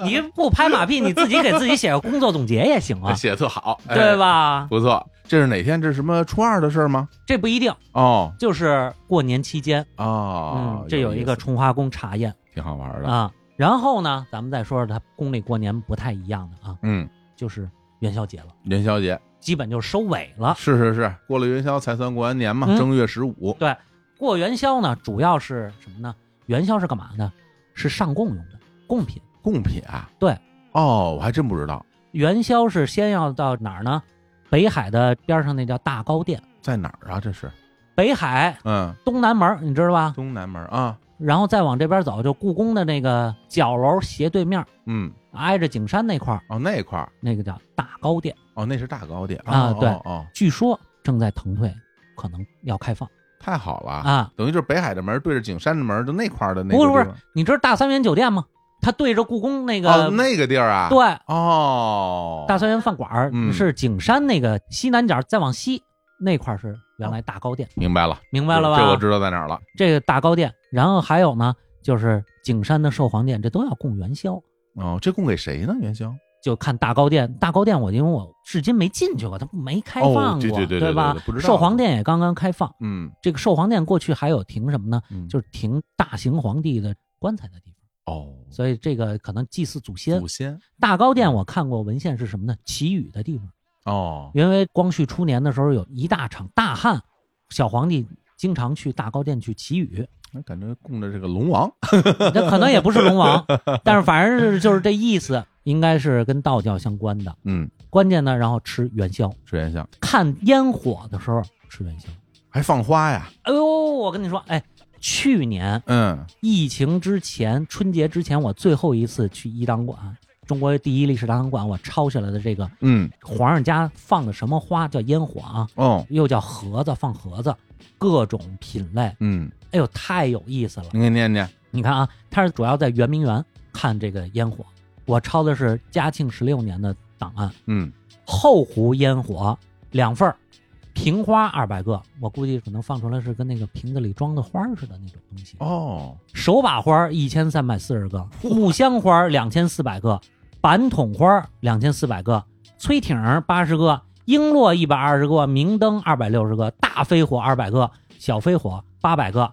[SPEAKER 3] 你不拍马屁，你自己给自己写个工作总结也行啊，
[SPEAKER 2] 写的特好，哎
[SPEAKER 3] 对？吧？
[SPEAKER 2] 不错，这是哪天？这是什么初二的事儿吗？
[SPEAKER 3] 这不一定，
[SPEAKER 2] 哦
[SPEAKER 3] 就是过年期间，
[SPEAKER 2] 哦
[SPEAKER 3] 嗯，，这有一个
[SPEAKER 2] 意思
[SPEAKER 3] 春华宫茶宴
[SPEAKER 2] 挺好玩的，
[SPEAKER 3] 啊。然后呢，咱们再说说它宫里过年不太一样的啊，
[SPEAKER 2] 嗯，
[SPEAKER 3] 就是元宵节了，
[SPEAKER 2] 元宵节
[SPEAKER 3] 基本就收尾了。
[SPEAKER 2] 是是是，过了元宵才算过完年嘛，
[SPEAKER 3] 嗯
[SPEAKER 2] 正月十五，
[SPEAKER 3] 过元宵呢，主要是什么呢？元宵是干嘛呢？是上供用的贡品。
[SPEAKER 2] 贡品啊，
[SPEAKER 3] 对，
[SPEAKER 2] 哦，我还真不知道
[SPEAKER 3] 元宵是先要到哪儿呢？北海的边上那叫大高殿，
[SPEAKER 2] 在哪儿啊，这是，
[SPEAKER 3] 北海
[SPEAKER 2] 嗯，
[SPEAKER 3] 东南门，你知道吧？
[SPEAKER 2] 东南门啊，
[SPEAKER 3] 然后再往这边走，就故宫的那个角楼斜对面，
[SPEAKER 2] 嗯，
[SPEAKER 3] 挨着景山那块儿，
[SPEAKER 2] 哦那块儿，
[SPEAKER 3] 那个叫大高殿，
[SPEAKER 2] 哦那是大糕点
[SPEAKER 3] 啊
[SPEAKER 2] 哦
[SPEAKER 3] 对
[SPEAKER 2] 哦哦，
[SPEAKER 3] 据说正在腾退，可能要开放
[SPEAKER 2] 太好了，
[SPEAKER 3] 啊。
[SPEAKER 2] 等于就是北海的门对着景山的门，就那块儿的那个
[SPEAKER 3] 不是不是
[SPEAKER 2] 地方，
[SPEAKER 3] 你知道大三元酒店吗？它对着故宫那个，
[SPEAKER 2] 哦那个地儿啊，，
[SPEAKER 3] 对，
[SPEAKER 2] 哦，
[SPEAKER 3] 大三元饭馆儿
[SPEAKER 2] 嗯
[SPEAKER 3] 是景山那个西南角，再往西那块儿是原来大高店，
[SPEAKER 2] 明白了，
[SPEAKER 3] 明白了吧？
[SPEAKER 2] 这我知道在哪儿了，
[SPEAKER 3] 这个大高店，然后还有呢，就是景山的寿皇殿，这都要供元宵。
[SPEAKER 2] 哦，这供给谁呢？元宵？
[SPEAKER 3] 就看大高殿，大高殿我因为我至今没进去过，它没开
[SPEAKER 2] 哦
[SPEAKER 3] 放过，
[SPEAKER 2] 对对对对对
[SPEAKER 3] 吧
[SPEAKER 2] 对不知道
[SPEAKER 3] 寿皇殿也刚刚开放，
[SPEAKER 2] 嗯，
[SPEAKER 3] 这个寿皇殿过去还有停什么呢？
[SPEAKER 2] 嗯
[SPEAKER 3] 就是停大行皇帝的棺材的地方，
[SPEAKER 2] 哦，
[SPEAKER 3] 所以这个可能祭祀祖先
[SPEAKER 2] 祖。先
[SPEAKER 3] 大高殿我看过文献是什么呢？祈雨的地方。
[SPEAKER 2] 哦，
[SPEAKER 3] 因为光绪初年的时候有一大场大旱，小皇帝经常去大高殿去祈雨，
[SPEAKER 2] 那感觉供着这个龙王，
[SPEAKER 3] 那可能也不是龙王，但是反正是就是这意思，应该是跟道教相关的。
[SPEAKER 2] 嗯，
[SPEAKER 3] 关键呢，然后吃元宵，
[SPEAKER 2] 吃元宵
[SPEAKER 3] 看烟火的时候吃元宵。
[SPEAKER 2] 还放花呀，
[SPEAKER 3] 哎呦，我跟你说，哎，去年
[SPEAKER 2] 嗯，
[SPEAKER 3] 疫情之前，春节之前，我最后一次去一档馆，中国第一历史档案馆，我抄下来的这个
[SPEAKER 2] 嗯，
[SPEAKER 3] 皇上家放的什么花叫烟火啊？
[SPEAKER 2] 哦，
[SPEAKER 3] 又叫盒子，放盒子，各种品类，
[SPEAKER 2] 嗯，
[SPEAKER 3] 哎呦，太有意思了！
[SPEAKER 2] 你给念念，
[SPEAKER 3] 你看啊，它是主要在圆明园看这个烟火，我抄的是嘉庆十六年的档案，
[SPEAKER 2] 嗯，
[SPEAKER 3] 后湖烟火两份儿，瓶花二百个，我估计可能放出来是跟那个瓶子里装的花儿似的那种东西。
[SPEAKER 2] 哦，
[SPEAKER 3] 手把花一千三百四十个，木香花两千四百个，板筒花两千四百个，崔挺八十个，璎珞一百二十个，明灯二百六十个，大飞火二百个，小飞火八百个，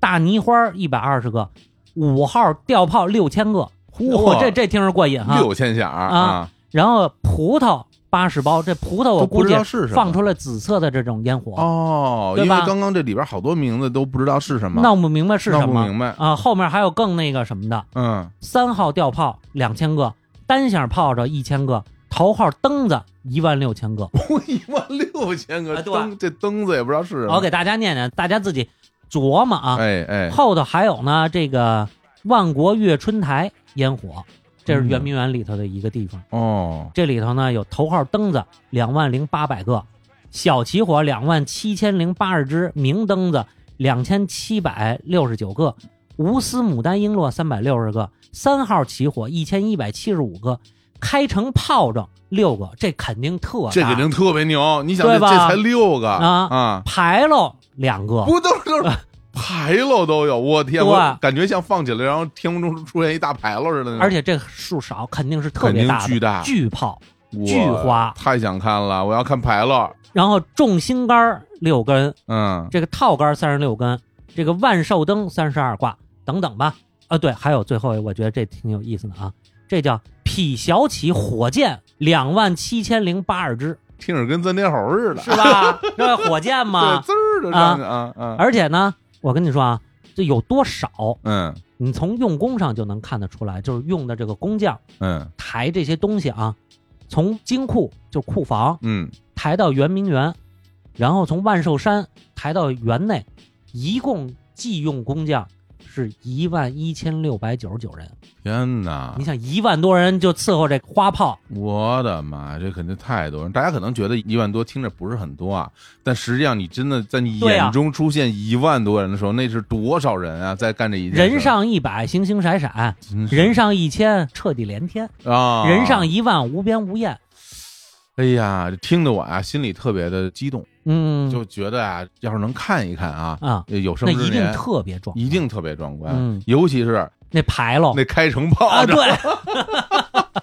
[SPEAKER 3] 大泥花一百二十个，五号吊炮六千个，嚯，
[SPEAKER 2] 哇
[SPEAKER 3] 这这听着过瘾哈、
[SPEAKER 2] 六千响儿
[SPEAKER 3] 啊，然后葡萄八十包，这葡萄我
[SPEAKER 2] 都不
[SPEAKER 3] 估
[SPEAKER 2] 知
[SPEAKER 3] 计
[SPEAKER 2] 道是什么
[SPEAKER 3] 放出来紫色的这种烟火，
[SPEAKER 2] 哦，因
[SPEAKER 3] 对
[SPEAKER 2] 为
[SPEAKER 3] 吧
[SPEAKER 2] 刚刚这里边好多名字都不知道是什么，
[SPEAKER 3] 闹不明白是
[SPEAKER 2] 闹
[SPEAKER 3] 什
[SPEAKER 2] 不
[SPEAKER 3] 么
[SPEAKER 2] 明白，
[SPEAKER 3] 啊？后面还有更那个什么的。
[SPEAKER 2] 嗯，
[SPEAKER 3] 三号吊炮两千个，单响炮仗一千个，头号灯子一万六千个。
[SPEAKER 2] 一万六千个
[SPEAKER 3] 啊对
[SPEAKER 2] 灯，这灯子也不知道是什么，
[SPEAKER 3] 我给大家念念，大家自己琢磨啊。
[SPEAKER 2] 哎哎，
[SPEAKER 3] 后头还有呢，这个万国月春台烟火，这是
[SPEAKER 2] 嗯
[SPEAKER 3] 圆明园里头的一个地方。
[SPEAKER 2] 哦，
[SPEAKER 3] 这里头呢有头号灯子两万零八百个，小起火两万七千零八十只，明灯子两千七百六十九个，无丝牡丹璎珞三百六十个，三号起火一千一百七十五个，开城炮仗六个，这肯定特大。
[SPEAKER 2] 这肯定特别牛，你想这
[SPEAKER 3] 对吧
[SPEAKER 2] 这才六个
[SPEAKER 3] 啊
[SPEAKER 2] 啊，
[SPEAKER 3] 牌楼两个，
[SPEAKER 2] 不都是都 是牌楼都有，我天，
[SPEAKER 3] 对
[SPEAKER 2] 我感觉像放起来，然后天空中出现一大牌楼似的那种，
[SPEAKER 3] 而且这数少，肯定是特别大
[SPEAKER 2] 肯
[SPEAKER 3] 的
[SPEAKER 2] 定巨大
[SPEAKER 3] 巨炮，
[SPEAKER 2] 我
[SPEAKER 3] 巨花
[SPEAKER 2] 太想看了，我要看牌楼，
[SPEAKER 3] 然后重心杆儿六根，
[SPEAKER 2] 嗯
[SPEAKER 3] 这个套杆三十六根，这个万寿灯三十二卦等等吧。啊，对，还有最后一个，我觉得这挺有意思的啊，这叫匹小起火箭两万七千零八十支，
[SPEAKER 2] 听着跟咱天猴似的，
[SPEAKER 3] 是吧？这火箭嘛
[SPEAKER 2] 对，，滋儿的上去啊啊，
[SPEAKER 3] 而且呢，我跟你说啊，这有多少，
[SPEAKER 2] 嗯
[SPEAKER 3] 你从用工上就能看得出来，就是用的这个工匠
[SPEAKER 2] 嗯
[SPEAKER 3] 抬这些东西啊，从金库就是库房
[SPEAKER 2] 嗯，
[SPEAKER 3] 抬到圆明园，然后从万寿山抬到园内，一共计用工匠是一万一千六百九十九人。
[SPEAKER 2] 天哪
[SPEAKER 3] 你！想一万多人就伺候这花炮，
[SPEAKER 2] 我的妈，这肯定太多人。大家可能觉得一万多听着不是很多啊，但实际上你真的在你
[SPEAKER 3] 对啊
[SPEAKER 2] 眼中出现一万多人的时候，那是多少人啊，在干这一件事儿
[SPEAKER 3] 人上一百星星闪闪，
[SPEAKER 2] 真是
[SPEAKER 3] 人上一千彻底连天，
[SPEAKER 2] 啊，
[SPEAKER 3] 人上一万无边无厌。
[SPEAKER 2] 哎呀，听得我啊心里特别的激动，
[SPEAKER 3] 嗯，
[SPEAKER 2] 就觉得啊，要是能看一看啊，
[SPEAKER 3] 啊，
[SPEAKER 2] 有生
[SPEAKER 3] 那
[SPEAKER 2] 之
[SPEAKER 3] 一定
[SPEAKER 2] 年
[SPEAKER 3] 特别壮，
[SPEAKER 2] 一定特别壮观，
[SPEAKER 3] 嗯
[SPEAKER 2] 尤其是
[SPEAKER 3] 那牌楼
[SPEAKER 2] 那开城炮，
[SPEAKER 3] 啊，对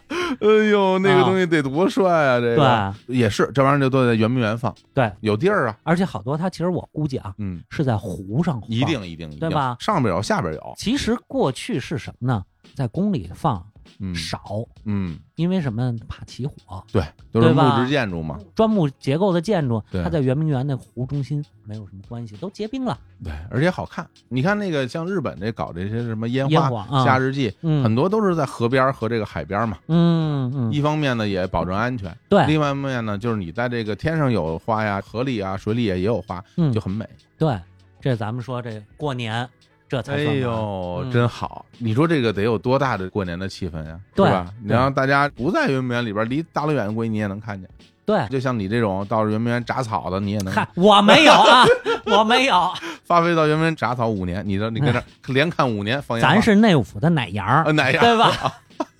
[SPEAKER 2] 哎呦，那个东西得多帅啊！这
[SPEAKER 3] 对，
[SPEAKER 2] 个也是，这玩意儿就都在圆明园放，
[SPEAKER 3] 对，
[SPEAKER 2] 有地儿啊，
[SPEAKER 3] 而且好多它其实我估计啊
[SPEAKER 2] 嗯，
[SPEAKER 3] 是在湖上放
[SPEAKER 2] 一。定一定，一定
[SPEAKER 3] 对吧
[SPEAKER 2] 上边有，下边有，
[SPEAKER 3] 其实过去是什么呢？在宫里放
[SPEAKER 2] 嗯
[SPEAKER 3] 少，
[SPEAKER 2] 嗯，
[SPEAKER 3] 因为什么？怕起火。
[SPEAKER 2] 对，都是
[SPEAKER 3] 对
[SPEAKER 2] 木
[SPEAKER 3] 吧
[SPEAKER 2] 质建筑嘛，
[SPEAKER 3] 砖木结构的建筑，
[SPEAKER 2] 对
[SPEAKER 3] 它在圆明园那湖中心没有什么关系，都结冰了。
[SPEAKER 2] 对，而且好看。你看那个像日本这搞这些什么烟
[SPEAKER 3] 烟
[SPEAKER 2] 花
[SPEAKER 3] 火啊
[SPEAKER 2] 夏日祭，很
[SPEAKER 3] 嗯
[SPEAKER 2] 多都是在河边和这个海边嘛。
[SPEAKER 3] 嗯嗯，哎
[SPEAKER 2] 一方面呢也保证安全，
[SPEAKER 3] 对
[SPEAKER 2] 另外一方面呢就是你在这个天上有花呀，河里啊、水里也也有花，
[SPEAKER 3] 嗯
[SPEAKER 2] 就很美。
[SPEAKER 3] 对，这咱们说这过年这才
[SPEAKER 2] 哎
[SPEAKER 3] 算完
[SPEAKER 2] 呦，
[SPEAKER 3] 嗯
[SPEAKER 2] 真好！你说这个得有多大的过年的气氛呀，是
[SPEAKER 3] 对
[SPEAKER 2] 吧？你
[SPEAKER 3] 对
[SPEAKER 2] 让大家不在圆明园里边，离大老远的过去你也能看见。
[SPEAKER 3] 对。
[SPEAKER 2] 就像你这种到圆明园铡草的，你也能
[SPEAKER 3] 哎嗨，我没有 啊，我没有，
[SPEAKER 2] 发挥到圆明园铡草五年，你的你跟这连看五年放烟花，
[SPEAKER 3] 哎咱是内务府的奶羊儿
[SPEAKER 2] 呃，哪样？
[SPEAKER 3] 对吧？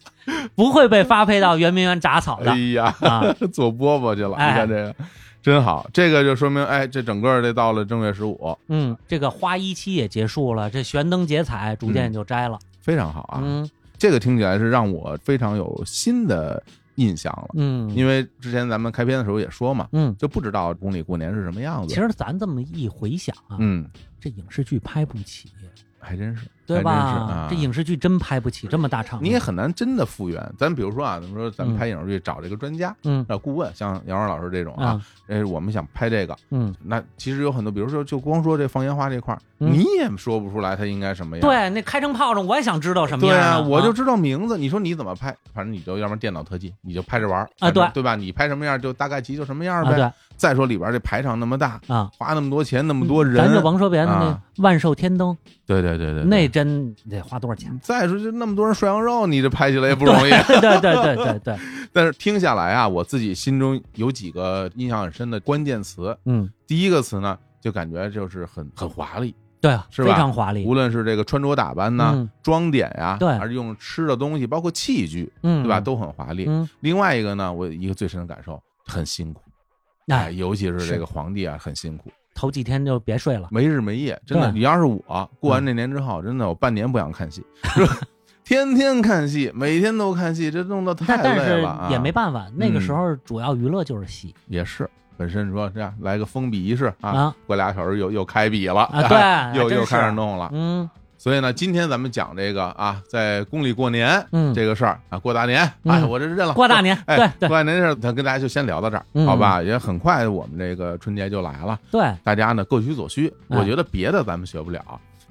[SPEAKER 3] 不会被发配到圆明园铡草的
[SPEAKER 2] 哎呀，
[SPEAKER 3] 啊。
[SPEAKER 2] 做饽饽去了！
[SPEAKER 3] 哎
[SPEAKER 2] 你看这个真好，这个就说明哎，这整个这到了正月十五
[SPEAKER 3] 嗯，这个花一期也结束了，这悬灯结彩逐渐就摘了。
[SPEAKER 2] 非常好嗯啊。
[SPEAKER 3] 嗯
[SPEAKER 2] 这个听起来是让我非常有新的印象了，
[SPEAKER 3] 嗯
[SPEAKER 2] 因为之前咱们开篇的时候也说嘛，
[SPEAKER 3] 嗯，
[SPEAKER 2] 就不知道宫里过年是什么样子。
[SPEAKER 3] 其实咱这么一回想啊，
[SPEAKER 2] 嗯，
[SPEAKER 3] 这影视剧拍不起，
[SPEAKER 2] 还真是，
[SPEAKER 3] 对吧？
[SPEAKER 2] 还真是啊、
[SPEAKER 3] 这影视剧真拍不起这么大场
[SPEAKER 2] 你也
[SPEAKER 3] 面。
[SPEAKER 2] 很难真的复原。咱比如说啊，咱们说咱们
[SPEAKER 3] 嗯
[SPEAKER 2] 拍影视剧找这个专家。
[SPEAKER 3] 嗯
[SPEAKER 2] 呃，顾问像杨洋老师这种啊
[SPEAKER 3] 啊，
[SPEAKER 2] 哎，我们想拍这个，
[SPEAKER 3] 嗯，
[SPEAKER 2] 那其实有很多，比如说就光说这放烟花这块儿，
[SPEAKER 3] 嗯
[SPEAKER 2] 你也说不出来它应该什么样。
[SPEAKER 3] 对，那开成炮仗我也想知道什么
[SPEAKER 2] 对
[SPEAKER 3] 样
[SPEAKER 2] 啊，
[SPEAKER 3] 啊
[SPEAKER 2] 我就知道名字。你说你怎么拍？反正你就要不然电脑特技，你就拍着玩儿
[SPEAKER 3] 啊
[SPEAKER 2] 反正
[SPEAKER 3] 对
[SPEAKER 2] 对吧？你拍什么样就大概其就什么样
[SPEAKER 3] 啊
[SPEAKER 2] 呗。
[SPEAKER 3] 对
[SPEAKER 2] 再说里边这排场那么大，
[SPEAKER 3] 啊，嗯
[SPEAKER 2] 花那么多钱，那么多人
[SPEAKER 3] 咱，就甭说别的，
[SPEAKER 2] 啊
[SPEAKER 3] 那万寿天灯
[SPEAKER 2] 对对对对，对
[SPEAKER 3] 那真得花多少钱？
[SPEAKER 2] 再说就那么多人涮羊肉，你这拍起来也不容易。
[SPEAKER 3] 对对对对对，
[SPEAKER 2] 但是听下来啊，我自己心中有几个印象很深的关键词。
[SPEAKER 3] 嗯，
[SPEAKER 2] 第一个词呢，就感觉就是很很华丽，
[SPEAKER 3] 对啊，
[SPEAKER 2] 是
[SPEAKER 3] 非
[SPEAKER 2] 吧
[SPEAKER 3] 常华丽
[SPEAKER 2] 无，论是这个穿着打扮呐、
[SPEAKER 3] 嗯
[SPEAKER 2] 装点呀、
[SPEAKER 3] 对
[SPEAKER 2] 还是用吃的东西，包括器具，
[SPEAKER 3] 嗯，
[SPEAKER 2] 对吧，都很华丽。
[SPEAKER 3] 嗯，
[SPEAKER 2] 另外一个呢，我一个最深的感受，很辛苦，哎，
[SPEAKER 3] 哎，
[SPEAKER 2] 尤其是
[SPEAKER 3] 是
[SPEAKER 2] 这个皇帝啊，很辛苦，
[SPEAKER 3] 头几天就别睡了，
[SPEAKER 2] 没日没夜，真的。
[SPEAKER 3] 对嗯
[SPEAKER 2] 你要是我过完这年之后，真的我半年不想看戏，是吧 天天看戏，每天都看戏，这弄得太
[SPEAKER 3] 但但
[SPEAKER 2] 累
[SPEAKER 3] 是
[SPEAKER 2] 了啊！
[SPEAKER 3] 也没办法，那
[SPEAKER 2] 嗯
[SPEAKER 3] 个时候主要娱乐就是戏
[SPEAKER 2] 也是。本身说这样来个封笔仪式啊，
[SPEAKER 3] 啊，
[SPEAKER 2] 过俩小时又又开笔了
[SPEAKER 3] 啊对 还
[SPEAKER 2] 又
[SPEAKER 3] 真
[SPEAKER 2] 又
[SPEAKER 3] 是
[SPEAKER 2] 开始弄了。
[SPEAKER 3] 嗯
[SPEAKER 2] 所以呢，今天咱们讲这个啊，在宫里过年
[SPEAKER 3] 嗯，
[SPEAKER 2] 这个事儿啊，过大年，
[SPEAKER 3] 嗯
[SPEAKER 2] 哎，我这认了，
[SPEAKER 3] 过大年，
[SPEAKER 2] 哎，
[SPEAKER 3] 对对
[SPEAKER 2] 过完年这事儿，咱跟大家就先聊到这儿，
[SPEAKER 3] 嗯
[SPEAKER 2] 好吧？也很快，我们这个春节就来了，
[SPEAKER 3] 对，
[SPEAKER 2] 大家呢各取所需。
[SPEAKER 3] 哎
[SPEAKER 2] 我觉得别的咱们学不了，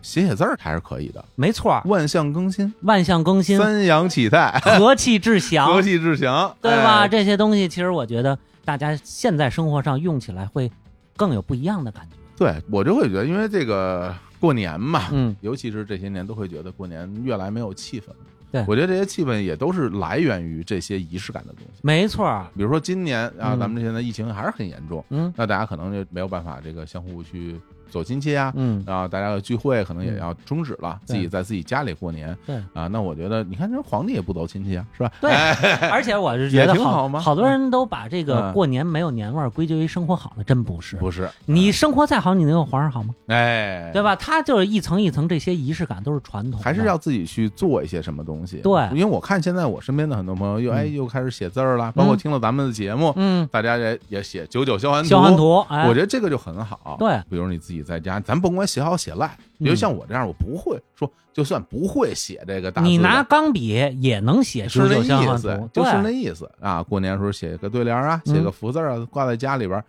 [SPEAKER 2] 写写字儿还是可以的。
[SPEAKER 3] 没错儿，
[SPEAKER 2] 万象更新，
[SPEAKER 3] 万象更啊新，
[SPEAKER 2] 哎三阳起 泰，
[SPEAKER 3] 和气致
[SPEAKER 2] 和
[SPEAKER 3] 祥，
[SPEAKER 2] 气致祥，
[SPEAKER 3] 对吧？
[SPEAKER 2] 哎
[SPEAKER 3] 这些东西其实我觉得大家现在生活上用起来会更有不一样的感觉。
[SPEAKER 2] 对我就会觉得，因为这个过年嘛，
[SPEAKER 3] 嗯，
[SPEAKER 2] 尤其是这些年，都会觉得过年越来没有气氛。
[SPEAKER 3] 对
[SPEAKER 2] 我觉得这些气氛也都是来源于这些仪式感的东西。
[SPEAKER 3] 没错儿，
[SPEAKER 2] 比如说今年啊，
[SPEAKER 3] 嗯
[SPEAKER 2] 咱们现在疫情还是很严重，
[SPEAKER 3] 嗯
[SPEAKER 2] 那大家可能就没有办法这个相互去走亲戚啊，
[SPEAKER 3] 嗯，
[SPEAKER 2] 然后大家的聚会可能也要终止了，自
[SPEAKER 3] 对
[SPEAKER 2] 己在自己家里过年
[SPEAKER 3] 对。
[SPEAKER 2] 啊。那我觉得，你看这皇帝也不走亲戚啊，是吧？
[SPEAKER 3] 对
[SPEAKER 2] 哎，
[SPEAKER 3] 而且我是觉
[SPEAKER 2] 也
[SPEAKER 3] 得
[SPEAKER 2] 挺好
[SPEAKER 3] 好
[SPEAKER 2] 嘛
[SPEAKER 3] 好多人都把这
[SPEAKER 2] 嗯
[SPEAKER 3] 个过年没有年味儿归结于生活好了，真不是。
[SPEAKER 2] 不是
[SPEAKER 3] 你生活再好，你能有皇上好吗？
[SPEAKER 2] 哎，
[SPEAKER 3] 对？吧？它就是一层一层，这些仪式感都是传统的，
[SPEAKER 2] 还是要自己去做一些什么东西。
[SPEAKER 3] 对
[SPEAKER 2] 因为我看现在我身边的很多朋友又哎
[SPEAKER 3] 嗯
[SPEAKER 2] 又开始写字儿了，包括
[SPEAKER 3] 嗯
[SPEAKER 2] 听了咱们的节目，
[SPEAKER 3] 嗯，
[SPEAKER 2] 大家也也写九九消寒
[SPEAKER 3] 消寒图，哎，
[SPEAKER 2] 我觉得这个就很好。
[SPEAKER 3] 对
[SPEAKER 2] 比如你自己己在家，咱甭管写好写赖，比如
[SPEAKER 3] 嗯
[SPEAKER 2] 像我这样，我不会说，就算不会写这个大字的，
[SPEAKER 3] 你拿钢笔也能写
[SPEAKER 2] 是
[SPEAKER 3] 九
[SPEAKER 2] 那
[SPEAKER 3] 九相
[SPEAKER 2] 意
[SPEAKER 3] 换
[SPEAKER 2] 思
[SPEAKER 3] 图，，
[SPEAKER 2] 就
[SPEAKER 3] 对
[SPEAKER 2] 是那意思啊。过年时候写个对联啊，
[SPEAKER 3] 嗯
[SPEAKER 2] 写个福字啊，挂在家里边儿，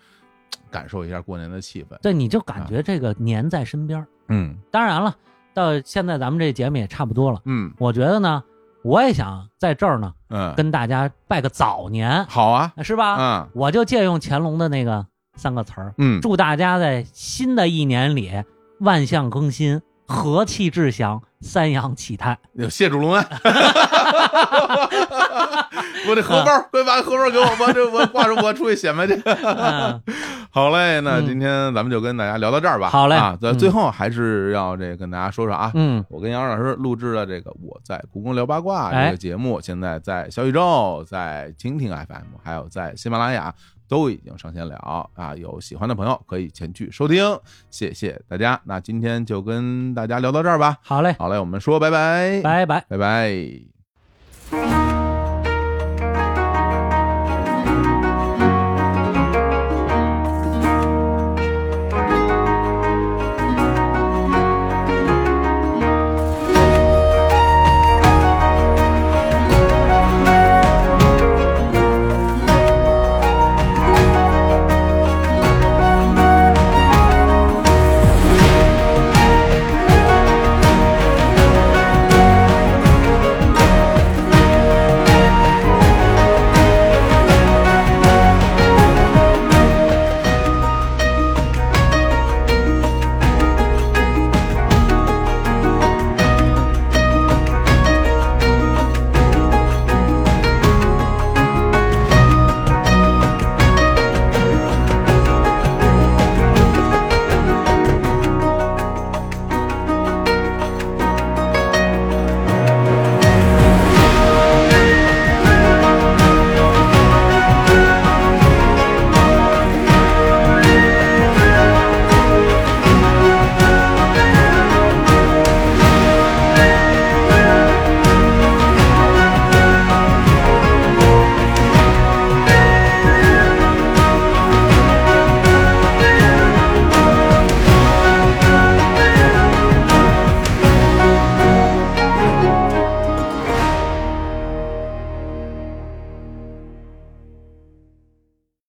[SPEAKER 2] 感受一下过年的气氛。
[SPEAKER 3] 对，你就感觉这个年在身边儿。
[SPEAKER 2] 嗯
[SPEAKER 3] 当然了，到现在咱们这节目也差不多了，
[SPEAKER 2] 嗯
[SPEAKER 3] 我觉得呢，我也想在这儿呢
[SPEAKER 2] 嗯，
[SPEAKER 3] 跟大家拜个早年，
[SPEAKER 2] 好啊，
[SPEAKER 3] 是吧？
[SPEAKER 2] 嗯
[SPEAKER 3] 我就借用乾隆的那个三个词儿，
[SPEAKER 2] 嗯，
[SPEAKER 3] 祝大家在新的一年里万象更新，和气致祥，三阳起泰。
[SPEAKER 2] 有嗯谢主隆 恩，我这荷包，快把荷包给我吧，这我挂着我出去显摆去。
[SPEAKER 3] 嗯，
[SPEAKER 2] 好嘞，那
[SPEAKER 3] 嗯
[SPEAKER 2] 今天咱们就跟大家聊到这儿吧。
[SPEAKER 3] 好嘞
[SPEAKER 2] 啊，在
[SPEAKER 3] 嗯
[SPEAKER 2] 最后还是要这跟大家说说啊，
[SPEAKER 3] 嗯
[SPEAKER 2] 我跟杨老师录制了这个《我在故宫聊八卦》
[SPEAKER 3] 哎
[SPEAKER 2] 这个节目，现在在小宇宙、在蜻蜓 FM，还有在喜马拉雅都已经上线了啊！有喜欢的朋友可以前去收听，谢谢大家。那今天就跟大家聊到这儿吧。
[SPEAKER 3] 好嘞，
[SPEAKER 2] 好嘞，我们说拜拜，
[SPEAKER 3] 拜拜。
[SPEAKER 2] 拜拜。
[SPEAKER 4] Thank you.